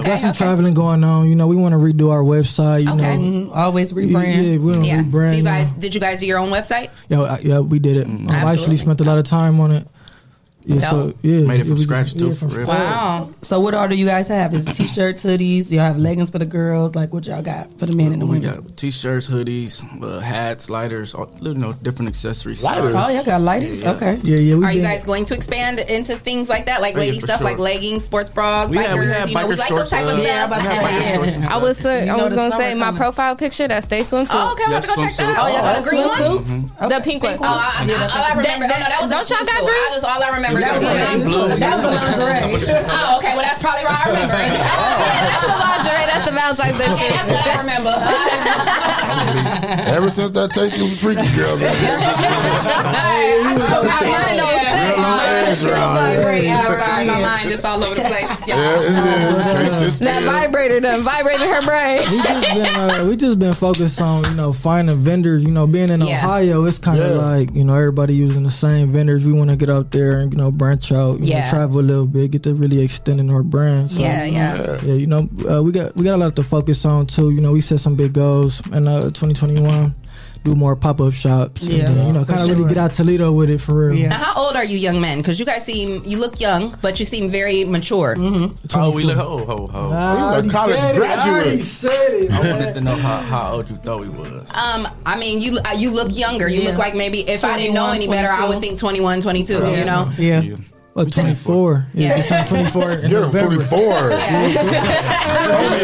got some traveling going on. You know, we want to redo our website. You
Okay. Mm-hmm.
know,
always
Yeah, yeah, we want to
Yeah.
rebrand.
So you guys,
now.
did you guys do your own website?
Yeah, I- yeah, we did it. Um, I
Absolutely.
actually spent a lot of time on it. Yeah, so
Dope.
yeah,
Made it from
was-
scratch, too, for real.
Wow.
So what order you guys have? Is it t-shirts, hoodies? Do y'all have leggings for the girls? Like what y'all got for the men and the
We
women?
got t-shirts, hoodies, uh, hats, lighters, all, you know, different accessories.
Lighters?
socks.
Oh, y'all got lighters? Okay.
Yeah, yeah.
Are you guys going to expand into things like that, like
Oh, yeah,
lady
for
stuff,
sure.
like leggings, sports bras,
We
bikers?
had- we had
you know, we
biker
like those
shorts,
type of stuff.
uh, Yeah, I was about to say, yeah.
I was say-
You
I
know
was
the
gonna say
summer
my
coming.
profile picture. That's they swimsuit.
Oh, okay, I'm about to go check that out.
Oh,
the green one.
The pink one.
Oh, I, I, all I remember. oh, no, that was
don't
a
y'all got
swimsuit.
green?
That was all I remember.
That was
Yeah.
blue.
That was a lingerie. oh, okay. Well, that's probably right. I remember. it.
That's the lingerie. That's the Valentine's Day shit.
That's what I remember.
Ever since that Tasty Freaky girl. man.
I still got mine on six.
Real on edge,
feel
right.
vibrate. Sorry, my mind just all over the place. y'all.
That vibrator done vibrated her brain.
we just been uh, we just been focused on you know finding vendors. You know, being in
Yeah.
Ohio, it's kind of
Yeah.
like you know everybody using the same vendors. We want to get out there and you know branch out, you
Yeah.
know, travel a little bit, get to really extending our brand.
Yeah, yeah.
yeah. You know, uh, we got we got a lot to focus on too. You know, we set some big goals in uh, 2021. Do more pop up shops.
Yeah,
and, uh, you know,
for
kind of really
sure.
get out Toledo with it for real.
Now, how old are you, young men? Because you guys seem you look young, but you seem very mature.
Mm-hmm.
Oh, we look. Oh, ho, ho.
Nah,
He's a
he
college
said it. I
graduate.
already said it.
I wanted to know how, how old you thought we was.
Um, I mean, you uh, you look younger. You look
Yeah.
like maybe if I didn't know
21,
any better, I would
22.
think 21, 22, You know.
Yeah. Well, 24. Yeah,
Yeah.
just turned 24. In November.
24.
out
here.
And,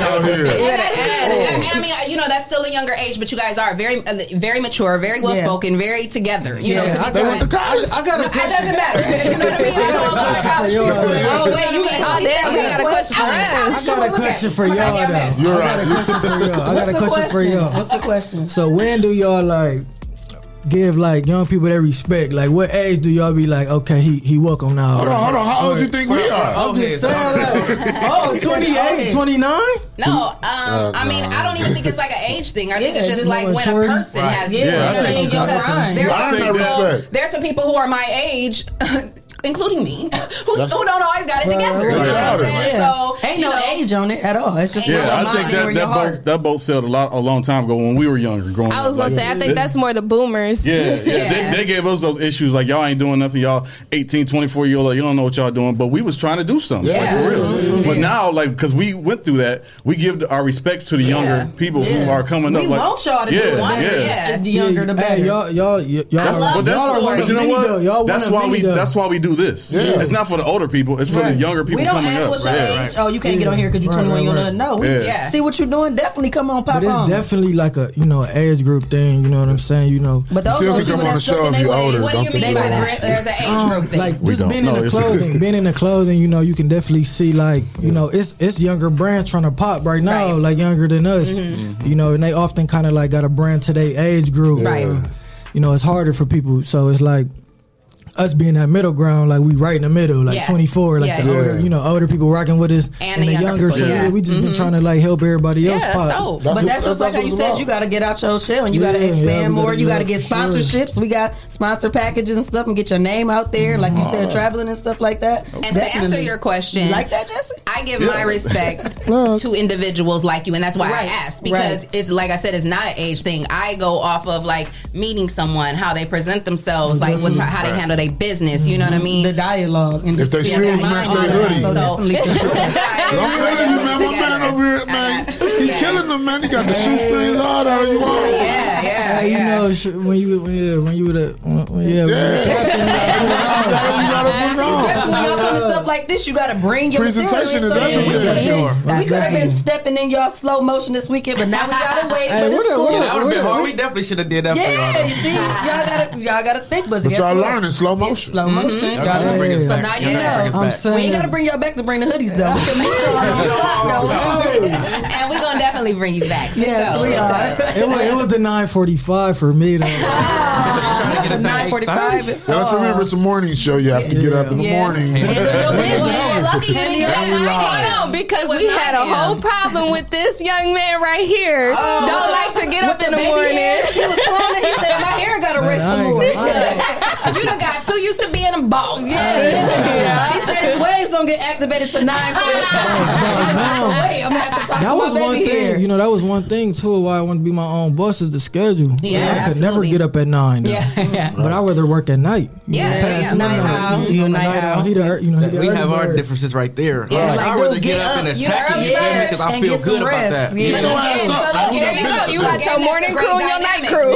that's- and- and I mean, uh, you know, that's still a younger age, but you guys are very, uh, very mature, very well spoken, very together. You know,
Yeah,
to be
I- they went to
college. I got a question. It doesn't matter. You know what I mean? I don't go to college. Oh wait, you mean all that? We got a question for
I
us.
got a question for y'all though. I
mess.
You're
got a
right.
question for y'all. I
What's
got a
the
question for
question?
y'all.
What's
the question?
So when do y'all like give like young people that respect? Like what age do y'all be like, okay, he he welcome now?
Hold on, hold on. How old you think we are?
I'm just saying. Like, oh, 28, 29?
No, um,
Uh,
I mean,
nah.
I don't even think it's like an age thing. I think
Yeah,
it's just
just
like when a
maturity.
person
Right.
has.
Yeah,
kids.
I think
You know,
that's right.
There's
I
some
think
people.
respect.
There's some people who are my age. Including me, who
That's-
still don't always got it together. You know what I'm saying? So
ain't no age on it at all. It's just
Yeah, I think that that boat that boat sailed a lot a long time ago when we were younger growing up.
I was gonna
Like,
say, I
they-
think that's more the boomers.
Yeah, yeah. They, they gave us those issues like y'all ain't doing nothing. Y'all 18, 24 year old, like, you don't know what y'all doing. But we was trying to do something, like,
Yeah.
for real.
Mhm.
But now, like, because we went through that, we give our respects to the younger people who
Yeah.
are coming
We
up. Like,
want y'all to do it. Why- yeah. The younger, the
Hey,
better.
y'all, y'all, y'all,
That's,
y'all,
but that's,
are one
but
of
you know
many, though.
what?
Y'all one
that's
of
why
many,
we.
though.
That's why we do this.
Yeah.
It's not for the older people. It's for the younger people
we don't
coming
ask
up.
what's your
Yeah.
age. Oh, you can't get on here because you're
Right,
21. You
right,
don't
right.
know. We-
Yeah.
Yeah.
See what you're doing? Definitely come on, pop
But it's
on.
definitely like a you know age group thing. You know what I'm saying? You know.
But You those still can old come people on that the show if
if
still- you they- older. what do Don't you think mean by you're that? older.
There's an age group thing.
Um, Like
We
just
don't.
being
No,
in the
it's-
clothing, being in the clothing, you know, you can definitely see like you know, it's it's younger brands trying to pop right now, like younger than us,
Mm-hmm.
Mhm.
Mm-hmm.
you know, and they often kind of like got a brand to their age group,
Right.
You know, it's harder for people, so it's like us being that middle ground, like we right in the middle, like
Yeah.
24, like
Yeah.
the older,
Yeah.
you know, older people rocking with us,
And
and,
the
the,
younger
younger,
people,
so
yeah.
yeah, we just
Mhm.
been trying to like help everybody else
Yeah,
pop.
that's dope. but that's just like how you said. You got to get out your shit, and you got to
Yeah, yeah,
expand
we gotta
more.
do
You got to
that
get
for sure.
sponsorships. We got sponsor packages and stuff, and get your name out there. Like you said,
Mhm.
traveling and stuff like that.
And to answer your question,
You like that, Jesse?
I give
Yeah.
my respect to individuals like you, and that's why
Right,
I asked because
right.
it's like I said, it's not an age thing. I go off of like meeting someone, how they present themselves, like what ti- how they
Right.
handle their business. You know what I mean? The
Mm-hmm. dialogue. And
if
they shoes match their hoodie. I'm telling you, man, my man over here, man, he killing them, man. He got the shoestrings on. How you want?
Yeah,
Yeah, you know, sh- when you when you when you were the when, when, yeah,
Especially when y'all doing stuff like this, you gotta bring your material
Presentation
in
is
so that we
everything.
could've been-
Sure.
We could have been
Exactly.
stepping in y'all slow motion this weekend, but now we gotta wait.
Hey,
but
what
it's
a-
cool.
yeah, that would've been hard. We definitely should have did that
Yeah,
for
you
y'all.
see, y'all gotta y'all gotta think, but,
But
guess
y'all
what?
learn in slow motion.
Slow
Mm-hmm.
motion.
Mm-hmm. Y'all gotta bring us
so
back.
now
Y'all
you
gotta bring us
know.
back.
we ain't gotta bring y'all back to bring the hoodies though. We can meet y'all on the block though.
and we're gonna definitely bring you back. for
Yes,
sure.
we are.
it was it was the 9:45 for me. Though.
Ah,
Uh,
That's remember it's a morning show. You have to get up in the morning.
Yeah, lucky you didn't get
And
that.
we live.
I know because we had a whole problem with this young man right here.
Oh.
Don't like to get
With
up
the
in the
baby
morning.
hairs, he was calling, he said, "My hair gotta Man, rest I some ain't more." gonna
you done got too used to being a boss.
Yeah. He said his waves don't get activated to nine.
Oh,
Wait, I'm gonna have to talk
Oh, That
to
was
my
one
baby
thing,
here.
you know. That was one thing too. Why I wanted to be my own boss is the schedule.
Yeah,
Like, I could never
absolutely.
get up at nine. though.
yeah.
But I rather work at night. You
Yeah,
know,
yeah,
past
yeah. Night
midnight.
owl.
You
You
know,
a night
night
owl.
owl. He the ear- you know, he the
we
early
have our
bird.
differences right there.
Yeah,
Like,
like,
I'd
dude,
rather get
get
up and
up. You
attack
early
it, you feel me?
bird
Because I
and
feel
get some
good about
rest.
that.
Yeah.
Get your
Yeah.
ass up.
So
I
look, here
don't got
you go.
business
You
to do.
got your morning crew and your night crew.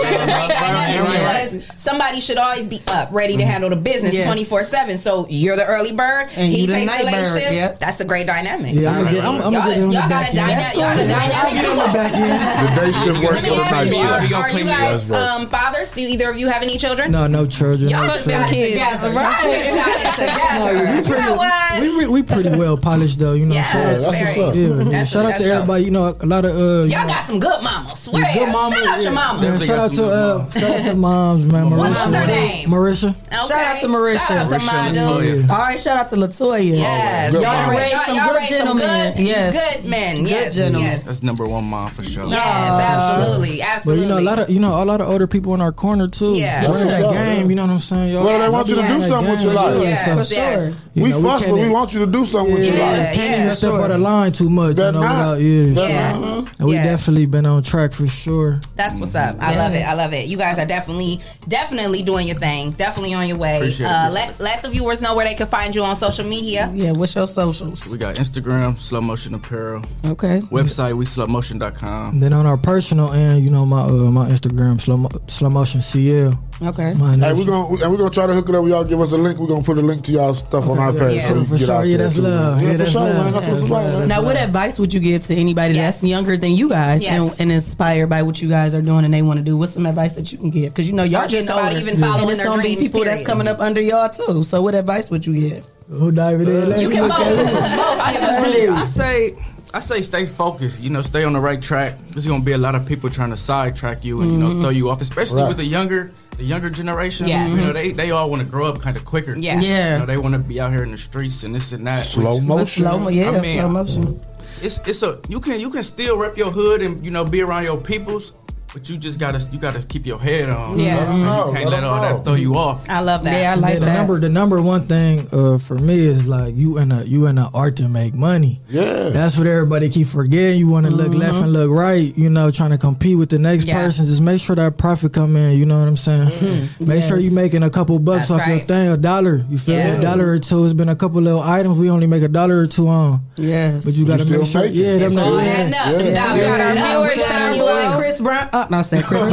Because somebody should always be up, ready
Mm-hmm.
to handle the business
Yes.
twenty four seven. So you're the early bird,
And
he
you the
takes the
night
late
bird,
shift.
yep.
That's a great dynamic.
Yeah, I'm
I
gonna get-
mean,
I'm- I'm
y'all
gonna get on the
y'all got
back
a
end.
dynamic.
That's
Y'all
cool.
a dynamic.
I'll get on
duo.
the back end.
The day shift work
Let me
for the
ask
night
you,
shift.
are, are you guys um, fathers? Do either of you have any children?
No, no children.
Y'all
no
just got it
children.
together. Right? Y'all just got it
No,
together.
we pretty,
You know what?
we, re- we pretty well polished though, you know.
Yes,
so-
Yeah, that's what's very. up.
Yeah, yeah.
That's-
shout out to
that's
everybody. You know, a lot of uh, you
Y'all
know,
got some good mamas. Swear.
good mama,
Shout out
yeah.
your mama.
Yeah, shout out to uh, shout out to moms, man. Marisha,
What's her name?
Marisha.
Shout out to Marisha.
Shout out to Oh, my dude.
All right, shout out to Latoya.
Yes,
Y'all
y'all
done
raised some good gentlemen.
yes.
good men.
Good
Yes,
gentlemen.
yes.
That's number one mom for sure.
Yes, absolutely,
Uh, But you know, a
absolutely.
lot of you know a lot of older people in our corner too.
Yeah.
They
That's
running
what's
that
up,
game.
yeah.
You know what I'm saying? Y'all
Well, they
running
want you to
that
do
game.
something with your
Yeah,
life.
so- You
We
know,
fuss, but
can't-
we want you to do something with your
Yeah,
life.
can't even step on the line too much. You know,
not.
without, yeah,
Better
so-
not.
And we
Yeah.
definitely been on track for sure.
That's what's up. I love it.
Yes.
I love it. You guys are definitely, definitely doing your thing. Definitely on your way.
Appreciate it,
uh,
appreciate
let let the viewers know where they can find you on social media.
Yeah, what's your socials?
We got Instagram, Slow Motion Apparel.
Okay.
Website, we slowmotion.com.
And then on our personal end, you know, my uh, my Instagram slow, mo- slow motion CL.
Okay.
My
Hey, we're gonna and we're gonna try to hook it up. Y'all give us a link. We're gonna put a link to y'all stuff on our
yeah,
page
yeah.
so we
For
can get
sure.
out
Yeah,
there
that's
too.
love.
Yeah,
Yeah,
for
that's
sure,
love.
man. That's what's
That's
about. man.
Now, what advice would you give to anybody that's younger than you guys
Yes.
and, and inspired by what you guys are doing and they want to do? What's some advice that you can give? Because you know y'all
Or
just
just about
older,
even following
and it's
their
gonna be
dreams,
people that's
period.
coming up under y'all too. So, what advice would you give?
Who dive it in?
You
can
I just say, I say, I say, stay focused. You know, stay on the right track. There's gonna be a lot of people trying to sidetrack you and you
Mhm.
know throw you off, especially
Right.
with the younger, the younger generation.
Yeah. Mm-hmm.
you know, they they all want to grow up kind of quicker.
Yeah.
You
Yeah.
know, they want to be out here in the streets and this and that.
Slow
which-
motion. Slow mo- yeah,
I mean,
slow motion.
It's it's a you can you can still rep your hood and you know be around your peoples. But you just gotta you gotta keep your head on.
Yeah.
You, know what
Let 'em
I'm saying? you can't
know,
let all that throw you off.
I love that.
the number the number one thing uh, for me is like you in a you in the art to make money.
Yeah.
That's what everybody keep forgetting. You want to look left and look right, you know, trying to compete with the next
Mm-hmm. Yeah.
person. Just make sure that profit come in, you know what I'm saying? Make sure
Mm-hmm. Yes.
you making a couple bucks
That's
off your
right.
thing, a dollar. You feel
Yeah.
me? A dollar or two. It's been a couple little items. We only make a dollar or two on.
Yes.
But you
But
gotta
you
make
still
sure
make it.
yeah,
It's
them
all
niggas-
adding up.
yeah.
Them dollars
Yeah.
gotta
Yeah.
Viewers, shout out. Chris Brown. Uh, no, I said Chris Brown.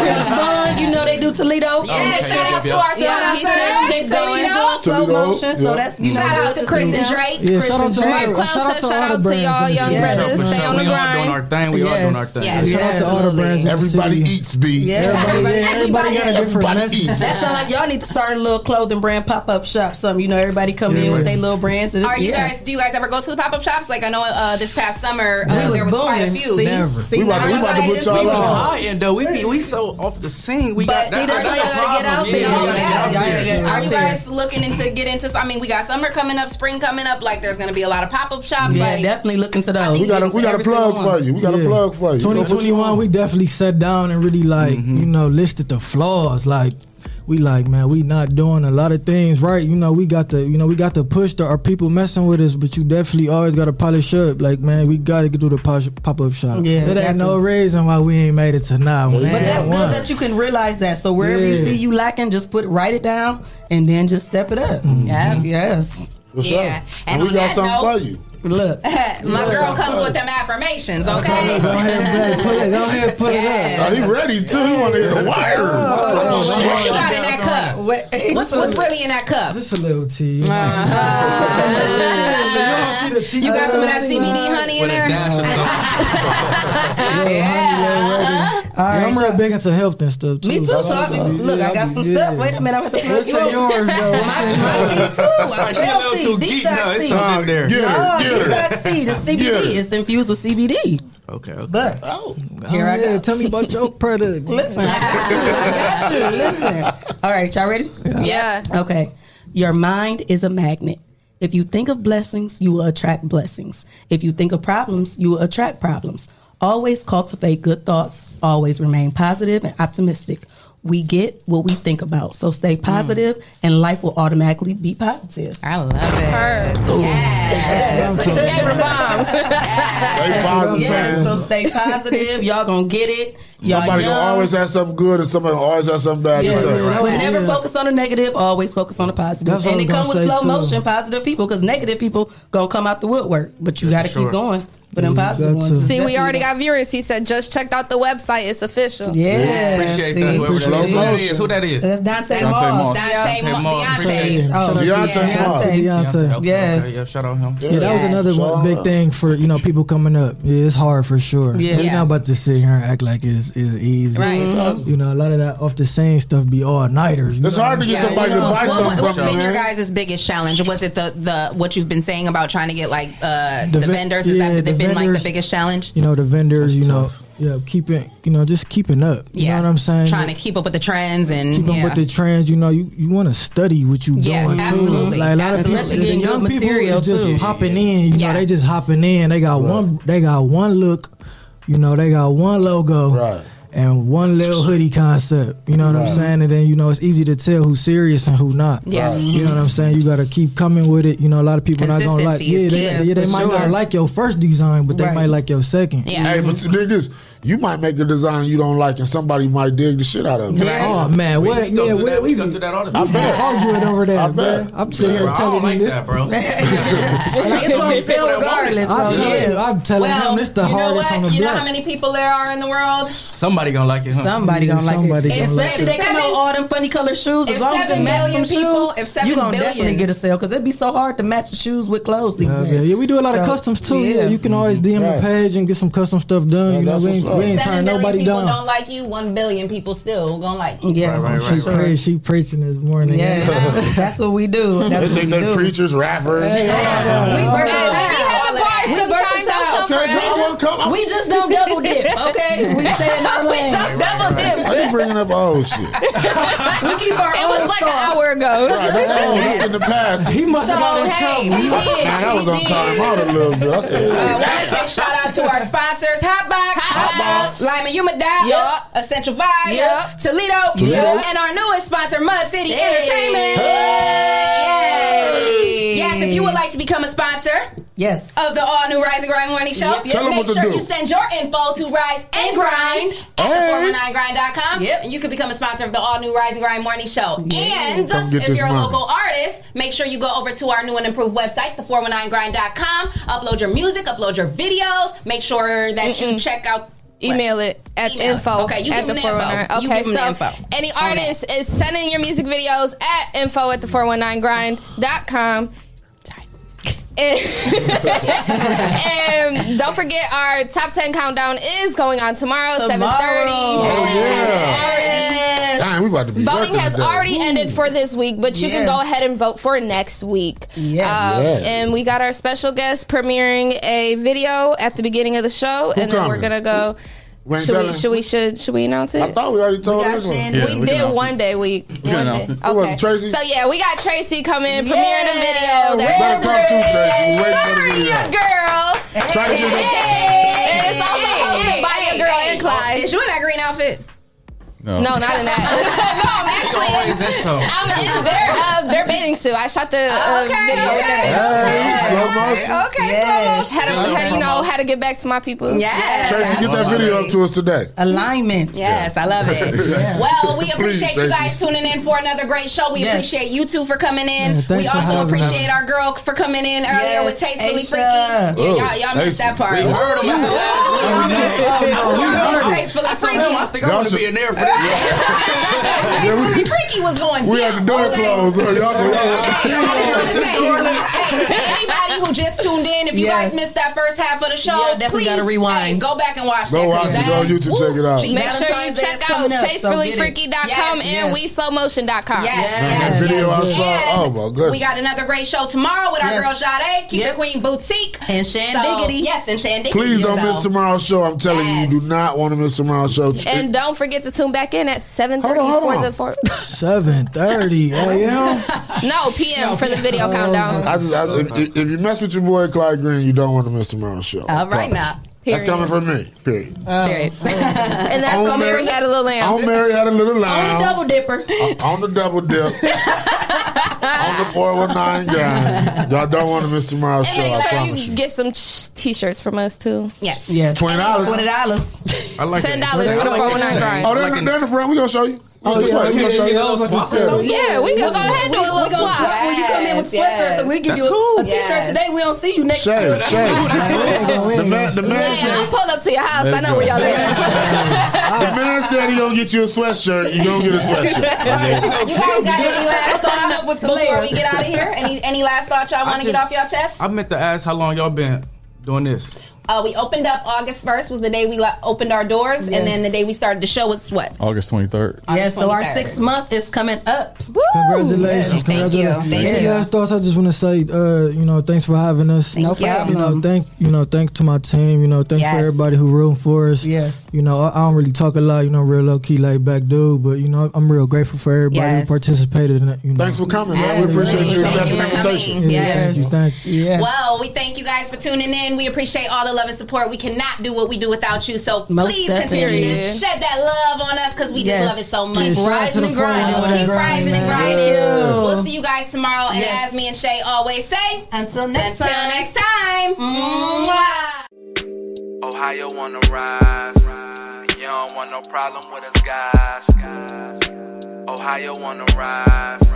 Chris Bond, you know they do Toledo.
Yeah, Okay, shout yep, out to yep, our yep.
yeah,
Yeah, he said keep going.
Slow
Toledo,
motion, so
yep.
that's you know
Shout out
that's
to Chris
the-
and Drake, Yeah, Chris shout out and to Drake. all the- Closer, shout out to shout all the out to brands y'all in the young city. brothers.
For
Stay
sure.
on
we
the
all doing our
grind.
thing. We
Yes.
all doing our thing.
Yes,
Shout out to all the brands.
Everybody
eats
beef.
Yeah.
Everybody,
Everybody-
everybody got a different
Everybody
message.
eats. That sound like y'all need to start a little clothing brand pop up shop. Something you know, everybody come in with their little brands. and-
Are you
yeah.
guys? Do you guys ever go to the pop up shops? Like I know uh, this past summer
We
uh,
was
there was quite a
booming.
few.
See? Never. See,
We about to- we
now
about to
you
put
guys-
y'all
we was
on.
hot.
And though we be, we so off the scene. We got
See,
that's,
that's
that's,
why
the
y'all gotta get out
problem.
there.
Yeah,
Y'all
yeah,
gotta
yeah,
get out
yeah,
there.
yeah.
Are you guys looking into get into? I mean, we got summer coming up, spring coming up. Like, there's gonna be a lot of pop up shops.
Yeah,
like,
definitely look into those.
We got a, we got a plug for you. We got a
Yeah.
plug for you.
2021, we definitely sat down and really like you know listed the flaws. Like we like man, we not doing a lot of things right. You know we got to you know we got to push the our people messing with us, but you definitely always got to polish up. Like man, we got to do the pop up shop.
Yeah,
it
got
ain't no reason why we ain't made it to now. Man.
But that's
One.
good that you can realize that. So wherever you
Yeah.
see you lacking, just put write it down and then just step it up. Yeah. Yes.
Mm-hmm. What's
Yeah.
up?
And
we
on
got
that
something
note-
for you.
Look.
My girl comes with them affirmations, okay?
Go ahead,
put it, go ahead, put
it
Oh, he ready too. He want to hear the wire.
Oh,
shit.
What you got in that cup? What's, what's really in that cup?
Just a little tea.
Uh-huh. You got some of that CBD honey in there?
yeah. I'm real big into health and stuff too.
Me too. So I, look, I got some stuff. Wait a minute, I'm gonna have to plug
What's
you.
in yours, though? What's in
Mine
yours?
too. I
Right, she a
sell
little
tea.
too geek.
Detox
No, it's
tea.
all in there. Get
No,
her, get her.
detox tea. The
Get her.
CBD is infused with CBD.
Okay. okay.
But
Oh.
here I go.
Tell me about your product.
Listen, I got you. I got you. Listen. All right, y'all ready?
Yeah.
Okay. Your mind is a magnet. If you think of blessings, you will attract blessings. If you think of problems, you will attract problems. Always cultivate good thoughts. Always remain positive and optimistic. We get what we think about. So stay positive and life will automatically be positive.
Mm. I love it.
Stay positive.
Yeah, so stay positive. Y'all gonna get it. Y'all
Somebody
young.
gonna always have something good, and somebody gonna always have something bad. to
Yes.
say.
But never focus on the negative. Always focus on the positive.
That's what
and
I
it
was
comes
gonna
with slow
say, too.
motion, positive people, because negative people gonna come out the woodwork. But you got to
sure.
keep going. But them positive
That's
ones. is
See, we
definitely
already got viewers. He said, just checked out the website. It's official.
Yeah.
Appreciate
see,
that. Whoever that is.
appreciate
Who that
it.
is. Who that is?
That's Dante Moss.
Dante Moss.
Appreciate it.
Oh,
Deontay
yeah.
Moss.
Deontay.
Deontay.
Okay,
Yes.
okay, yeah,
shout out him.
Yeah, that was another one, big thing for you know people coming up. Yeah, it's hard for sure.
Yeah.
We're not about to sit here and act like it's, it's easy.
Right.
Mhm. You know, a lot of that off the scene stuff be all nighters.
It's hard to get somebody to buy
What,
something
what's
from
been your
you.
guys' biggest challenge? Was it the, the what you've been saying about trying to get like uh,
The
the,
ve-
vendors? Is
yeah,
that
the
they've been like
vendors.
the biggest challenge?
You know the vendors. you know, yeah, keeping you know just keeping up. You
Yeah.
know what I'm saying?
Trying to keep up with the trends and
keep up
yeah.
with the trends. You know, you, you want to study what you
Yeah,
doing. too.
absolutely.
Like a lot
Absolutely.
of people, the
Getting
young
good
people
material,
is just
too.
hopping in. You know, they just hopping in. They got one. They got one look. You know, they got one logo. Right. And one little hoodie concept, you know what I'm
Right.
saying, and then you know it's easy to tell who's serious and who not.
Yeah. Right.
you know what I'm saying. You gotta keep coming with it. You know, a lot of people not gonna like.
Consistency
Yeah,
is
they,
key,
yeah, they
for
might
sure.
not like your first design, but they
Right.
might like your second.
Hey, but
Mm-hmm.
dig this. You might make the design you don't like, and somebody might dig the shit out of it.
Oh man, what? yeah, we, we, we
do that all the
I
time.
bet arguing over that,
I
man.
bet.
I'm sitting
Yeah,
here
bro, I
telling
don't like
him this.
that, bro.
It's gonna feel regardless.
I'm
so,
telling,
yeah.
I'm telling
well,
him this the
you know
hardest
what?
on the
You know how
block.
many people there are in the world?
Somebody gonna like it. Huh?
Somebody gonna like
Somebody
it.
gonna like
Especially they
it.
come out with all them funny color shoes. As
If
long as it
seven
match some
million people-
shoes,
if seven
you gonna
billion-
definitely get a sale because it'd be so hard to match the shoes with clothes these
Yeah,
days.
yeah, yeah, we do a lot of
So,
customs too. Yeah, you can always DM the page and get some custom stuff done. you know, we ain't, we ain't
Seven
turn
million
nobody
people
down.
don't like you. One billion people still gonna like you. Uh,
Yeah, she, pray- she preaching this morning.
Yeah, that's what we do. That's
they
what
think
we
they're
do.
preachers, rappers.
We versatile.
We versatile.
Okay,
We
come on,
just-
come on.
we just don't double dip, okay? We stay in our lane. double
Why you bringing up old shit? Right,
We keep our
It
own
was like an
sauce.
hour ago.
that's old. That's in the past.
He
must have got in So, trouble. hey, he
Nah, that
did. Oh,
was on
He
time out a little bit. I said,
I want to say shout out to our sponsors, Hotbox, Hotbox, Lyman Humidad,
Yep.
Essential Vibe,
Yep.
Toledo,
Toledo.
and our newest sponsor, Mud City Entertainment. Yes. Yes, if you would like to become a sponsor,
Yes.
of the all new Rise and Grind Morning Show.
Yep, yep. Tell 'em
Make
what to
sure
do.
you send your info to Rise and Grind at
Hey.
the419grind.com.
Yep.
And you can become a sponsor of the all new Rise and Grind Morning Show.
Come
And if
get this
you're a
money.
local artist, make sure you go over to our new and improved website, the419grind.com. Upload your music, upload your videos. Make sure that you check out.
Email it at
Email it.
info
Okay, you
at
give
the
them the info.
419.
You
Okay,
give them the
so
info.
any artist is sending your music videos at info at the 419grind.com. And, and don't forget our top 10 countdown is going on tomorrow, 7.30.
Oh,
Damn, we about to be
Voting
working
has
today.
already ended for this week, but you can
Yes.
go ahead and vote for next week.
Yes.
Um,
Yes.
And we got our special guest premiering a video at the beginning of the show,
Who
and then
coming?
we're gonna go.
We ain't
Should we,
telling-
should we should should we announce it?
I thought we already told everyone. Yeah,
we,
we can
did
announce
one day. We,
can
one
announce
day.
it. Who was it, Tracy?
So yeah, we got Tracy coming premiering a
Yeah,
video.
Red
That's
Rock Tooth, Tracy. Wait for the
Sorry,
video.
your girl.
Tracy,
And it's also hosted by your girl and Clyde.
Is you in that green outfit?
No, not in that.
Actually,
Always
is so.
I'm in their uh, their bathing suit. I shot the uh, video. with them.
Hey, slow motion.
Okay,
Yes.
so how
Slow
to, how do you
promo.
know how to get back to my people?
Tracy, get that video up to us today.
Alignment.
Yes, I love it. Well, we appreciate
Please,
you
Tracy.
guys tuning in for another great show. We
Yes.
appreciate you two for coming in.
Yeah, thanks
we
for
also
having us.
appreciate our girl for coming in earlier
Yes,
with Tastefully
Aisha.
Freaky. Yeah,
Oh,
y'all y'all missed that part.
Tastefully. We heard 'em at the
Oh, Tastefully
I
Freaky.
think I want to be in there for that.
Tastefully Freaky was going
We
down.
had the door
okay?
closed. so y'all can-
Hey, to anybody who just tuned in, if you
Yes.
guys missed that first half of the show,
Yeah, definitely
please
gotta rewind.
hey, go back and watch
Go
that.
watch it on YouTube. Check it out.
Make sure you
Valentine's Day
check
is
out
coming up, so get it.
tastefullyfreaky.com and
Yes, yes.
weslowmotion.com.
Yes.
Man, that video I saw. Oh my
We
goodness.
got another great show tomorrow with our
Yes.
girl Sade, Keep
Yep.
the Queen Boutique,
And Shandiggity.
So, yes, and Shandiggity.
Please don't
So-
miss tomorrow's show. I'm telling you, you do not want to miss tomorrow's show.
And don't forget to tune back in at 7.30
hold
for
on.
the four,
Seven thirty
oh,
a.m.
No, PM for the video countdown.
I just, I, if, if you mess with your boy Clyde Green, you don't want to miss tomorrow's show.
All
I
right
promise.
now.
Oh, That's
Period.
coming from me. Period.
Period. and that's
Oh,
on Mary had a little lamb.
On Mary had a little lamb.
On the double dipper.
On- on the double dip. on the 419 gang. Y'all don't want to miss tomorrow's
And
show.
make
I
sure
promise
you get some ch- t-shirts from us too.
Yes.
Yes.
$20.
Twenty dollars.
I like
$10 for the 419 grind.
Oh, they're, they're in the front. We're going to show you. Oh, yeah, we gonna show you those swap.
Yeah, we
can
can go ahead and do a little swap.
When you come in with
Yes,
sweatshirts, so we give
yes.
you a, a
That's cool.
t-shirt today. We don't see you next
Shay,
year.
Shay. The man, the man
Hey, I'll
said,
pull up to your house.
There
I
you
know where
go.
y'all at.
the man said he gonna get you a sweatshirt. You gonna get a sweatshirt.
You guys got any last
Starting up
thoughts
with
before
Blair.
we get out of here? Any any last thoughts y'all
I
want to get
just-
off y'all chest?
I meant to ask how long y'all been doing this.
Uh, we opened up August first was the day we lo- opened our doors, and then the day we started the show was what?
August twenty third.
Yeah, so our
23rd.
sixth month is coming up. Woo!
Congratulations. Congratulations. Any last thoughts? I just want to say, uh, you know, thanks for having us.
No
You know,
problem.
thank you know, thanks to my team. You know, thanks
Yes.
for everybody who rooting for us.
Yes.
You know, I, I don't really talk a lot. You know, real low key laid back dude, but you know, I'm real grateful for everybody
Yes.
who participated. In it, you know.
Thanks for coming, man. We
Absolutely.
appreciate you
Thank
accepting the
you for
invitation.
coming. Yes. Thank you, thank you. Yes.
Well, we thank you guys for tuning in. We appreciate all the love and support. We cannot do what we do without you. So
Most
please
definitely.
continue to shed that love on us because we
Yes.
just love it so much.
Keep Keep rising rising and and grinding grinding with
Keep
us.
rising and
Amen.
grinding.
Yeah.
We'll see you guys tomorrow. And
Yes.
as me and Shay always say, until
next
until
time. Mm-hmm.
next time.
Mwah.
Ohio wanna rise. You don't want no problem with us guys. Ohio wanna rise.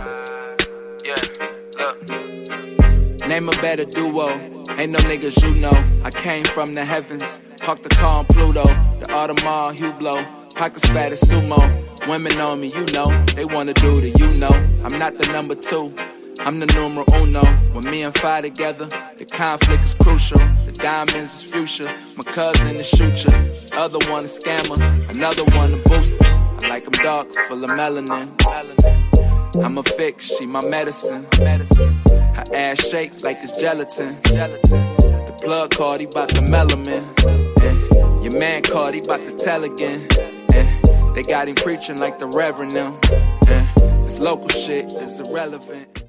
Yeah, look.
Name a better duo. Ain't no niggas you know. I came from the heavens. Hawk the car on Pluto. The Audemars Hublot. Pockets fat as sumo. Women on me, you know. They wanna do the you know. I'm not the number two. I'm the numero uno. When me and Fi together, the conflict is crucial. The diamonds is future. My cousin is shooter. Other one a scammer. Another one a booster. I like 'em dark, full of melanin. I'm a fix, she my medicine. Medicine. Her ass shake like it's gelatin. Gelatin. The plug card, he bout to melamin. Eh. Your man called, he bout to tell again. Eh. They got him preaching like the reverend now. Eh. This local shit is irrelevant.